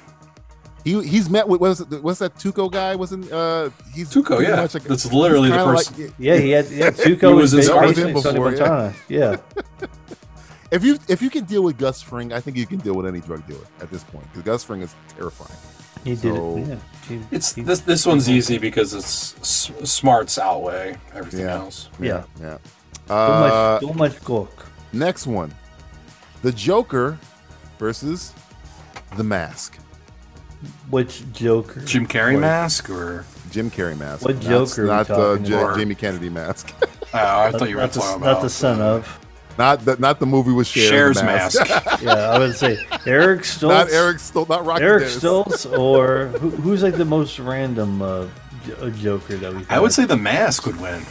S1: He he's met with what's what's that Tuco guy? Wasn't uh he's
S5: Tuco,
S1: pretty
S5: yeah.
S1: much like-
S5: That's literally
S1: he's
S5: the
S1: kinda
S5: person.
S2: Yeah, he had, he
S5: [laughs]
S2: had Zuko
S5: He
S2: and
S5: was in-
S2: Ba-
S5: that was
S1: him
S2: basically Tony
S1: before, yeah.
S2: Montana. Yeah.
S1: if you if you can deal with Gus Fring, I think you can deal with any drug dealer at this point. Because Gus Fring is terrifying.
S2: he did
S1: So-
S2: it. Yeah. He-
S5: It's
S2: he-
S5: this. This one's easy because it's s- smarts outweigh everything
S1: Yeah.
S5: else.
S2: Yeah.
S1: Yeah.
S2: Too much,
S1: Uh,
S2: too much cook.
S1: next one, the Joker versus the Mask.
S2: Which Joker?
S5: Jim Carrey mask, or
S1: Jim Carrey mask.
S2: What
S1: Not-
S2: Joker are we
S1: Not, uh,
S2: talking
S1: J-
S5: about?
S1: Jamie Kennedy mask.
S5: oh, I thought you were
S2: Not the,
S5: talking about uh,
S2: not the son of.
S1: not the, not the movie with Cher.
S5: Cher's mask.
S2: [laughs] Yeah, I would
S5: [laughs]
S2: say Eric
S1: [laughs]
S2: Stoltz.
S1: not Eric Stoltz. Not Rocky.
S2: Eric
S1: Dennis.
S2: Stoltz, or who, who's like the most random uh, J- uh, Joker that we?
S5: I would say the mask would win.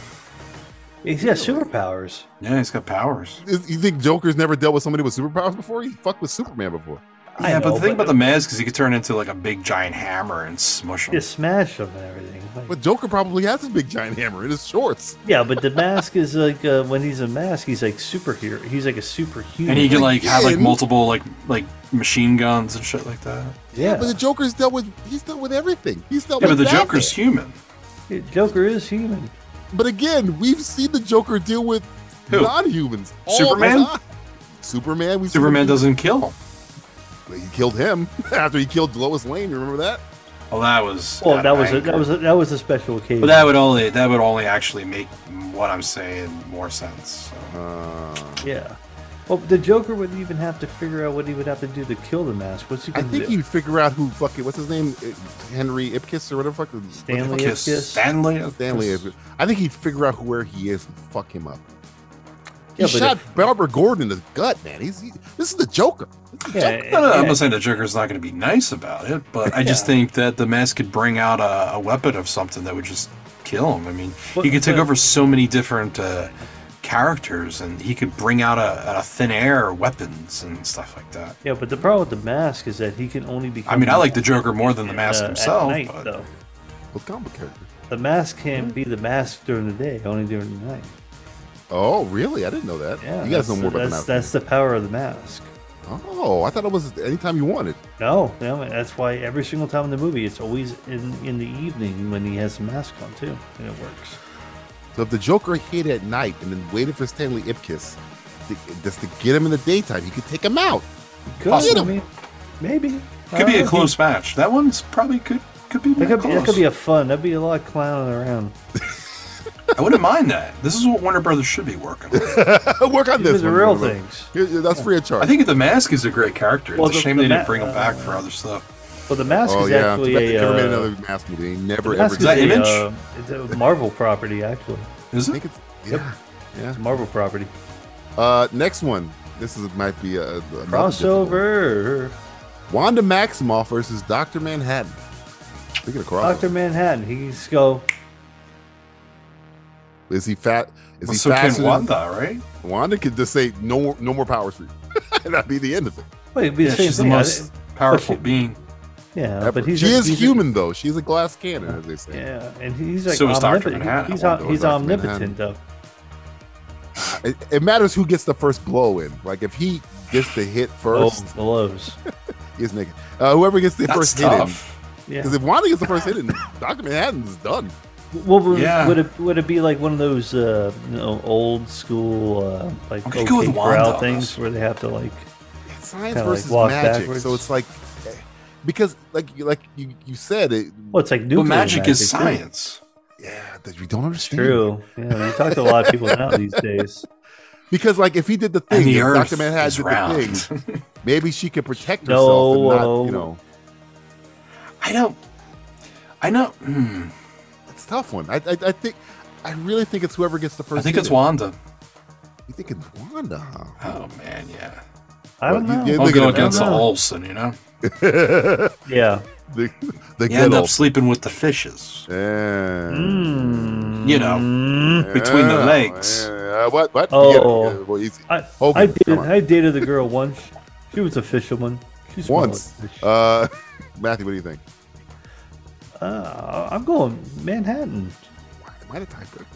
S2: he's got superpowers.
S5: Yeah, he's got powers.
S1: Is- You think Joker's never dealt with somebody with superpowers before? He fucked with Superman before.
S2: I
S5: yeah, but
S2: know,
S5: the thing
S2: but-
S5: about the mask is he could turn into like a big giant hammer and smush him.
S2: You smash them and everything. Like-
S1: But Joker probably has his big giant hammer in his shorts.
S2: yeah, but the mask is like uh, when he's a mask, he's like superhero. He's like a superhuman.
S5: And he can like have like
S1: Again?
S5: multiple like like machine guns and shit like that.
S2: yeah,
S1: But the Joker's dealt with he's dealt with everything. He's dealt
S5: Yeah, but
S1: with
S5: the
S1: Batman.
S5: Joker's human.
S2: Joker is human.
S1: But again, we've seen the Joker deal with
S5: Who?
S1: non-humans. all the
S5: Superman?
S1: time. Superman. We've seen
S5: Superman
S1: him-
S5: doesn't kill.
S1: He killed him [laughs] after he killed Lois Lane. You Remember that?
S5: Well, that was.
S2: Well,
S5: out
S2: that
S5: of
S2: was a,
S5: anger.
S2: that was a, that was a special occasion.
S5: But that would only that would only actually make what I'm saying more sense. So.
S2: yeah. Well, the Joker wouldn't even have to figure out what he would have to do to kill the mask. What's he
S1: I
S5: Mm,
S2: going to
S1: think
S2: do?
S1: you'd figure out who fucking what's his name, Uh, Henry Ipkiss or whatever. Fuck,
S2: Stanley
S5: Kiss
S2: Ipkiss.
S5: Stanley.
S1: Stanley. Ipkiss. I think he'd figure out where he is and fuck him up.
S2: Yeah,
S1: he
S2: but
S1: shot Barbara Gordon in the gut, man. He's he, this is the Joker.
S2: Yeah,
S5: No, no, I'm
S2: yeah.
S5: not saying the Joker's not going to be nice about it, but I just think that the mask could bring out a, a weapon of something that would just kill him. I mean,
S2: But-
S5: he could take
S2: but-
S5: over so many different uh, characters, and he could bring out a, a thin air weapons and stuff like that.
S2: Yeah, but the problem with the mask is that he can only become.
S5: I mean, I like the Joker more than the
S2: uh,
S5: mask
S2: at
S5: himself.
S2: night,
S5: but
S2: though.
S1: Well, comic character.
S2: The mask can't be the mask during the day, only during the night.
S1: Oh, really? I didn't know that.
S2: Yeah,
S1: you guys
S2: that's-
S1: know more about
S2: that's,
S1: the mask.
S2: that's the power of the mask.
S1: Oh, I thought it was anytime you wanted.
S2: No, no, that's why every single time in the movie, it's always in in the evening when he has the mask on too, and it works.
S1: So if the Joker hid at night and then waited for Stanley Ipkiss, to, just to get him in the daytime, he could take him out. [laughs]
S2: Good,
S1: Possible.
S2: I mean, maybe
S5: could be a close match. That one's probably could could be.
S2: That
S5: more
S2: Uh, could, be- that could
S5: close.
S2: be a fun. That'd be a lot of clowning around.
S5: I wouldn't mind that. This is what Warner Brothers should be working. with.
S1: Work on
S2: These
S1: this.
S2: are the
S1: one,
S2: real
S1: Warner Bros.
S2: things.
S1: Here- that's free of charge.
S5: I think the mask is a great character. It's
S2: Well,
S5: a
S2: the-
S5: shame
S2: the
S5: they
S2: ma- uh,
S5: didn't bring him back for other stuff.
S2: Well, the mask
S1: oh
S2: is
S1: yeah,
S2: actually
S1: They
S2: a
S1: never made
S2: uh,
S1: another mask movie. They
S2: the
S1: never
S2: mask
S1: ever.
S2: is
S1: did.
S5: that
S2: a,
S5: Image?
S2: uh, it's a Marvel property actually.
S5: Is
S1: I
S5: it?
S1: think it's
S2: Yeah.
S1: Yeah.
S2: It's a Marvel property.
S1: Uh, next one. This is might be uh, a, a
S2: Crossover.
S1: Wanda Maximoff versus Doctor Manhattan. Speaking of crossover,
S2: Doctor Manhattan. He's go.
S1: is he fat? Is he
S5: So
S1: faster?
S5: can
S1: than-
S5: Wanda, right?
S1: Wanda could just say no, no more powers for you, [laughs] and that'd be the end of it.
S2: Wait, it'd be the
S5: Yeah,
S2: same
S5: she's the
S2: thing. I-
S5: most powerful being.
S2: yeah,
S1: Ever.
S2: Uh, but he's
S1: she
S2: a-
S1: is
S2: he's a- Uh,
S1: human though. She's a glass cannon, as they say.
S2: yeah, and he's like
S5: So is Dr.
S2: omnipotent.
S5: Manhattan.
S2: He's,
S1: I want
S2: om-
S1: those
S2: he's
S1: Dr.
S2: omnipotent though.
S1: It, it matters who gets the first blow in. Like if he gets the hit first, [laughs]
S2: Oh, blows.
S1: he's naked. Uh, whoever gets the
S5: That's
S1: first hit in,
S5: tough.
S2: Yeah.
S1: because if Wanda gets the first hit in, Doctor Manhattan's done.
S2: Well, would,
S5: Yeah.
S2: would it would it be like one of those uh, you know, old school uh, like
S5: gonna go
S2: okay
S5: with Wanda
S2: corral
S5: on
S2: things
S5: this.
S2: where they have to like
S1: science
S2: Kinda, like,
S1: versus
S2: walk
S1: magic.
S2: backwards.
S1: So it's like because like you like you, you said it
S2: well it's like nuclear
S5: But magic is
S2: too.
S5: science.
S1: yeah that we don't understand.
S2: True. Yeah, you talk to a lot of people now these
S1: [laughs]
S2: days.
S1: Because like if he did the thing,
S5: And the
S1: if
S5: earth
S1: Dr. Manhattan
S5: is
S1: did
S5: round.
S1: the
S5: [laughs]
S1: thing, maybe she could protect herself
S2: No,
S1: and not,
S2: oh.
S1: you know.
S5: I don't. I know. hmm,
S1: It's a tough one. I, I I think I really think it's whoever gets the first
S5: I think
S1: hit
S5: it's
S1: in.
S5: Wanda.
S1: You think it's Wanda. [laughs] huh?
S5: Oh man, yeah.
S2: I don't
S1: Well,
S2: know.
S1: you- you
S5: I'll
S1: Look at
S5: go
S1: him.
S5: against the
S2: I don't know.
S5: Olsen. You know,
S2: Yeah.
S1: The, the
S5: you end
S1: good
S5: up
S1: old.
S5: sleeping with the fishes.
S1: Yeah.
S2: Hmm.
S5: You know,
S2: Mm.
S5: Mm, between the
S1: Yeah,
S5: legs.
S1: yeah. what? What?
S2: Oh.
S1: Yeah, yeah, well, he's-
S2: I,
S1: Hogan,
S2: I
S1: come
S2: dated
S1: on.
S2: I dated a girl once. She was a fisherman. She smelled
S1: once.
S5: Oh,
S2: like fish.
S1: Uh, [laughs] Matthew, what do you think?
S2: Uh, I'm going Manhattan.
S1: Am I the type of-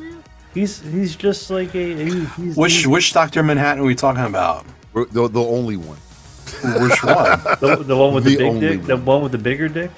S2: He's he's just like a he, he's
S5: Which which Doctor Manhattan are we talking about?
S1: We're- The, the only one. [laughs]
S5: Which one?
S2: the, the one with the,
S1: The
S2: big
S1: only
S2: dick, the
S1: one.
S2: one with the bigger dick.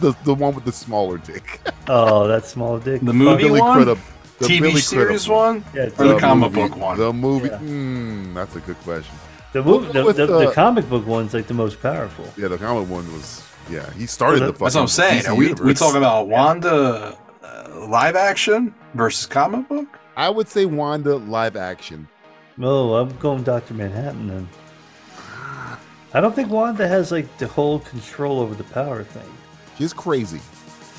S1: the, the one with the smaller dick.
S2: Oh, that small dick.
S5: The movie
S1: Billy
S5: one,
S1: Crudup- the
S5: TV
S1: Billy
S5: series
S1: Crudup
S5: one,
S2: Yeah,
S5: or the
S2: the
S5: comic
S1: movie-
S5: book one?
S1: The movie.
S2: Yeah.
S1: Mm, that's a good question.
S2: The movie,
S1: We'll
S2: the,
S1: go with,
S2: the, the
S1: uh,
S2: comic book one's like the most powerful.
S1: Yeah, the comic one was. Yeah, he started the
S2: Well, that-
S1: fucking.
S5: That's what I'm saying.
S1: DC
S5: Are we we
S1: universe.
S5: talking about Wanda uh, live action versus comic book?
S1: I would say Wanda live action.
S2: No, I'm going Doctor Manhattan then. I don't think Wanda has like the whole control over the power thing.
S1: She's crazy.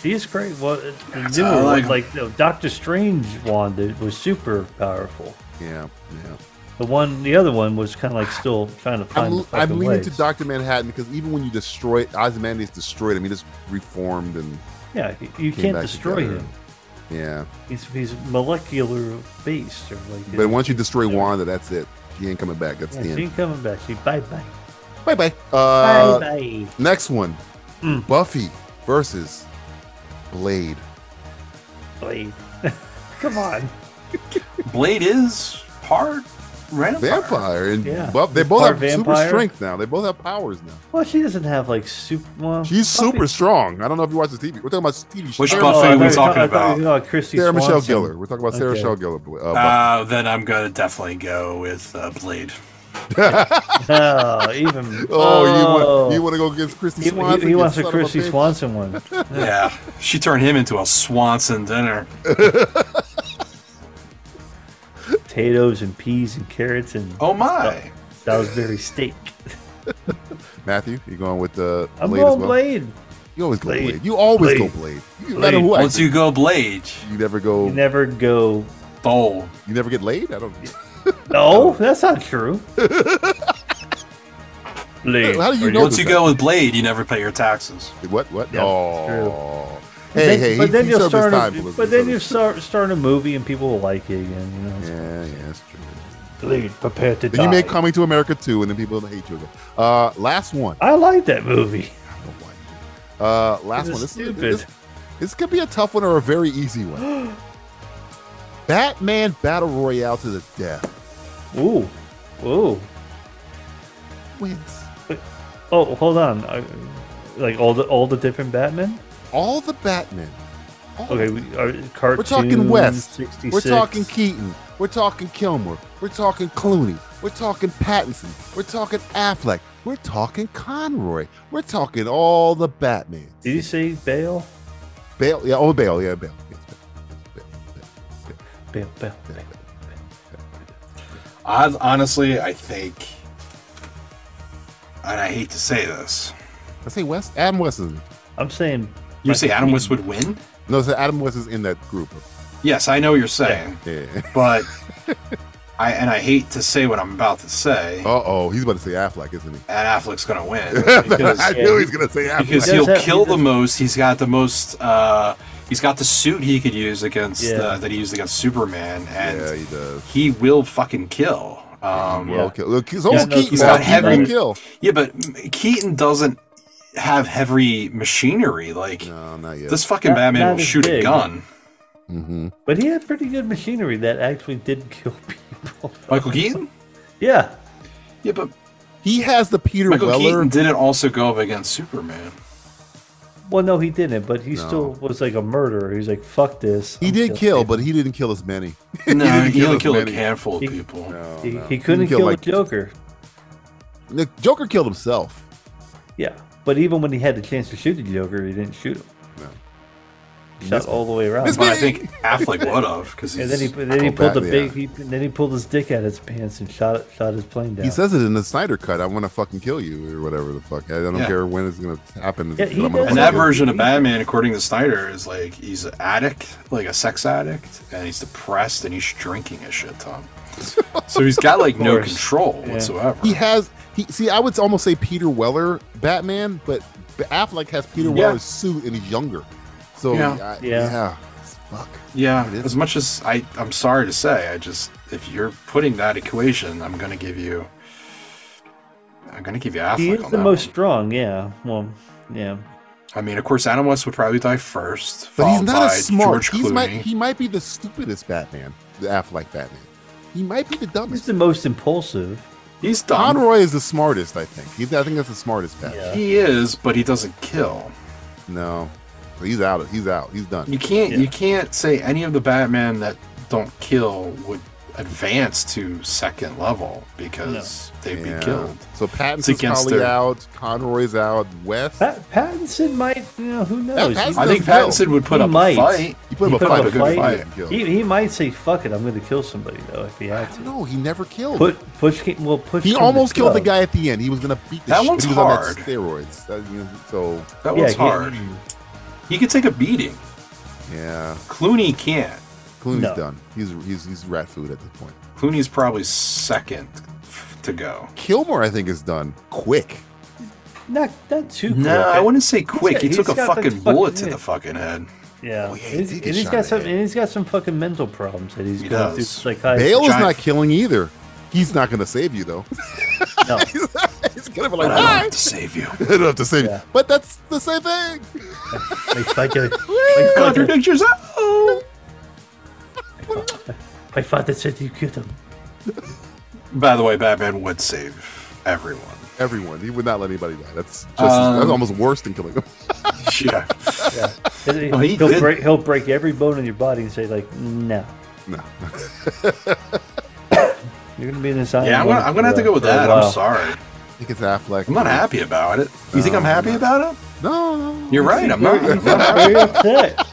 S2: She's great. Well, it- the
S5: That's
S2: new
S5: how I
S2: one,
S5: like 'em.
S2: like the Doctor Strange Wanda was super powerful.
S1: Yeah, yeah.
S2: The one, the other one was kind of like still trying to find.
S1: I'm,
S2: the
S1: I'm
S2: fucking
S1: leaning
S2: ways.
S1: to Doctor Manhattan because even when you destroy Ozymandias destroyed him, he just reformed and
S2: Yeah, y- you
S1: Came
S2: can't
S1: back
S2: destroy
S1: together.
S2: him.
S1: yeah.
S2: He's he's molecular based or like.
S1: But once you destroy Wanda, that's it. She ain't coming back. That's
S2: yeah,
S1: the
S2: she
S1: end.
S2: ain't coming back. She bye bye
S1: Bye bye. Uh,
S2: bye bye.
S1: Next one,
S2: Mm.
S1: Buffy versus Blade.
S2: Blade. [laughs] Come on.
S5: Blade is part vampire.
S1: vampire and
S2: Yeah.
S1: buff. They both
S2: Part
S1: have super
S2: vampire.
S1: strength now. They both have powers now.
S2: Well, she doesn't have like super. Well,
S1: She's
S2: Buffy-
S1: super strong. I don't know if you watch the TV. We're talking about TV show.
S5: Which
S1: Sarah,
S5: Buffy
S2: I
S5: are
S2: thought you were
S5: we talking
S2: I thought you
S5: about?
S2: were talking Christy
S1: Sarah Michelle
S2: Swanson.
S1: Gellar. We're talking about Sarah
S2: Okay.
S1: Michelle Gellar. Uh, Buffy.
S5: Uh, then I'm gonna definitely go with uh, Blade.
S2: [laughs] Oh, even.
S1: [laughs] oh, you want you want to go against Christy
S2: He-
S1: Swanson?
S2: He, he
S1: you
S2: wants a
S1: son of
S2: Christy
S1: bitch? [laughs]
S2: Swanson one.
S5: Yeah, she turned him into a Swanson dinner.
S2: Potatoes and peas and carrots and
S5: Oh
S1: Uh,
S5: my!
S2: Salisbury steak.
S1: Matthew, you going with the
S2: I'm
S1: Blade as
S2: going
S1: well?
S2: Blade.
S1: You always go Blade.
S2: Blade.
S1: You always
S2: Blade.
S1: go Blade. You, no matter who I
S5: Once you go Blade,
S1: you never go.
S2: You
S1: You,
S2: never go.
S5: bowl.
S1: never get laid. I don't.
S2: No, that's not
S1: [laughs]
S2: true. Blade.
S1: How do you
S2: Are
S1: know
S5: Once
S1: this
S5: you
S1: guy?
S5: go with Blade, you never pay your taxes.
S1: What? What?
S2: Yeah,
S1: oh. Hey,
S2: Then-
S1: hey.
S2: but
S1: he,
S2: then
S1: he
S2: you'll
S1: served
S2: start.
S1: his time.
S2: A,
S1: Felicity.
S2: but
S1: He
S2: then
S1: served
S2: you
S1: his-
S2: start start a movie and people will like it again. You know,
S1: Yeah, yeah, that's true.
S2: Blade, prepare to
S1: Then
S2: die.
S1: you make Coming to America too, and then people hate you. again. Uh, last
S2: [laughs]
S1: one.
S2: I like that movie.
S1: Uh, last
S2: This is
S1: one. This,
S2: stupid.
S1: This, this could be a tough one or a very easy one.
S2: [gasps]
S1: Batman Battle Royale to the death
S2: Ooh, ooh.
S1: wins.
S2: Oh, hold on. I, like all the all the different Batman.
S1: All the Batman. All
S2: Okay,
S1: of
S2: we
S1: them.
S2: are cartoon.
S1: we're talking West.
S2: 66.
S1: We're talking Keaton. We're talking Kilmer. We're talking Clooney. We're talking Pattinson. We're talking Affleck. We're talking Conroy. We're talking all the Batman.
S2: Did you say Bale?
S1: Bale, yeah, oh Bale, yeah, Bale. Yes, Bale.
S2: Bale, Bale, Bale.
S5: I honestly, I think, and I hate to say this,
S1: I say West. Adam West is.
S2: I'm saying
S5: you say Adam West would win.
S1: No, so Adam West is in that group.
S5: Yes, I know what you're saying,
S1: Yeah.
S5: but
S1: [laughs]
S5: I and I hate to say what I'm about to say.
S1: Uh oh, he's about to say Affleck, isn't he?
S5: And Affleck's gonna
S1: [laughs]
S5: win because,
S1: I knew he was gonna say Affleck.
S5: because
S2: He does
S5: he'll
S2: have- he
S5: kill the
S2: does-
S5: most. He's got the most. Uh, he's got the suit he could use against
S2: Yeah.
S5: uh, that he used against Superman, and
S1: yeah, he does.
S5: he will fucking kill. Um,
S1: Well, kill. Look, he's almost
S2: no,
S1: Keaton.
S2: he's
S1: now.
S5: got
S1: Keaton
S5: heavy-
S1: won't kill.
S5: Yeah, but Keaton doesn't have heavy machinery. Like
S1: No, not yet.
S5: this fucking
S2: Not-
S5: Batman
S2: not
S5: will
S2: as
S5: shoot a
S2: big.
S5: gun.
S2: But he had pretty good machinery that actually did kill [laughs] people.
S5: Michael Keaton?
S2: yeah.
S5: Yeah, but
S1: he has the Peter
S5: Michael
S1: Weller.
S5: Keaton didn't also go up
S1: [laughs]
S5: against Superman.
S2: Well, no, he didn't, but he still was like a murderer. He's like, fuck this.
S1: He
S2: I'm
S1: did
S2: killing
S1: kill,
S2: people.
S1: but he didn't kill as many. [laughs]
S5: No,
S1: didn't
S5: he
S1: kill
S5: only
S1: as
S5: killed a
S1: many.
S5: handful of
S2: He-
S5: people.
S2: he,
S1: no.
S2: he couldn't
S1: He killed,
S2: kill
S1: like-
S2: the Joker.
S1: The Joker killed himself.
S2: Yeah. But even when he had the chance to shoot the Joker, he didn't shoot him.
S1: No.
S2: He Shot all the way around.
S1: Miss
S5: But I
S1: me!
S5: think Affleck would have because
S2: And then he
S5: he's.
S2: then he
S1: Oh,
S2: pulled the
S1: Batman.
S2: big he, then he pulled his dick out of his pants and shot it- shot his plane down.
S1: He says it in the Snyder cut. I want to fucking kill you or whatever the fuck. I don't
S5: Yeah.
S1: care when it's gonna happen.
S2: Yeah, he
S1: I'm gonna
S2: does.
S5: And
S1: fucking
S5: that
S1: kill you.
S5: version of Batman, according to Snyder, is like he's an addict, like a sex addict, and he's depressed and he's drinking a shit ton.
S1: [laughs]
S5: So he's got like no
S2: course.
S5: control
S2: Yeah.
S5: whatsoever.
S1: he has. He see, I would almost say Peter Weller Batman, but B- Affleck has Peter Weller's suit and he's younger. So
S5: Yeah.
S1: I-
S2: Yeah.
S1: yeah, it's fuck.
S5: Yeah,
S1: It is.
S5: as much as I, I'm sorry to say, I just if you're putting that equation, I'm gonna give you, I'm gonna give you Affleck.
S2: he is
S5: on
S2: the
S5: that
S2: most
S5: one.
S2: strong, yeah. Well yeah.
S5: I mean, of course, Adam West would probably die first,
S1: But he's
S5: followed
S1: not
S5: by
S1: as smart.
S5: George
S1: He's
S5: Clooney.
S1: might, he might be the stupidest Batman, the Affleck Batman. He might be the
S2: He's
S1: dumbest.
S2: the most impulsive.
S5: he's dumb.
S1: Conroy is the smartest, I think. He's, I think that's the smartest Batman.
S5: He is, but he doesn't kill.
S1: No, he's out. He's out. He's done.
S5: You can't.
S2: Yeah.
S5: You can't say any of the Batman that don't kill would advance to second level because they'd
S1: Yeah.
S5: be killed.
S1: So Pattinson's
S5: It's against
S1: probably
S5: their-
S1: out. Conroy's out. West.
S2: Pat- Pattinson might, you know, who
S1: Pattinson-
S2: knows? He-
S5: I
S1: Doesn't
S5: think
S1: kill.
S5: Pattinson would put
S2: He
S5: up
S2: might.
S5: a fight.
S1: He put
S2: he
S1: up
S2: put
S1: a fight.
S2: up
S1: but
S2: a
S1: couldn't
S5: fight.
S1: him kill.
S2: He, he might say, "Fuck it, I'm going to kill somebody though if he had to."
S1: no, he never killed.
S2: Put push him. Well, push.
S1: he
S2: him to
S1: almost killed the
S2: club.
S1: guy at the end. He was gonna beat the
S5: That
S1: shit-
S5: one's
S1: he was on
S5: hard.
S1: steroids. That- you know, so
S5: That
S2: Yeah,
S5: one's
S2: he-
S5: hard. He could take a beating.
S1: yeah,
S5: Clooney can't.
S1: Clooney's
S2: No.
S1: done. He's he's he's rat food at this point.
S5: Clooney's probably second to go.
S1: Kilmore, I think, is done quick.
S2: Not not too.
S5: No,
S2: quick.
S5: I wouldn't say quick.
S2: got-
S5: he
S2: he's
S5: took a
S2: got that
S5: fucking
S2: fucking-
S5: bullet to the fucking head. Oh,
S2: Yeah,
S1: yeah, he
S2: and, he's,
S1: did get
S2: and he's
S1: shot in
S2: got
S1: the
S2: some.
S1: head.
S2: And he's got some fucking mental problems that Uh, he's
S5: He
S2: going through.
S5: does.
S2: Psychiatry.
S1: Bale is
S5: giant-
S1: not killing either. He's not gonna save you though. [laughs]
S2: No.
S1: he's gonna be
S5: But
S1: like,
S5: I don't
S1: "Hi."
S5: have to
S2: [laughs]
S5: save you.
S1: I don't have to save
S2: Yeah.
S1: you. But that's the same thing.
S2: my
S1: [laughs]
S2: father, my father,
S5: [laughs] Contradict yourself.
S2: my father said you killed him.
S5: [laughs] By the way, Batman would save
S1: [laughs]
S5: everyone.
S1: Everyone. He would not let anybody die. That's just
S5: Um,
S1: that's almost worse than killing him. [laughs]
S5: yeah.
S2: He'll,
S5: Oh, he
S2: he'll
S5: did.
S2: break. He'll break every bone in your body and say like, "No,
S1: No.
S2: you're going to be in this island."
S5: Yeah, I'm gonna, I'm gonna have to go with that. I'm sorry.
S1: I think it's Affleck.
S5: I'm not happy about it. You think I'm happy about it?
S1: No, no.
S5: You're right. I'm
S2: [laughs]
S5: not.
S2: Are you
S5: [laughs]
S2: upset?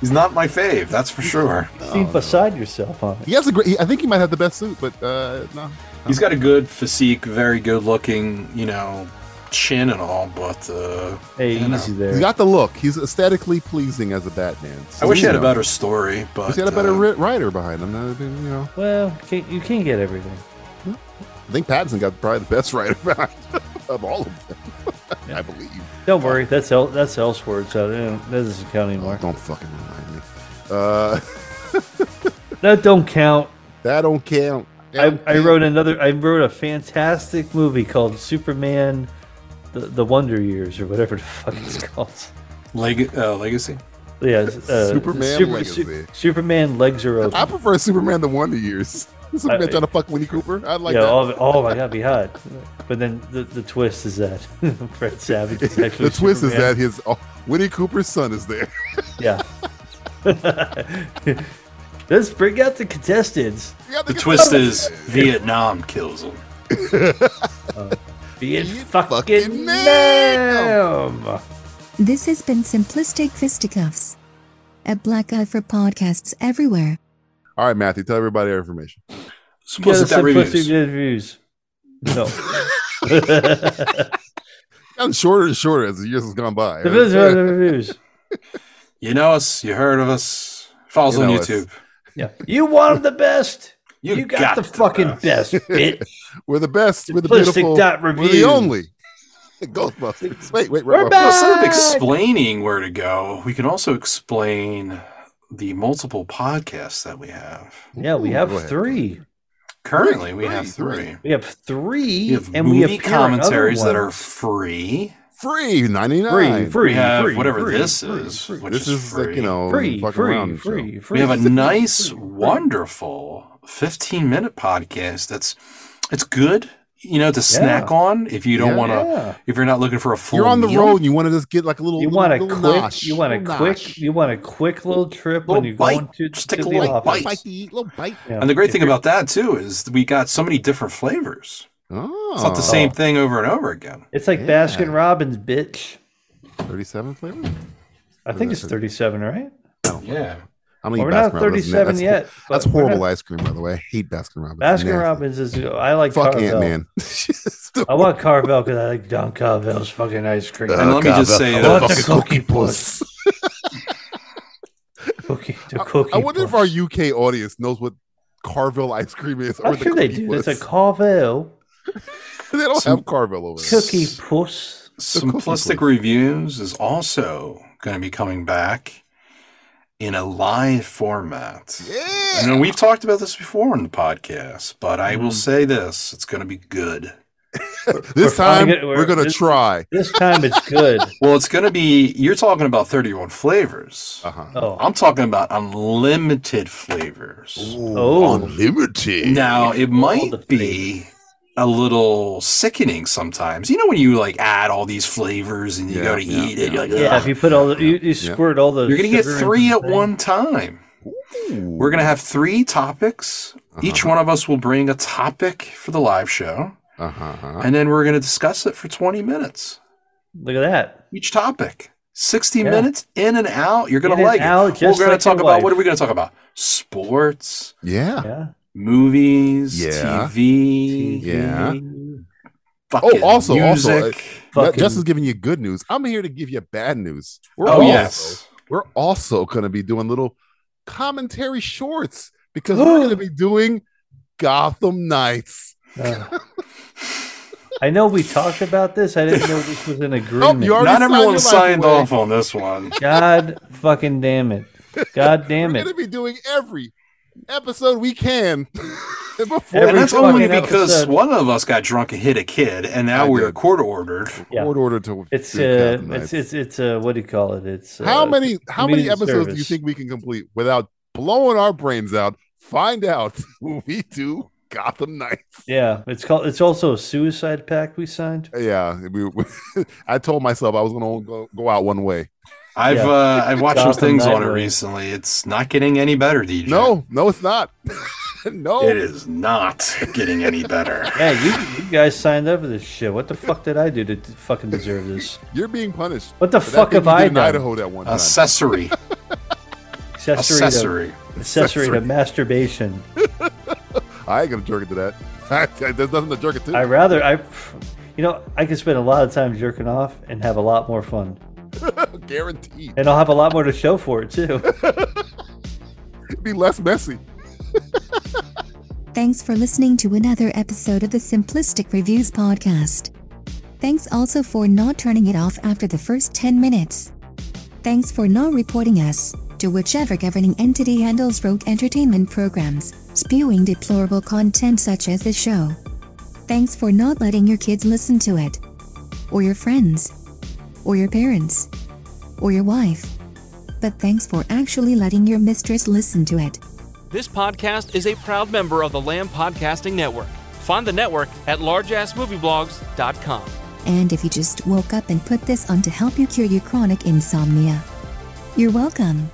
S5: He's not my fave. That's for sure.
S2: Seem beside yourself on it.
S1: He has a great. he- I think he might have the best suit, but uh, no.
S5: He's got a good physique, very good looking, you know, chin and all, but uh,
S2: Hey,
S5: you know.
S2: easy
S1: He's
S2: there.
S1: got the look. He's aesthetically pleasing as a Batman.
S5: I wish he had a
S1: You know,
S5: better story, but
S1: Wish he had a better
S5: uh,
S1: ri writer behind him. uh, You know,
S2: Well, can't, you can't get everything.
S1: I think Pattinson got probably the best [laughs] writer behind him of all of them. I believe.
S2: Don't worry, that's El- that's elsewhere, so they don't- that doesn't count anymore.
S1: Don't fucking remind me. Uh,
S2: That don't count.
S1: that don't count. That
S2: I,
S1: don't
S2: I
S1: count.
S2: wrote another. I wrote a fantastic movie called Superman, the, the Wonder Years or whatever the fuck it's called.
S5: leg- uh, legacy.
S2: Yeah, it's, uh,
S1: Superman
S2: Super-
S1: Legacy.
S2: Su- Superman legs are open.
S1: I prefer Superman to Wonder Years. [laughs] Superman
S2: I-
S1: trying to fuck Winnie Cooper. I like
S2: yeah,
S1: that.
S2: all of it- oh my god, be hot. But then the, the twist is that [laughs] Fred Savage is actually
S1: the twist is
S2: Superman.
S1: that his oh, Winnie Cooper's son is there. [laughs]
S2: yeah. [laughs] Let's bring out the contestants.
S1: You got
S5: The
S1: get
S5: twist
S1: that.
S5: is Vietnam kills him.
S2: Be it
S1: Be it
S2: fucking,
S1: fucking ma'am.
S2: ma'am.
S4: This has been Simplistic Fisticuffs. A black eye for podcasts everywhere.
S1: All right, Matthew, tell everybody our information.
S2: Get
S5: Supposed
S2: us
S5: to that
S2: some
S5: reviews.
S2: pussy reviews.
S5: [laughs]
S2: No.
S1: Gotten shorter and shorter as the years has gone by.
S2: The pussy reviews.
S5: You know us. You heard of us. Follows
S9: You
S5: on
S9: know,
S5: YouTube.
S2: Yeah, you wanted the best. You, got, the, fucking best,
S5: [laughs]
S2: bitch.
S1: We're the best. We're the
S2: Simplistic
S1: beautiful.
S2: dot
S1: we're the
S2: reviews.
S1: only. [laughs] Ghostbusters. Wait, wait,
S2: We're
S1: we're
S2: back.
S5: Instead of
S2: Back.
S5: explaining where to go, we can also explain the multiple podcasts that we have.
S2: Yeah, we
S1: Ooh,
S2: have
S1: go ahead.
S2: three.
S5: Currently, we
S1: Three,
S5: have
S1: three.
S5: three.
S2: We have three,
S5: We have
S2: and we
S5: movie
S2: have
S5: commentaries that are free.
S1: free ninety
S2: free,
S1: nine.
S2: free,
S5: we have
S2: free,
S5: whatever
S2: free,
S5: this
S2: free,
S5: is,
S2: free.
S5: which
S1: This
S5: is,
S1: is
S5: free.
S1: like you know
S2: free,
S1: fucking
S2: free,
S1: around show.
S2: free, free.
S5: we have a nice,
S2: free.
S5: wonderful 15 minute podcast that's it's good, you know, to snack on if you don't
S1: Yeah.
S5: want to
S2: Yeah.
S5: if you're not looking for a full
S1: You're on the
S5: meal,
S1: road. and You want to just get like a little.
S2: You want a
S1: little
S2: quick,
S1: nosh,
S2: you want a
S1: little
S2: quick,
S1: nosh.
S2: you want a quick little trip when
S5: Little
S2: you go
S5: bite.
S2: to,
S5: Just take
S2: to
S5: a
S2: the
S5: little
S2: office.
S1: Little bite to eat, little bite.
S2: Yeah.
S5: And the great
S2: If
S5: thing
S2: you're-
S5: about that too is we got so many different flavors.
S1: Oh,
S5: It's not the same thing over and over again.
S2: it's like
S1: Yeah.
S2: Baskin Robbins, bitch.
S1: Thirty-seven flavor.
S2: I think it's thirty-seven, right?
S5: Yeah.
S1: I'm
S2: Well, we're not thirty-seven yet.
S1: That's
S2: but we're
S1: horrible
S2: not-
S1: ice cream, by the way. I hate Baskin Robbins. Nasty.
S2: Baskin Robbins is. I like
S1: Fuck
S2: Carvel.
S1: Ant
S2: [laughs]
S1: Man.
S2: I want Carvel because I like Don Carvel's fucking ice cream.
S5: And let me just say
S2: I
S5: that
S2: want the cookie puss. Cookie, the cookie
S1: I wonder if
S2: puss.
S1: our UK audience knows what Carville ice cream is.
S2: I'm
S1: the
S2: sure they
S1: cookie
S2: do.
S1: puss.
S2: It's a Carvel
S1: [laughs] they don't
S5: Some-
S1: have Carville over there.
S2: cookie puss.
S5: Simplistic Reviews is also going to be coming back in a live format. I
S1: Yeah.
S5: know we've talked about this before on the podcast, but I
S1: Mm.
S5: will say this it's going to be good.
S1: This
S2: We're
S1: time
S2: finding it-
S1: we're gonna
S2: this-
S1: try.
S2: This time it's
S1: [laughs]
S2: good.
S5: Well, it's going to be, you're talking about 31 flavors.
S1: Uh huh.
S2: Oh,
S5: I'm talking about unlimited flavors.
S2: Oh.
S1: unlimited.
S5: Now, it
S2: the flavors.
S5: might be a little sickening sometimes. You know, when you like add all these flavors and you
S1: Yeah,
S5: go to
S1: yeah,
S5: eat it, you're like,
S2: yeah. If you put all the you, you
S1: Yeah.
S2: squirt all those,
S5: You're going to get
S2: sugar in
S5: three at
S2: thing.
S5: one time. We're going to have three topics.
S1: Uh-huh.
S5: Each one of us will bring a topic for the live show,
S1: Uh huh.
S5: and then we're going to discuss it for 20 minutes.
S2: Look at that.
S5: Each topic, 60
S2: Yeah.
S5: minutes in and out. You're going
S2: In
S5: to
S2: and
S5: like
S2: out,
S5: it. We're
S2: just
S5: going
S2: like
S5: to talk
S2: your
S5: about
S2: life.
S5: what are we going to talk about? Sports,
S1: Yeah.
S2: Yeah.
S5: movies,
S1: Yeah.
S5: TV,
S1: Yeah.
S5: fucking
S1: Oh, also- also,
S5: music.
S1: Now,
S2: Fucking-
S1: Justin's giving you good news. I'm here to give you bad news. We're
S5: oh,
S1: uh, also-
S5: yes.
S1: We're also going to be doing little commentary shorts because
S2: [gasps]
S1: we're going to be doing Gotham Knights.
S2: Uh, I know we talked about this. I didn't know this
S1: [laughs]
S2: was an agreement.
S1: Oh, you already
S5: Not
S1: signed your
S5: everyone
S1: life
S5: signed
S1: away.
S5: off on this one.
S2: God fucking damn it. God damn
S1: We're
S2: it.
S1: going to be doing every episode we can. [laughs] before
S2: Every
S5: and
S1: we
S5: that's only
S2: fucking
S5: because
S2: episode.
S5: one of us got drunk and hit a kid, and now
S1: I
S5: we're
S1: did.
S5: court ordered.
S2: Yeah.
S1: court order to
S2: It's
S1: do
S2: uh,
S1: Gotham Knights.
S2: it's it's it's uh, what do you call it? It's uh,
S1: how many how many
S2: community
S1: episodes do you
S2: service.
S1: think we can complete without blowing our brains out? Find out [laughs] when we do Gotham Knights.
S2: Yeah, it's called. It's also a suicide pact we signed.
S1: Yeah, we, [laughs] I told myself I was going to go go out one way.
S5: I've
S2: Yeah. [laughs]
S5: uh, I've watched some
S2: Gotham
S5: things on it
S2: Nightwing.
S5: recently. It's not getting any better, DJ.
S1: No, no, it's not. [laughs] no,
S5: it is not getting any
S2: [laughs]
S5: better.
S2: Yeah, you, you guys signed up for this shit. What the fuck did I do to t- fucking deserve this?
S1: you're being punished.
S2: What the
S1: for that
S2: fuck
S1: thing you
S2: have
S1: did
S2: I
S1: in
S2: done?
S1: Idaho that one time.
S5: Accessory,
S2: Accessory,
S5: accessory.
S2: To, accessory to masturbation.
S1: I ain't gonna jerk it to that. [laughs] There's nothing to jerk it to.
S2: I rather I, you know, I could spend a lot of time jerking off and have a lot more fun,
S1: Guaranteed.
S2: and I'll have a lot more to show for it too.
S1: It'd be less messy.
S4: Thanks for listening to another episode of the Simplistic Reviews podcast. Thanks also for not turning it off after the first 10 minutes. Thanks for not reporting us to whichever governing entity handles rogue entertainment programs, spewing deplorable content such as this show. Thanks for not letting your kids listen to it, or your friends, or your parents, or your wife. But thanks for actually letting your mistress listen to it.
S10: This podcast is a proud member of the Lamb Podcasting Network. Find the network at largeassmovieblogs.com.
S4: And if you just woke up and put this on to help you cure your chronic insomnia, you're welcome.